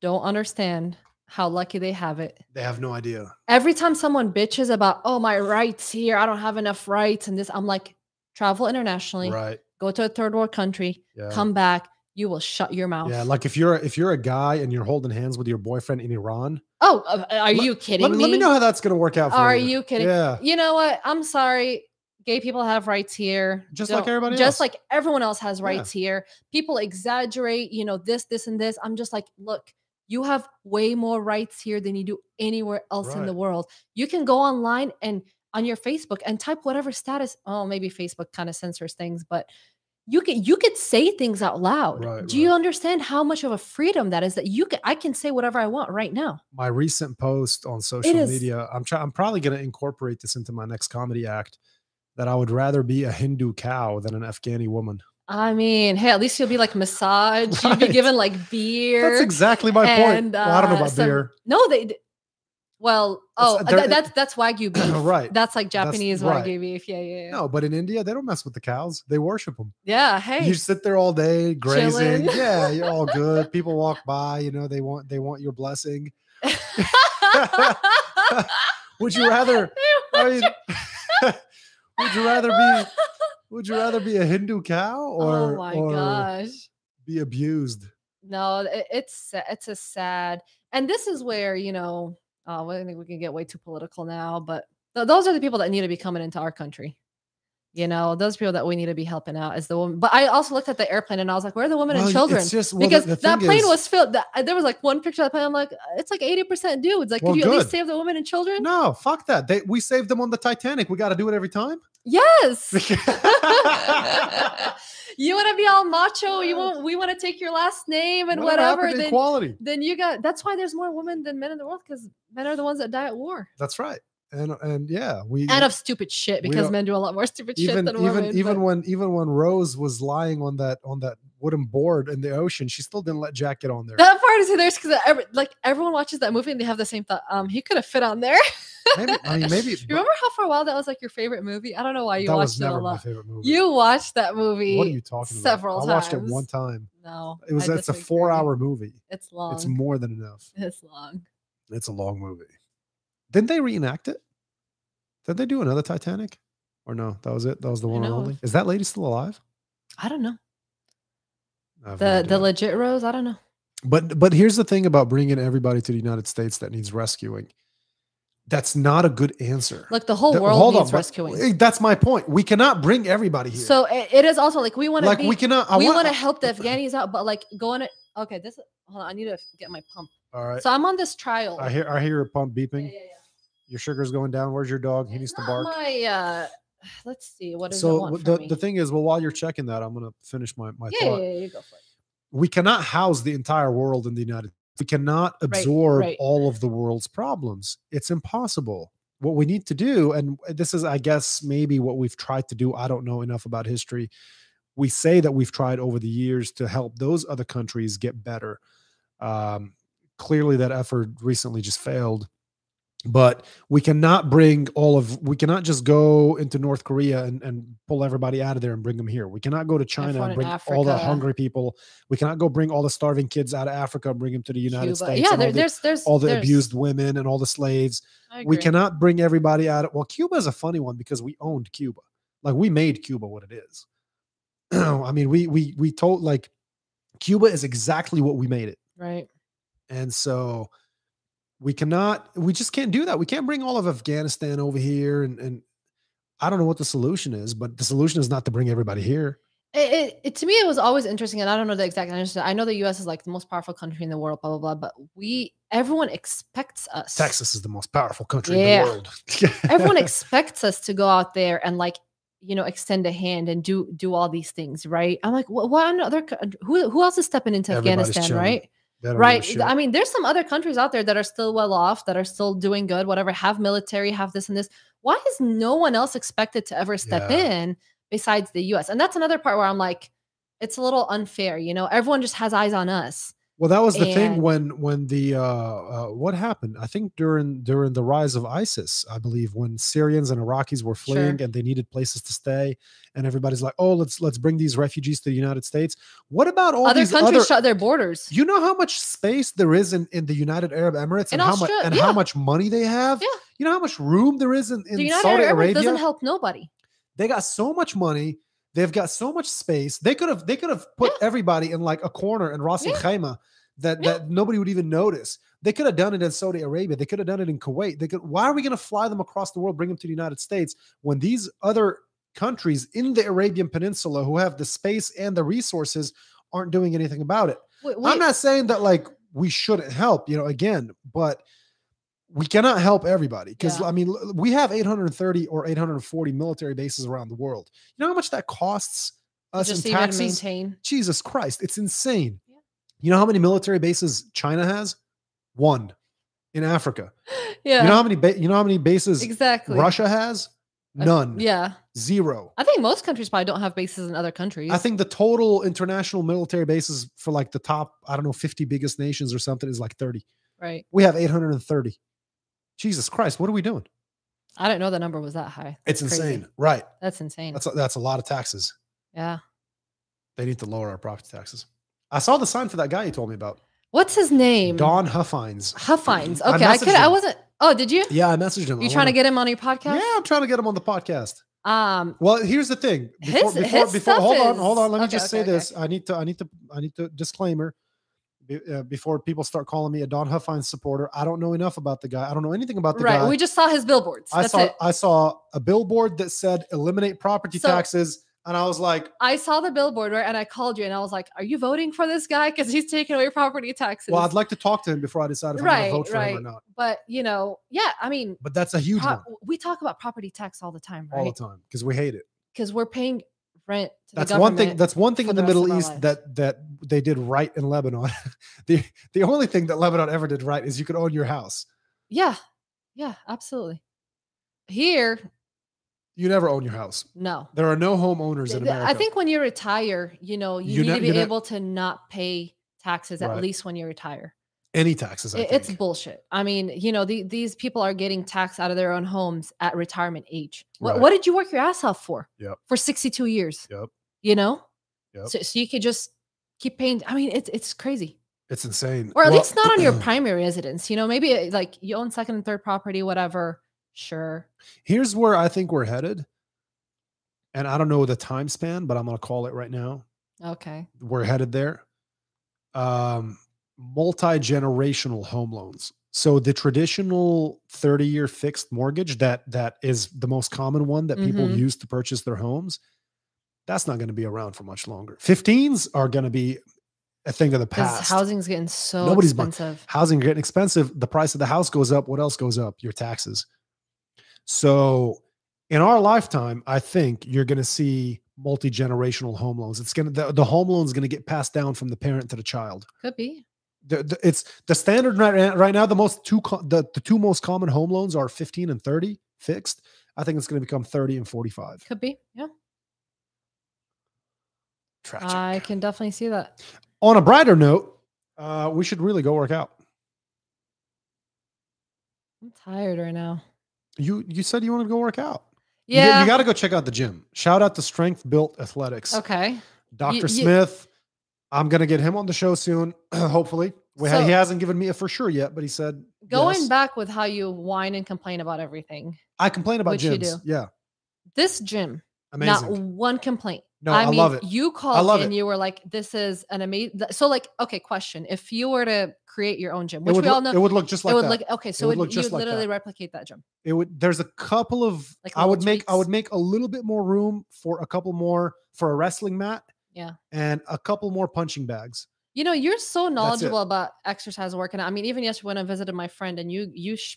S2: don't understand how lucky they have it.
S1: They have no idea.
S2: Every time someone bitches about, "Oh, my rights here, I don't have enough rights and this." I'm like, travel internationally,
S1: Right.
S2: go to a third world country,
S1: Yeah.
S2: come back, you will shut your mouth.
S1: Yeah, like if you're if you're a guy and you're holding hands with your boyfriend in Iran,
S2: Oh, uh, are
S1: Let-
S2: you kidding
S1: let,
S2: me?
S1: let me know how that's gonna work out. For
S2: Are
S1: you.
S2: you kidding?
S1: Yeah,
S2: You know what? I'm sorry. Gay people have rights here.
S1: Just like everybody
S2: Just
S1: else.
S2: like everyone else has
S1: Yeah.
S2: rights here. People exaggerate, you know, this, this, and this. I'm just like, look, you have way more rights here than you do anywhere else in the
S1: Right.
S2: world. You can go online and on your Facebook and type whatever status. Oh, maybe Facebook kind of censors things, but you can you could say things out loud.
S1: Right,
S2: do you
S1: right.
S2: understand how much of a freedom that is that you can I can say whatever I want right now.
S1: my recent post on social
S2: is-
S1: media. I'm try- I'm probably going to incorporate this into my next comedy act that I would rather be a Hindu cow than an Afghani woman.
S2: I mean, hey, at least you'll be like massage. You'll be
S1: Right.
S2: given like beer.
S1: That's exactly my point.
S2: and,
S1: Well, I don't know
S2: uh,
S1: about
S2: some-
S1: beer. (clears throat)
S2: no, they. d- Well, oh,
S1: there-
S2: tha- that's that's
S1: (clears throat)
S2: wagyu beef.
S1: uh, right.
S2: That's like
S1: That's
S2: Japanese
S1: right.
S2: wagyu beef. Yeah, yeah, yeah.
S1: No, but in India, they don't mess with the cows. They worship them.
S2: Yeah. Hey.
S1: You (laughs)
S2: (laughs)
S1: sit there all day grazing.
S2: Chilling.
S1: Yeah, you're all
S2: (laughs)
S1: good. People walk by, you know, they want they want your blessing.
S2: Oh
S1: Would you
S2: (laughs)
S1: rather I mean, (laughs) would you rather
S2: (laughs)
S1: be would you rather be a Hindu cow or
S2: oh my
S1: or
S2: gosh.
S1: be abused?
S2: no it, it's sa- it's a sad and this is where you know uh, i think we can get way too political now but th- those are the people that need to be coming into our country you know those people that we need to be helping out as the woman but i also looked at the airplane and i was like where are the women
S1: Well,
S2: and children
S1: It's just well, the-
S2: because
S1: the
S2: that
S1: thing
S2: plane
S1: is-
S2: was filled that, there was like one picture of the plane i'm like "Uh, it's like 80% dudes like
S1: Well,
S2: could you at least
S1: good.
S2: save the women and children
S1: No, fuck that. They, we saved them on the Titanic. We got to do it every
S2: (laughs)
S1: time. (laughs)
S2: yes (laughs) you want to be all macho you want we want to take your last name and
S1: What
S2: whatever
S1: happened to
S2: then
S1: equality.
S2: then you got that's why there's more women than men in the world because men are the ones that die at war
S1: That's right. And and yeah, we
S2: out of stupid shit
S1: We
S2: because
S1: don't-
S2: men do a lot more stupid shit
S1: even
S2: than
S1: even
S2: women
S1: even
S2: but-
S1: when even when Rose was lying on that on that wooden board in the ocean, she still didn't let Jack get on
S2: (laughs)
S1: there.
S2: that part is hilarious because every, like everyone watches that movie and they have the same thought um he could have fit
S1: (laughs)
S2: on there
S1: maybe I mean maybe
S2: You remember how for a while that was like your favorite movie i don't know why you
S1: that was
S2: watched it a
S1: never my
S2: lot
S1: favorite movie.
S2: you watched that movie
S1: what are you talking about?
S2: several
S1: I watched
S2: times.
S1: it one time.
S2: no
S1: It was
S2: I
S1: it's a
S2: disagree.
S1: four hour movie.
S2: it's long
S1: It's
S2: it's,
S1: more than enough.
S2: long
S1: It's a long movie. Didn't they reenact it? Did they do another Titanic? Or no, that was it. That was the
S2: I
S1: one and
S2: know
S1: only. Is that lady still alive?
S2: i don't know
S1: I have no
S2: the the
S1: idea.
S2: legit rose i don't know
S1: But but here's the thing about bringing everybody to the United States that needs rescuing. That's not a good answer.
S2: look the whole
S1: That-
S2: world
S1: hold on,
S2: needs
S1: but-
S2: rescuing
S1: eh, That's my point. We cannot bring everybody here.
S2: so it, it is also like we want to
S1: like
S2: be
S1: we cannot. I
S2: we want to
S1: I-
S2: help the Afghanis out, but like going to okay, this hold on, I need to get my pump.
S1: All right.
S2: So I'm on this trial.
S1: I hear I hear a pump
S2: Yeah,
S1: beeping.
S2: yeah, yeah.
S1: Your sugar's going down. Where's your dog? He needs
S2: It's
S1: to bark.
S2: not My uh, let's see what does it
S1: so
S2: want
S1: wh-
S2: from
S1: the,
S2: me?
S1: the thing is, well, while you're checking that, I'm gonna finish my my
S2: yeah, yeah,
S1: thought.
S2: yeah, you go for it.
S1: We cannot house the entire world in the United. We cannot absorb
S2: right.
S1: all of the world's problems. It's impossible. What we need to do, and uh, this is, I guess, maybe what we've tried to do. I don't know enough about history. We say that we've tried over the years to help those other countries get better. Um, clearly, that effort recently just failed. But we cannot bring all of, we cannot just go into North Korea and, and pull everybody out of there and bring them here. We cannot go to China
S2: Everyone
S1: and
S2: in
S1: bring all the
S2: Africa.
S1: hungry people. We cannot go bring all the starving kids out of Africa and bring them to the United
S2: Cuba.
S1: States.
S2: yeah,
S1: and
S2: there,
S1: all the,
S2: there's there's
S1: all the
S2: there's,
S1: abused women and all the slaves.
S2: I
S1: We
S2: agree.
S1: cannot bring everybody out. Of, well, Cuba is a funny one because we owned Cuba. Like we made Cuba what it is. (clears throat) I mean, we we we told like Cuba is exactly what we made it,
S2: right.
S1: and so we cannot. We just can't do that. We can't bring all of Afghanistan over here, and and I don't know what the solution is, but the solution is not to bring everybody here.
S2: It, it, it to me it was always interesting, and I don't know the exact answer. I know the U.S. is like the most powerful country in the world, blah blah blah. But we everyone expects us.
S1: Texas (laughs) is the most powerful country
S2: Yeah.
S1: in the world. (laughs)
S2: everyone expects us to go out there and like you know extend a hand and do do all these things right i'm like what, what other co- who, who else is stepping into
S1: Everybody's
S2: afghanistan
S1: chilling.
S2: right
S1: They don't give a
S2: right
S1: shit.
S2: i mean there's some other countries out there that are still well off that are still doing good whatever have military have this and this why is no one else expected to ever step
S1: Yeah.
S2: in besides the us and that's another part where i'm like it's a little unfair you know everyone just has eyes on us
S1: Well, that was the thing
S2: And-
S1: when when the uh, uh, what happened? I think during during the rise of ISIS, I believe when Syrians and Iraqis were fleeing and they needed places to stay, and everybody's like, "Oh, let's let's bring these refugees to the United States." What about all
S2: other
S1: these
S2: countries
S1: other?
S2: shut their borders
S1: you know how much space there is in, in the United Arab Emirates,
S2: In
S1: and how much
S2: Austra-
S1: and
S2: yeah.
S1: how much money they have.
S2: Yeah.
S1: You know how much room there is in, in
S2: the united
S1: Saudi
S2: arab Emirates
S1: Arabia.
S2: doesn't help nobody
S1: They got so much money. They've got so much space. They could have they could have put everybody in like a corner in Ras Al
S2: Yeah.
S1: Khaimah that
S2: Yeah.
S1: that nobody would even notice. They could have done it in Saudi Arabia. They could have done it in Kuwait. They could. Why are we going to fly them across the world, bring them to the United States when these other countries in the Arabian Peninsula who have the space and the resources aren't doing anything about it?
S2: Wait,
S1: I'm not saying that like we shouldn't help, you know, again, but we cannot help everybody because
S2: Yeah.
S1: I mean, l- we have 830 or 840 military bases around the world. You know how much that costs us
S2: just
S1: in
S2: even
S1: taxes?
S2: maintain.
S1: Jesus Christ, it's insane.
S2: Yeah.
S1: You know how many military bases China has? One in Africa.
S2: Yeah,
S1: You know how many ba- you know how many bases
S2: exactly.
S1: Russia has?
S2: I-
S1: None.
S2: Yeah,
S1: Zero.
S2: I think most countries probably don't have bases in other countries.
S1: I think the total international military bases for like the top, I don't know, 50 biggest nations or something is like 30.
S2: right.
S1: We have 830. Jesus Christ, what are we doing?
S2: I don't know the number was that high.
S1: It's
S2: Crazy.
S1: insane. Right.
S2: That's insane.
S1: That's a, that's a lot of taxes.
S2: yeah.
S1: They need to lower our property taxes. I saw the sign for that guy you told me about.
S2: What's his name?
S1: Don Huffines.
S2: Huffines.
S1: I
S2: Okay, I,
S1: messaged
S2: could. I
S1: him.
S2: wasn't. Oh, did you?
S1: Yeah, I messaged him.
S2: You trying to get him on your
S1: Yeah,
S2: podcast?
S1: I'm trying to get him on the podcast.
S2: Um.
S1: Well, here's the thing.
S2: His-
S1: Before, before,
S2: his
S1: before
S2: stuff
S1: hold on, hold
S2: is-
S1: on. Let me
S2: okay,
S1: just
S2: okay,
S1: say
S2: okay.
S1: this. I need to, I need to, I need to disclaimer be- uh, before people start calling me a Don Huffines supporter. I don't know enough about the guy. I don't know anything about the
S2: Right.
S1: guy.
S2: We just saw his billboards.
S1: I
S2: That's
S1: saw,
S2: it.
S1: I saw a billboard that said eliminate property
S2: So-
S1: taxes, and I was like,
S2: I saw the billboard right, and I called you and I was like, "Are you voting for this guy? Because he's taking away property taxes."
S1: well, I'd like to talk to him before I decide if
S2: Right,
S1: I'm going to vote for him or
S2: right.
S1: not.
S2: but you know, yeah. I mean,
S1: But that's a huge
S2: pro-
S1: one
S2: we talk about property tax all the time,
S1: all
S2: right?
S1: the time because we hate it.
S2: Because we're paying rent. To
S1: That's
S2: the
S1: one thing.
S2: government.
S1: That's one thing
S2: for
S1: in
S2: the
S1: the
S2: rest of
S1: Middle
S2: our
S1: East
S2: lives.
S1: that that they did right in Lebanon. (laughs) the the only thing that Lebanon ever did right is you could own your house.
S2: yeah, yeah, absolutely. Here,
S1: You never own your house.
S2: no.
S1: There are no homeowners in
S2: Th-
S1: America.
S2: I think when you retire, you know, you
S1: You
S2: need
S1: know-
S2: to be
S1: you know-
S2: able to not pay taxes at
S1: Right.
S2: least when you retire.
S1: any taxes. I
S2: I- It's
S1: think.
S2: bullshit. I mean, you know, the, these people are getting taxed out of their own homes at retirement age. What,
S1: Right.
S2: what did you work your ass off for?
S1: Yep.
S2: For 62 years.
S1: Yep.
S2: You know?
S1: Yep.
S2: So, so you could just keep paying. I mean, it's it's crazy.
S1: it's insane.
S2: Or at
S1: Well,
S2: least
S1: (clears throat)
S2: not on your primary residence. You know, maybe uh, like you own second and third property, whatever. Sure.
S1: Here's where I think we're headed, and I don't know the time span, but I'm going to call it right now.
S2: Okay.
S1: We're headed there. Um, Multi generational home loans. So the traditional 30 year fixed mortgage that that is the most common one that people
S2: Mhm.
S1: use to purchase their homes. That's not going to be around for much longer. 15s are going to be a thing of the
S2: Because
S1: past.
S2: housing's getting so
S1: Nobody's buying-
S2: expensive.
S1: housing getting expensive, the price of the house goes up. What else goes up? Your taxes. So, in our lifetime, I think you're going to see multi generational home loans. It's going to the, the home loan's going to get passed down from the parent to the child.
S2: Could be.
S1: The, the- it's the standard right, now- right now. The most two co- the, the two most common home loans are 15 and 30 fixed. I think it's going to become 30 and 45.
S2: Could be. Yeah.
S1: Tragic.
S2: I can definitely see that.
S1: On a brighter note, uh, we should really go work out.
S2: I'm tired right now.
S1: You you said you wanted to go work out. You-
S2: Yeah.
S1: You, got to go check out the gym. Shout out to Strength Built Athletics.
S2: okay.
S1: Dr.
S2: you-
S1: Smith. I'm going to get him on the show soon, (clears throat) hopefully. We ha- he
S2: So-
S1: hasn't given me a for sure yet, but he said,
S2: Going
S1: yes.
S2: back with how you whine and complain about everything.
S1: I complain about
S2: Which you
S1: gyms.
S2: do.
S1: Yeah.
S2: This gym,
S1: Amazing.
S2: not one complaint.
S1: no, I, love it.
S2: You called
S1: love
S2: and
S1: it.
S2: you were like, "This is an amazing." So, like, okay, question: If you were to create your own gym,
S1: it
S2: which
S1: would
S2: we all
S1: look-
S2: know,
S1: it would look just like
S2: it would
S1: that.
S2: look okay. So
S1: would
S2: it
S1: look
S2: you
S1: just
S2: would
S1: like that.
S2: literally replicate that gym.
S1: it would there's a couple of
S2: Like
S1: I
S2: little
S1: would make I
S2: tweaks.
S1: would make a little bit more room for a couple more for a wrestling mat.
S2: Yeah.
S1: And a couple more punching bags.
S2: You know, you're so knowledgeable
S1: it.
S2: about exercise and working. out. I mean, even yesterday when I visited my friend, and you you sh-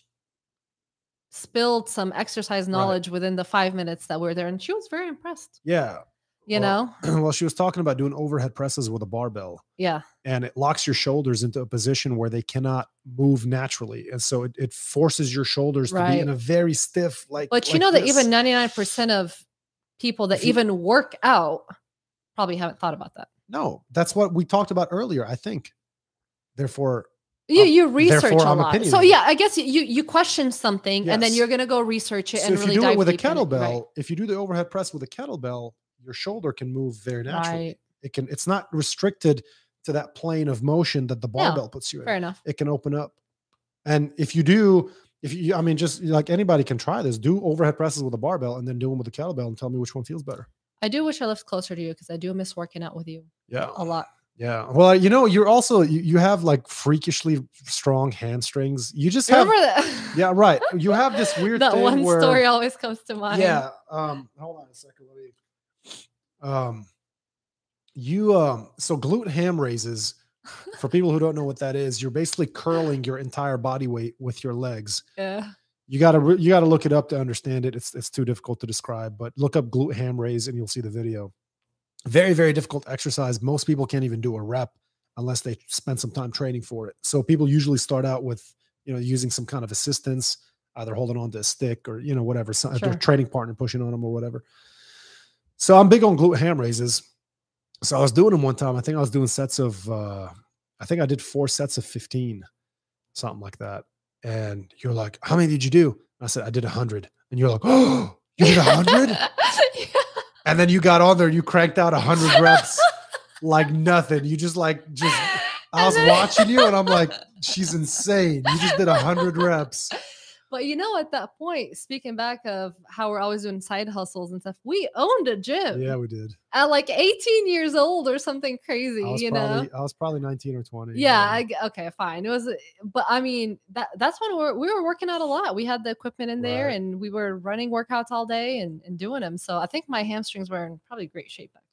S2: spilled some exercise knowledge within the five minutes that we were there, and she was very impressed.
S1: Yeah. (clears throat)
S2: You
S1: Well-
S2: know,
S1: well, she was talking about doing overhead presses with a barbell.
S2: yeah,
S1: and it locks your shoulders into a position where they cannot move naturally. And so it, it forces your shoulders to be in
S2: Right.
S1: a very stiff, like.
S2: But you
S1: like
S2: know that
S1: this.
S2: even 99% of people that
S1: If you-
S2: even work out probably haven't thought about that.
S1: No, that's what we talked about earlier, I think. Therefore,
S2: You
S1: Um,
S2: you research
S1: therefore,
S2: a
S1: I'm
S2: lot. So
S1: opinionated.
S2: yeah, I guess you you question something and then
S1: Yes.
S2: you're going to go research it
S1: so
S2: and
S1: if
S2: really
S1: you do
S2: dive
S1: it with a
S2: deep in
S1: kettlebell,
S2: Right.
S1: if you do the overhead press with a kettlebell, your shoulder can move very naturally.
S2: Right.
S1: It can. It's not restricted to that plane of motion that the barbell puts you in.
S2: Fair enough.
S1: it can open up. And if you do, if you, I mean, just like anybody can try this, do overhead presses with a barbell and then do them with a kettlebell and tell me which one feels better.
S2: I do wish I lived closer to you cuz I do miss working out with you
S1: Yeah.
S2: a lot.
S1: Yeah. Well, you know, you're also, you, you have like freakishly strong hamstrings. You just have,
S2: Remember that?
S1: (laughs) yeah, right. You have
S2: (laughs)
S1: this weird
S2: that
S1: thing
S2: one
S1: where,
S2: story always comes to mind.
S1: yeah. Um, hold on a second. Let me, um, you, um, so glute ham raises For people who don't know what that is, you're basically curling your entire body weight with your legs.
S2: (laughs) Yeah.
S1: You gotta re- you gotta look it up to understand it. It's it's too difficult to describe, but look up glute ham raise and you'll see the video. Very very difficult exercise. Most people can't even do a rep unless they spend some time training for it. So people usually start out with you know using some kind of assistance, either holding on to a stick or you know whatever, some, their
S2: Sure.
S1: training partner pushing on them or whatever. So I'm big on glute ham raises. So I was doing them one time. I think I was doing sets of, uh, I think I did four sets of 15, something like that. And you're like, how many did you do? And I said, I did 100. And you're like, (gasps) oh, you did
S2: (laughs)
S1: 100? and then you got on there, you cranked out 100
S2: (laughs)
S1: reps like nothing. You just like, just, I
S2: And
S1: was
S2: then-
S1: watching you and I'm like,
S2: (laughs)
S1: she's insane. You just did 100 reps.
S2: But you know, at that point, speaking back of how we're always doing side hustles and stuff, we owned a gym
S1: Yeah, we did.
S2: at like 18 years old or something crazy,
S1: I was
S2: you know?
S1: probably, I was probably 19 or 20.
S2: Yeah, I g okay, fine. It was, eh, but I mean, that that's when we were, we were working out a lot. We had the equipment in there
S1: Right.
S2: and we were running workouts all day and, and doing them. So I think my hamstrings were in probably great shape back then.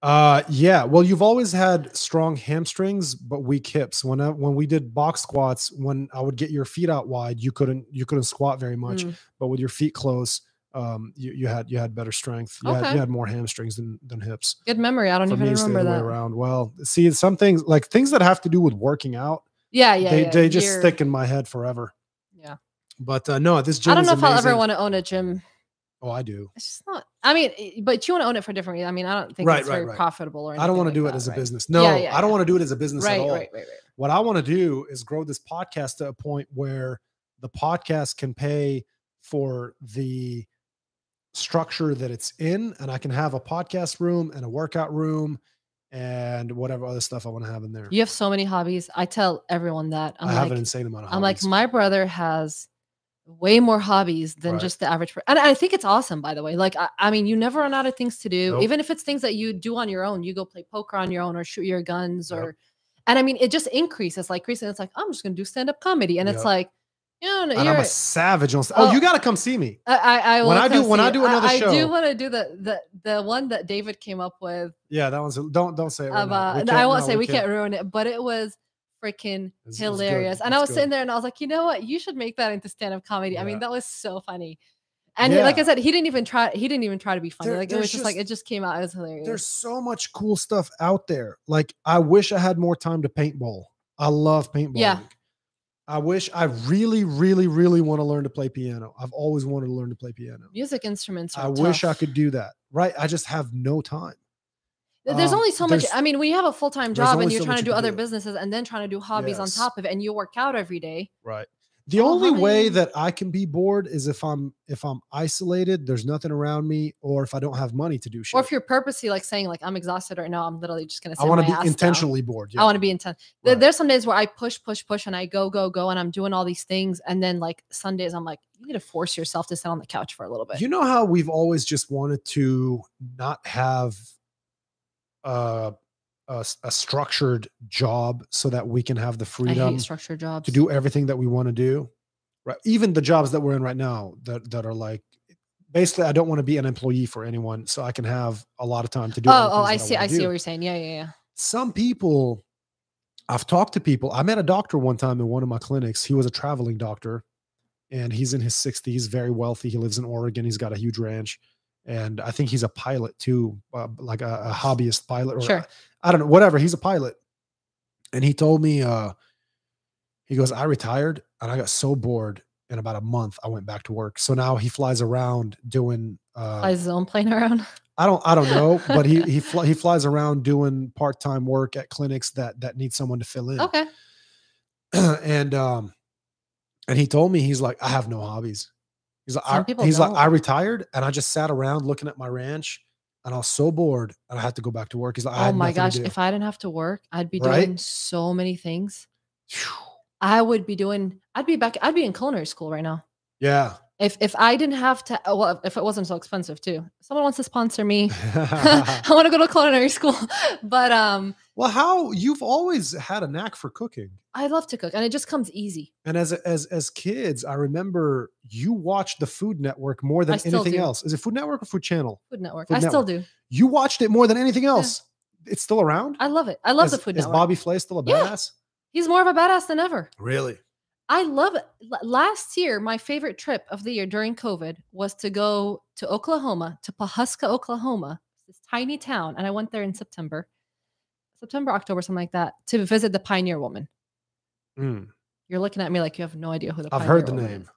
S1: Uh, yeah. Well, you've always had strong hamstrings, but weak hips. When I, when we did box squats, when I would get your feet out wide, you couldn't you couldn't squat very much.
S2: Mm.
S1: But with your feet close, um, you, you had you had better strength. You, had,
S2: Okay.
S1: you had more hamstrings than than hips.
S2: Good memory. I don't
S1: For me,
S2: even
S1: it's the
S2: remember
S1: other way
S2: that.
S1: around. Well, see, some things like things that have to do with working out,
S2: Yeah, yeah.
S1: they
S2: yeah.
S1: they just
S2: you're-
S1: stick in my head forever.
S2: Yeah.
S1: But uh, no, this gym.
S2: I don't
S1: is
S2: know if I'll ever
S1: amazing.
S2: want to own a gym.
S1: Oh, I do.
S2: It's just not. I mean, i- but you want to own it for different. reasons. I mean, I don't think
S1: Right,
S2: it's
S1: right,
S2: very
S1: right.
S2: profitable or.
S1: I don't
S2: anything
S1: want to
S2: like
S1: do it
S2: that,
S1: as a
S2: right?
S1: business. No,
S2: Yeah, yeah,
S1: I don't
S2: yeah.
S1: want to do it as a business
S2: Right,
S1: at all.
S2: right, right, right.
S1: what I want to do is grow this podcast to a point where the podcast can pay for the structure that it's in and I can have a podcast room and a workout room and whatever other stuff I want to have in there.
S2: You have so many hobbies. I tell everyone that. I'm
S1: I
S2: like,
S1: have an insane amount of
S2: I'm like,
S1: hobbies.
S2: my brother has way more hobbies than
S1: Right.
S2: just the average person. And I think it's awesome, by the way. Like, I, I mean, you never run out of things to do,
S1: Nope.
S2: even if it's things that you do on your own. You go play poker on your own or shoot your guns
S1: Yep.
S2: or, and I mean, it just increases. Like recently, it's like "Oh, I'm just gonna do stand up comedy, and
S1: Yep.
S2: it's like, you know,
S1: and
S2: you're,
S1: I'm a savage on Oh,
S2: Oh.
S1: you got to come see me.
S2: I, I, I
S1: When
S2: will
S1: I do-
S2: come
S1: when
S2: see
S1: I
S2: it.
S1: do another
S2: I, I
S1: show-
S2: do want to do the the the one that David came up with
S1: Yeah, that one's a, don't don't say it. right now. We
S2: about. no,
S1: can't-
S2: uh, I won't
S1: no,
S2: say we can't. ruin it, but it was freaking
S1: It's- it's good.
S2: hilarious. and I
S1: It's
S2: was
S1: good.
S2: sitting there and I was like, you know what? You should make that into stand up comedy. I
S1: Yeah.
S2: mean, that was so funny. And he- like
S1: Yeah.
S2: I said, he didn't even try. He didn't even try to be funny.
S1: There-
S2: like it
S1: there's
S2: was just like
S1: just-
S2: it just came out. It was hilarious.
S1: There's so much cool stuff out there. Like I wish I had more time to paintball. I love paintball. I wish I really, really, really want to learn to play piano. I've always wanted to learn to play piano.
S2: Music instruments. Are
S1: I wish I
S2: tough.
S1: could do that. Right. I just have no time.
S2: Th- There's
S1: um,
S2: only so much.
S1: there's-
S2: I mean, when you have a full time
S1: there's
S2: job and
S1: only
S2: you're
S1: so
S2: trying
S1: much
S2: to
S1: you
S2: do
S1: can
S2: other
S1: do.
S2: businesses and then trying to do hobbies on
S1: Yes.
S2: top of it, and you work out every day.
S1: Right. The
S2: Oh, how
S1: only way
S2: many-
S1: that I can be bored is if I'm if I'm isolated, there's nothing around me, or if I don't have money to do shit.
S2: Or if you're purposely like saying like I'm exhausted right now, I'm literally just gonna. Sit
S1: I want
S2: my
S1: to
S2: ass
S1: be
S2: down.
S1: intentionally bored.
S2: I want to be intense. There
S1: Right.
S2: There's some days where I push, push, push, and I go, go, go, and I'm doing all these things. And then like Sundays, I'm like, you need to force yourself to sit on the couch for a little bit.
S1: You know how we've always just wanted to not have uh, a, s- a structured job so that we can have the
S2: I
S1: freedom
S2: hate structured jobs.
S1: um, to do everything that we want to do. Right. Even the jobs that we're in right now that that are like basically I don't want to be an employee for anyone so I can have a lot of time to do
S2: oh,
S1: other
S2: oh, I
S1: things that
S2: see, I,
S1: wanna
S2: see
S1: do.
S2: what you're saying. Yeah, yeah, yeah.
S1: Some people I've talked to people. I met a doctor one time in one of my clinics. He was a traveling doctor and he's in his 60s, very wealthy. He lives in Oregon. He's got a huge ranch and I think he's a pilot too, uh, like a, a hobbyist pilot or
S2: Sure.
S1: I don't know, whatever. He's a pilot. And he told me, uh, he goes, I retired and I got so bored in about a month. I went back to work. So now he flies around doing, uh,
S2: Flies his own plane (laughs) around.
S1: I don't, I don't know, but he, he, fl- he flies around doing part-time work at clinics that, that need someone to fill in.
S2: okay. Oh.
S1: (clears throat) and, um, and he told me, he's like, I have no hobbies. He's like,
S2: Some
S1: I,
S2: people
S1: he's
S2: don't.
S1: like, I retired and I just sat around looking at my ranch and I was so bored and I had to go back to work. He's like, I
S2: Oh
S1: had
S2: my
S1: nothing to
S2: gosh.
S1: do."
S2: If I didn't have to work, I'd be
S1: Right?
S2: doing so many things.
S1: Phew.
S2: I would be doing, I'd be back, I'd be in culinary school right now.
S1: yeah.
S2: If if I didn't have to, oh, well, if it wasn't so expensive too. Someone wants to
S1: (laughs)
S2: sponsor me. (laughs) I want to go to culinary school, (laughs) but um,
S1: Well, how you've always had a knack for cooking.
S2: I love to cook, and it just comes easy.
S1: And as as as kids, I remember you watched the Food Network more than
S2: still
S1: anything
S2: do.
S1: else. Is it Food Network or Food Channel?
S2: Food Network.
S1: Food
S2: I still do.
S1: You watched it more than anything else. it's still around.
S2: I love it. I love
S1: is,
S2: the Food
S1: Is
S2: Network.
S1: Bobby Flay still a
S2: Yeah.
S1: badass?
S2: He's more of a badass than ever.
S1: Really?
S2: I love it. L- Last year, my favorite trip of the year during COVID was to go to Oklahoma, to Pahuska, Oklahoma, this tiny town. And I went there in September, September, October, something like that, to visit the Pioneer Woman.
S1: Mm.
S2: You're looking at me like you have no idea who the
S1: I've
S2: Pioneer
S1: heard the
S2: Woman
S1: name.
S2: is.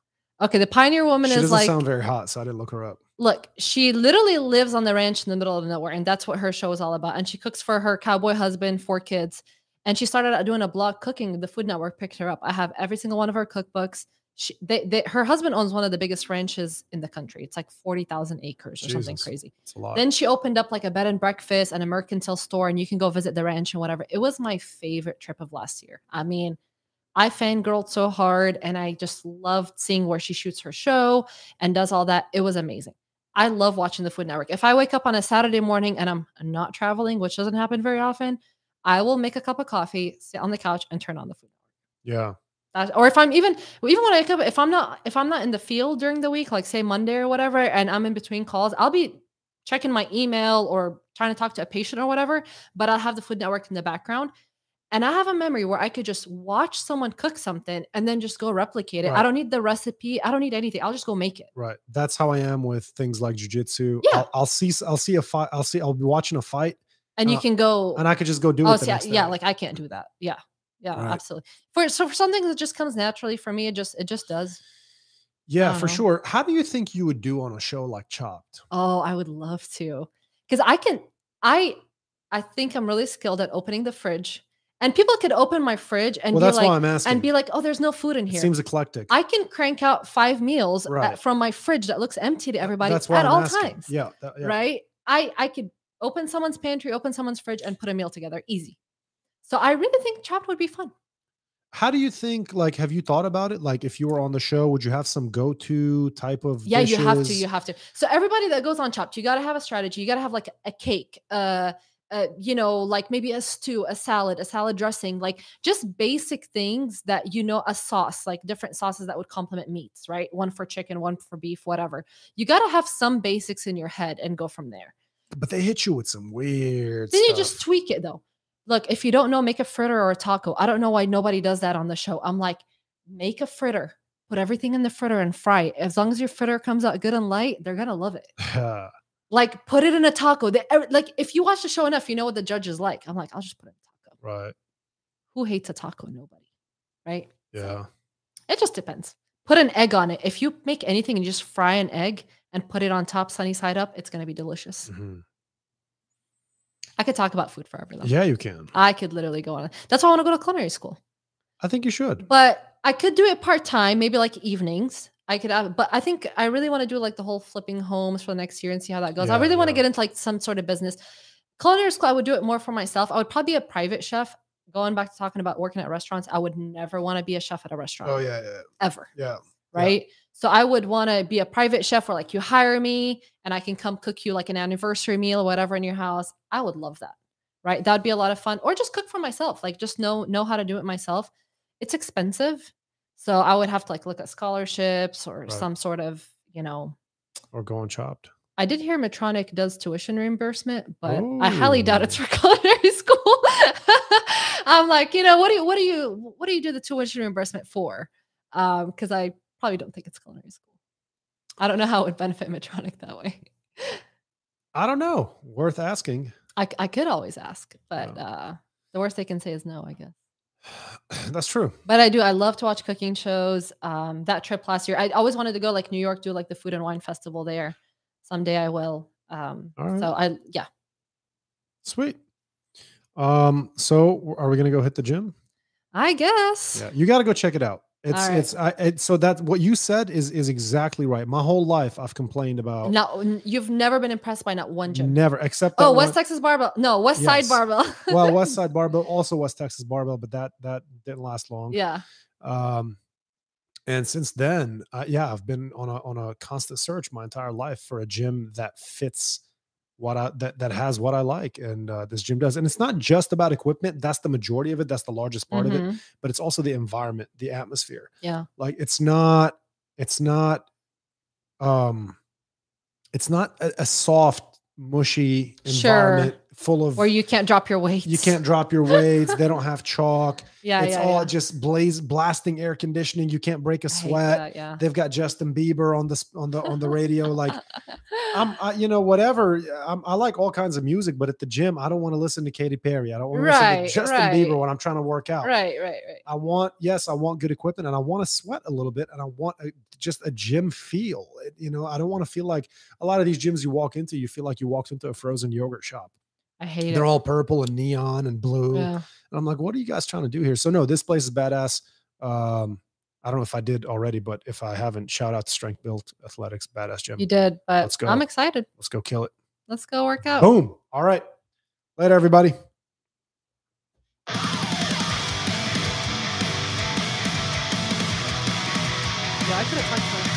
S2: Okay, the Pioneer
S1: She
S2: Woman
S1: doesn't
S2: is like,
S1: sound very hot, so I didn't look her up.
S2: look, she literally lives on the ranch in the middle of nowhere, and that's what her show is all about. And she cooks for her cowboy husband, four kids, and she started out doing a blog cooking. The Food Network picked her up. I have every single one of her cookbooks. She, they, they, her husband owns one of the biggest ranches in the country. It's like forty thousand acres or something
S1: Jesus.
S2: crazy.
S1: It's a lot.
S2: Then she opened up like a bed and breakfast and a mercantile store, and you can go visit the ranch and whatever. It was my favorite trip of last year. I mean, I fangirled so hard and I just loved seeing where she shoots her show and does all that. It was amazing. I love watching the Food Network. If I wake up on a Saturday morning and I'm not traveling, which doesn't happen very often, I will make a cup of coffee, sit on the couch, and turn on the Food Network.
S1: yeah.
S2: That, or if I'm even well, even when I wake up, if I'm not if I'm not in the field during the week, like say Monday or whatever, and I'm in between calls, I'll be checking my email or trying to talk to a patient or whatever. But I'll have the Food Network in the background, and I have a memory where I could just watch someone cook something and then just go replicate it.
S1: Right.
S2: I don't need the recipe. I don't need anything. I'll just go make it.
S1: Right. That's how I am with things like jujitsu.
S2: Yeah.
S1: I'll, I'll see. I'll see a fight. I'll see. I'll be watching a fight,
S2: And you
S1: Uh,
S2: can go.
S1: and I could just go do
S2: oh,
S1: it. The
S2: see, I-
S1: next
S2: yeah,
S1: day.
S2: like I can't do that. Yeah, yeah,
S1: Right.
S2: absolutely. For so for something that just comes naturally for me, it just it just does.
S1: yeah,
S2: don't
S1: for
S2: know.
S1: sure. How do you think you would do on a show like Chopped?
S2: Oh, I would love to. Because I can I I think I'm really skilled at opening the fridge. And people could open my fridge and
S1: well,
S2: be
S1: that's why
S2: like
S1: I'm asking.
S2: and be like, oh, there's no food in
S1: it
S2: here.
S1: seems eclectic.
S2: I can crank out five meals at-
S1: Right.
S2: from my fridge that looks empty to everybody
S1: that's
S2: at
S1: why I'm
S2: all
S1: asking.
S2: times.
S1: Yeah, that- yeah.
S2: Right? I I could open someone's pantry, open someone's fridge, and put a meal together. Easy. So I really think chopped would be fun.
S1: How do you think? Like, have you thought about it? Like, if you were on the show, would you have some go-to type of?
S2: yeah you have to
S1: dishes?
S2: you have to so everybody that goes on chopped you got to have a strategy you got to have like a cake uh, uh you know like maybe a stew a salad a salad dressing like just basic things that you know a sauce like different sauces that would complement meats right one for chicken one for beef whatever you got to have some basics in your head and go from there
S1: but they hit you with some weird.
S2: then
S1: stuff.
S2: you just tweak it though look if you don't know make a fritter or a taco i don't know why nobody does that on the show i'm like make a fritter put everything in the fritter and fry it as long as your fritter comes out good and light they're gonna love it
S1: (laughs)
S2: like put it in a taco. They, ev- like if you watch the show enough, you know what the judge is like. I'm like, I'll just put it in a taco.
S1: right.
S2: Who hates a taco? Nobody, right?
S1: Yeah.
S2: It just depends. Put an egg on it. If you make anything and you just fry an egg and put it on top, sunny side up, it's gonna be delicious.
S1: Mhm.
S2: I could talk about food forever though.
S1: Yeah, you can.
S2: I could literally go on. That's why I want to go to culinary school.
S1: I think you should.
S2: But I could do it part time, maybe like evenings. I could have, but I think I really want to do like the whole flipping homes for the next year and see how that goes. I
S1: Yeah,
S2: really want to
S1: yeah.
S2: get into like some sort of business. Culinary school, I would do it more for myself. I would probably be a private chef. Going back to talking about working at restaurants, I would never want to be a chef at a restaurant
S1: Oh yeah, yeah,
S2: ever
S1: yeah. Yeah.
S2: right? So I would want to be a private chef where like you hire me and I can come cook you like an anniversary meal or whatever in your house. I would love that. Right? That'd be a lot of fun or just cook for myself. Like just know know how to do it myself. It's expensive. So I would have to like look at scholarships or
S1: Right.
S2: some sort of, you know,
S1: Or going Chopped.
S2: I did hear Medtronic does tuition reimbursement, but I highly doubt
S1: Oh.
S2: it's for (laughs) culinary school. (laughs) I'm like, you know, what do you what do you what do you do the tuition reimbursement for? Um, because I probably don't think it's culinary school. I don't know how it would benefit Medtronic that way.
S1: I don't know. Worth asking. (laughs)
S2: I, c- I could always ask, but
S1: Yeah.
S2: uh the worst they can say is no, I guess.
S1: That's true.
S2: But I do. I love to watch cooking shows. Um, that trip last year, I always wanted to go like New York, do like the food and wine festival there. Someday I will. Um,
S1: All right.
S2: so I yeah,
S1: Sweet. Um, so w- are we gonna go hit the gym?
S2: I guess.
S1: Yeah, you gotta go check it out. It's
S2: right.
S1: it's I it, so that what you said is is exactly right. My whole life I've complained about
S2: No, n- you've never been impressed by not one gym.
S1: never except that
S2: oh,
S1: one-
S2: West Texas Barbell. No, West Side
S1: Yes.
S2: Barbell.
S1: well West Side Barbell, also West Texas Barbell, but that that didn't last long.
S2: (laughs) yeah.
S1: Um, and since then, uh, yeah, I've been on a on a constant search my entire life for a gym that fits what I that that has what I like, and uh, this gym does. And it's not just about equipment; that's the majority of it. That's the largest part of it,
S2: mhm.
S1: but it's also the environment, the atmosphere.
S2: Yeah.
S1: Like it's not, it's not, um, it's not a, a soft, mushy
S2: Sure.
S1: environment full of
S2: Where you can't drop your weights.
S1: you can't drop your weights. they don't have chalk.
S2: (laughs) Yeah,
S1: it's
S2: yeah,
S1: all
S2: yeah.
S1: just blaze blasting air conditioning. You can't break a
S2: I hate
S1: sweat.
S2: that, yeah.
S1: They've got Justin Bieber on the s- on the on the radio. Like
S2: (laughs)
S1: I'm, I, you know, whatever. uh, I'm, I like all kinds of music, but at the gym, I don't want to listen to Katy Perry. I don't want to
S2: Right,
S1: listen to Justin
S2: right.
S1: Bieber when I'm trying to work out.
S2: right, right, right.
S1: I want, yes, I want good equipment and I want to sweat a little bit and I want a, just a gym feel. It- You know, I don't want to feel like a lot of these gyms you walk into, you feel like you walked into a frozen yogurt shop.
S2: I hate
S1: They're
S2: it.
S1: all purple and neon and blue.
S2: Yeah.
S1: And I'm like, what are you guys trying to do here? So no, this place is badass. Um, I don't know if I did already, but if I haven't, shout out to Strength Built Athletics, badass gym.
S2: You did, but
S1: Let's go.
S2: I'm excited.
S1: Let's go kill it.
S2: Let's go work out.
S1: Boom. All right. Later, everybody.
S2: Yeah, I could have talked about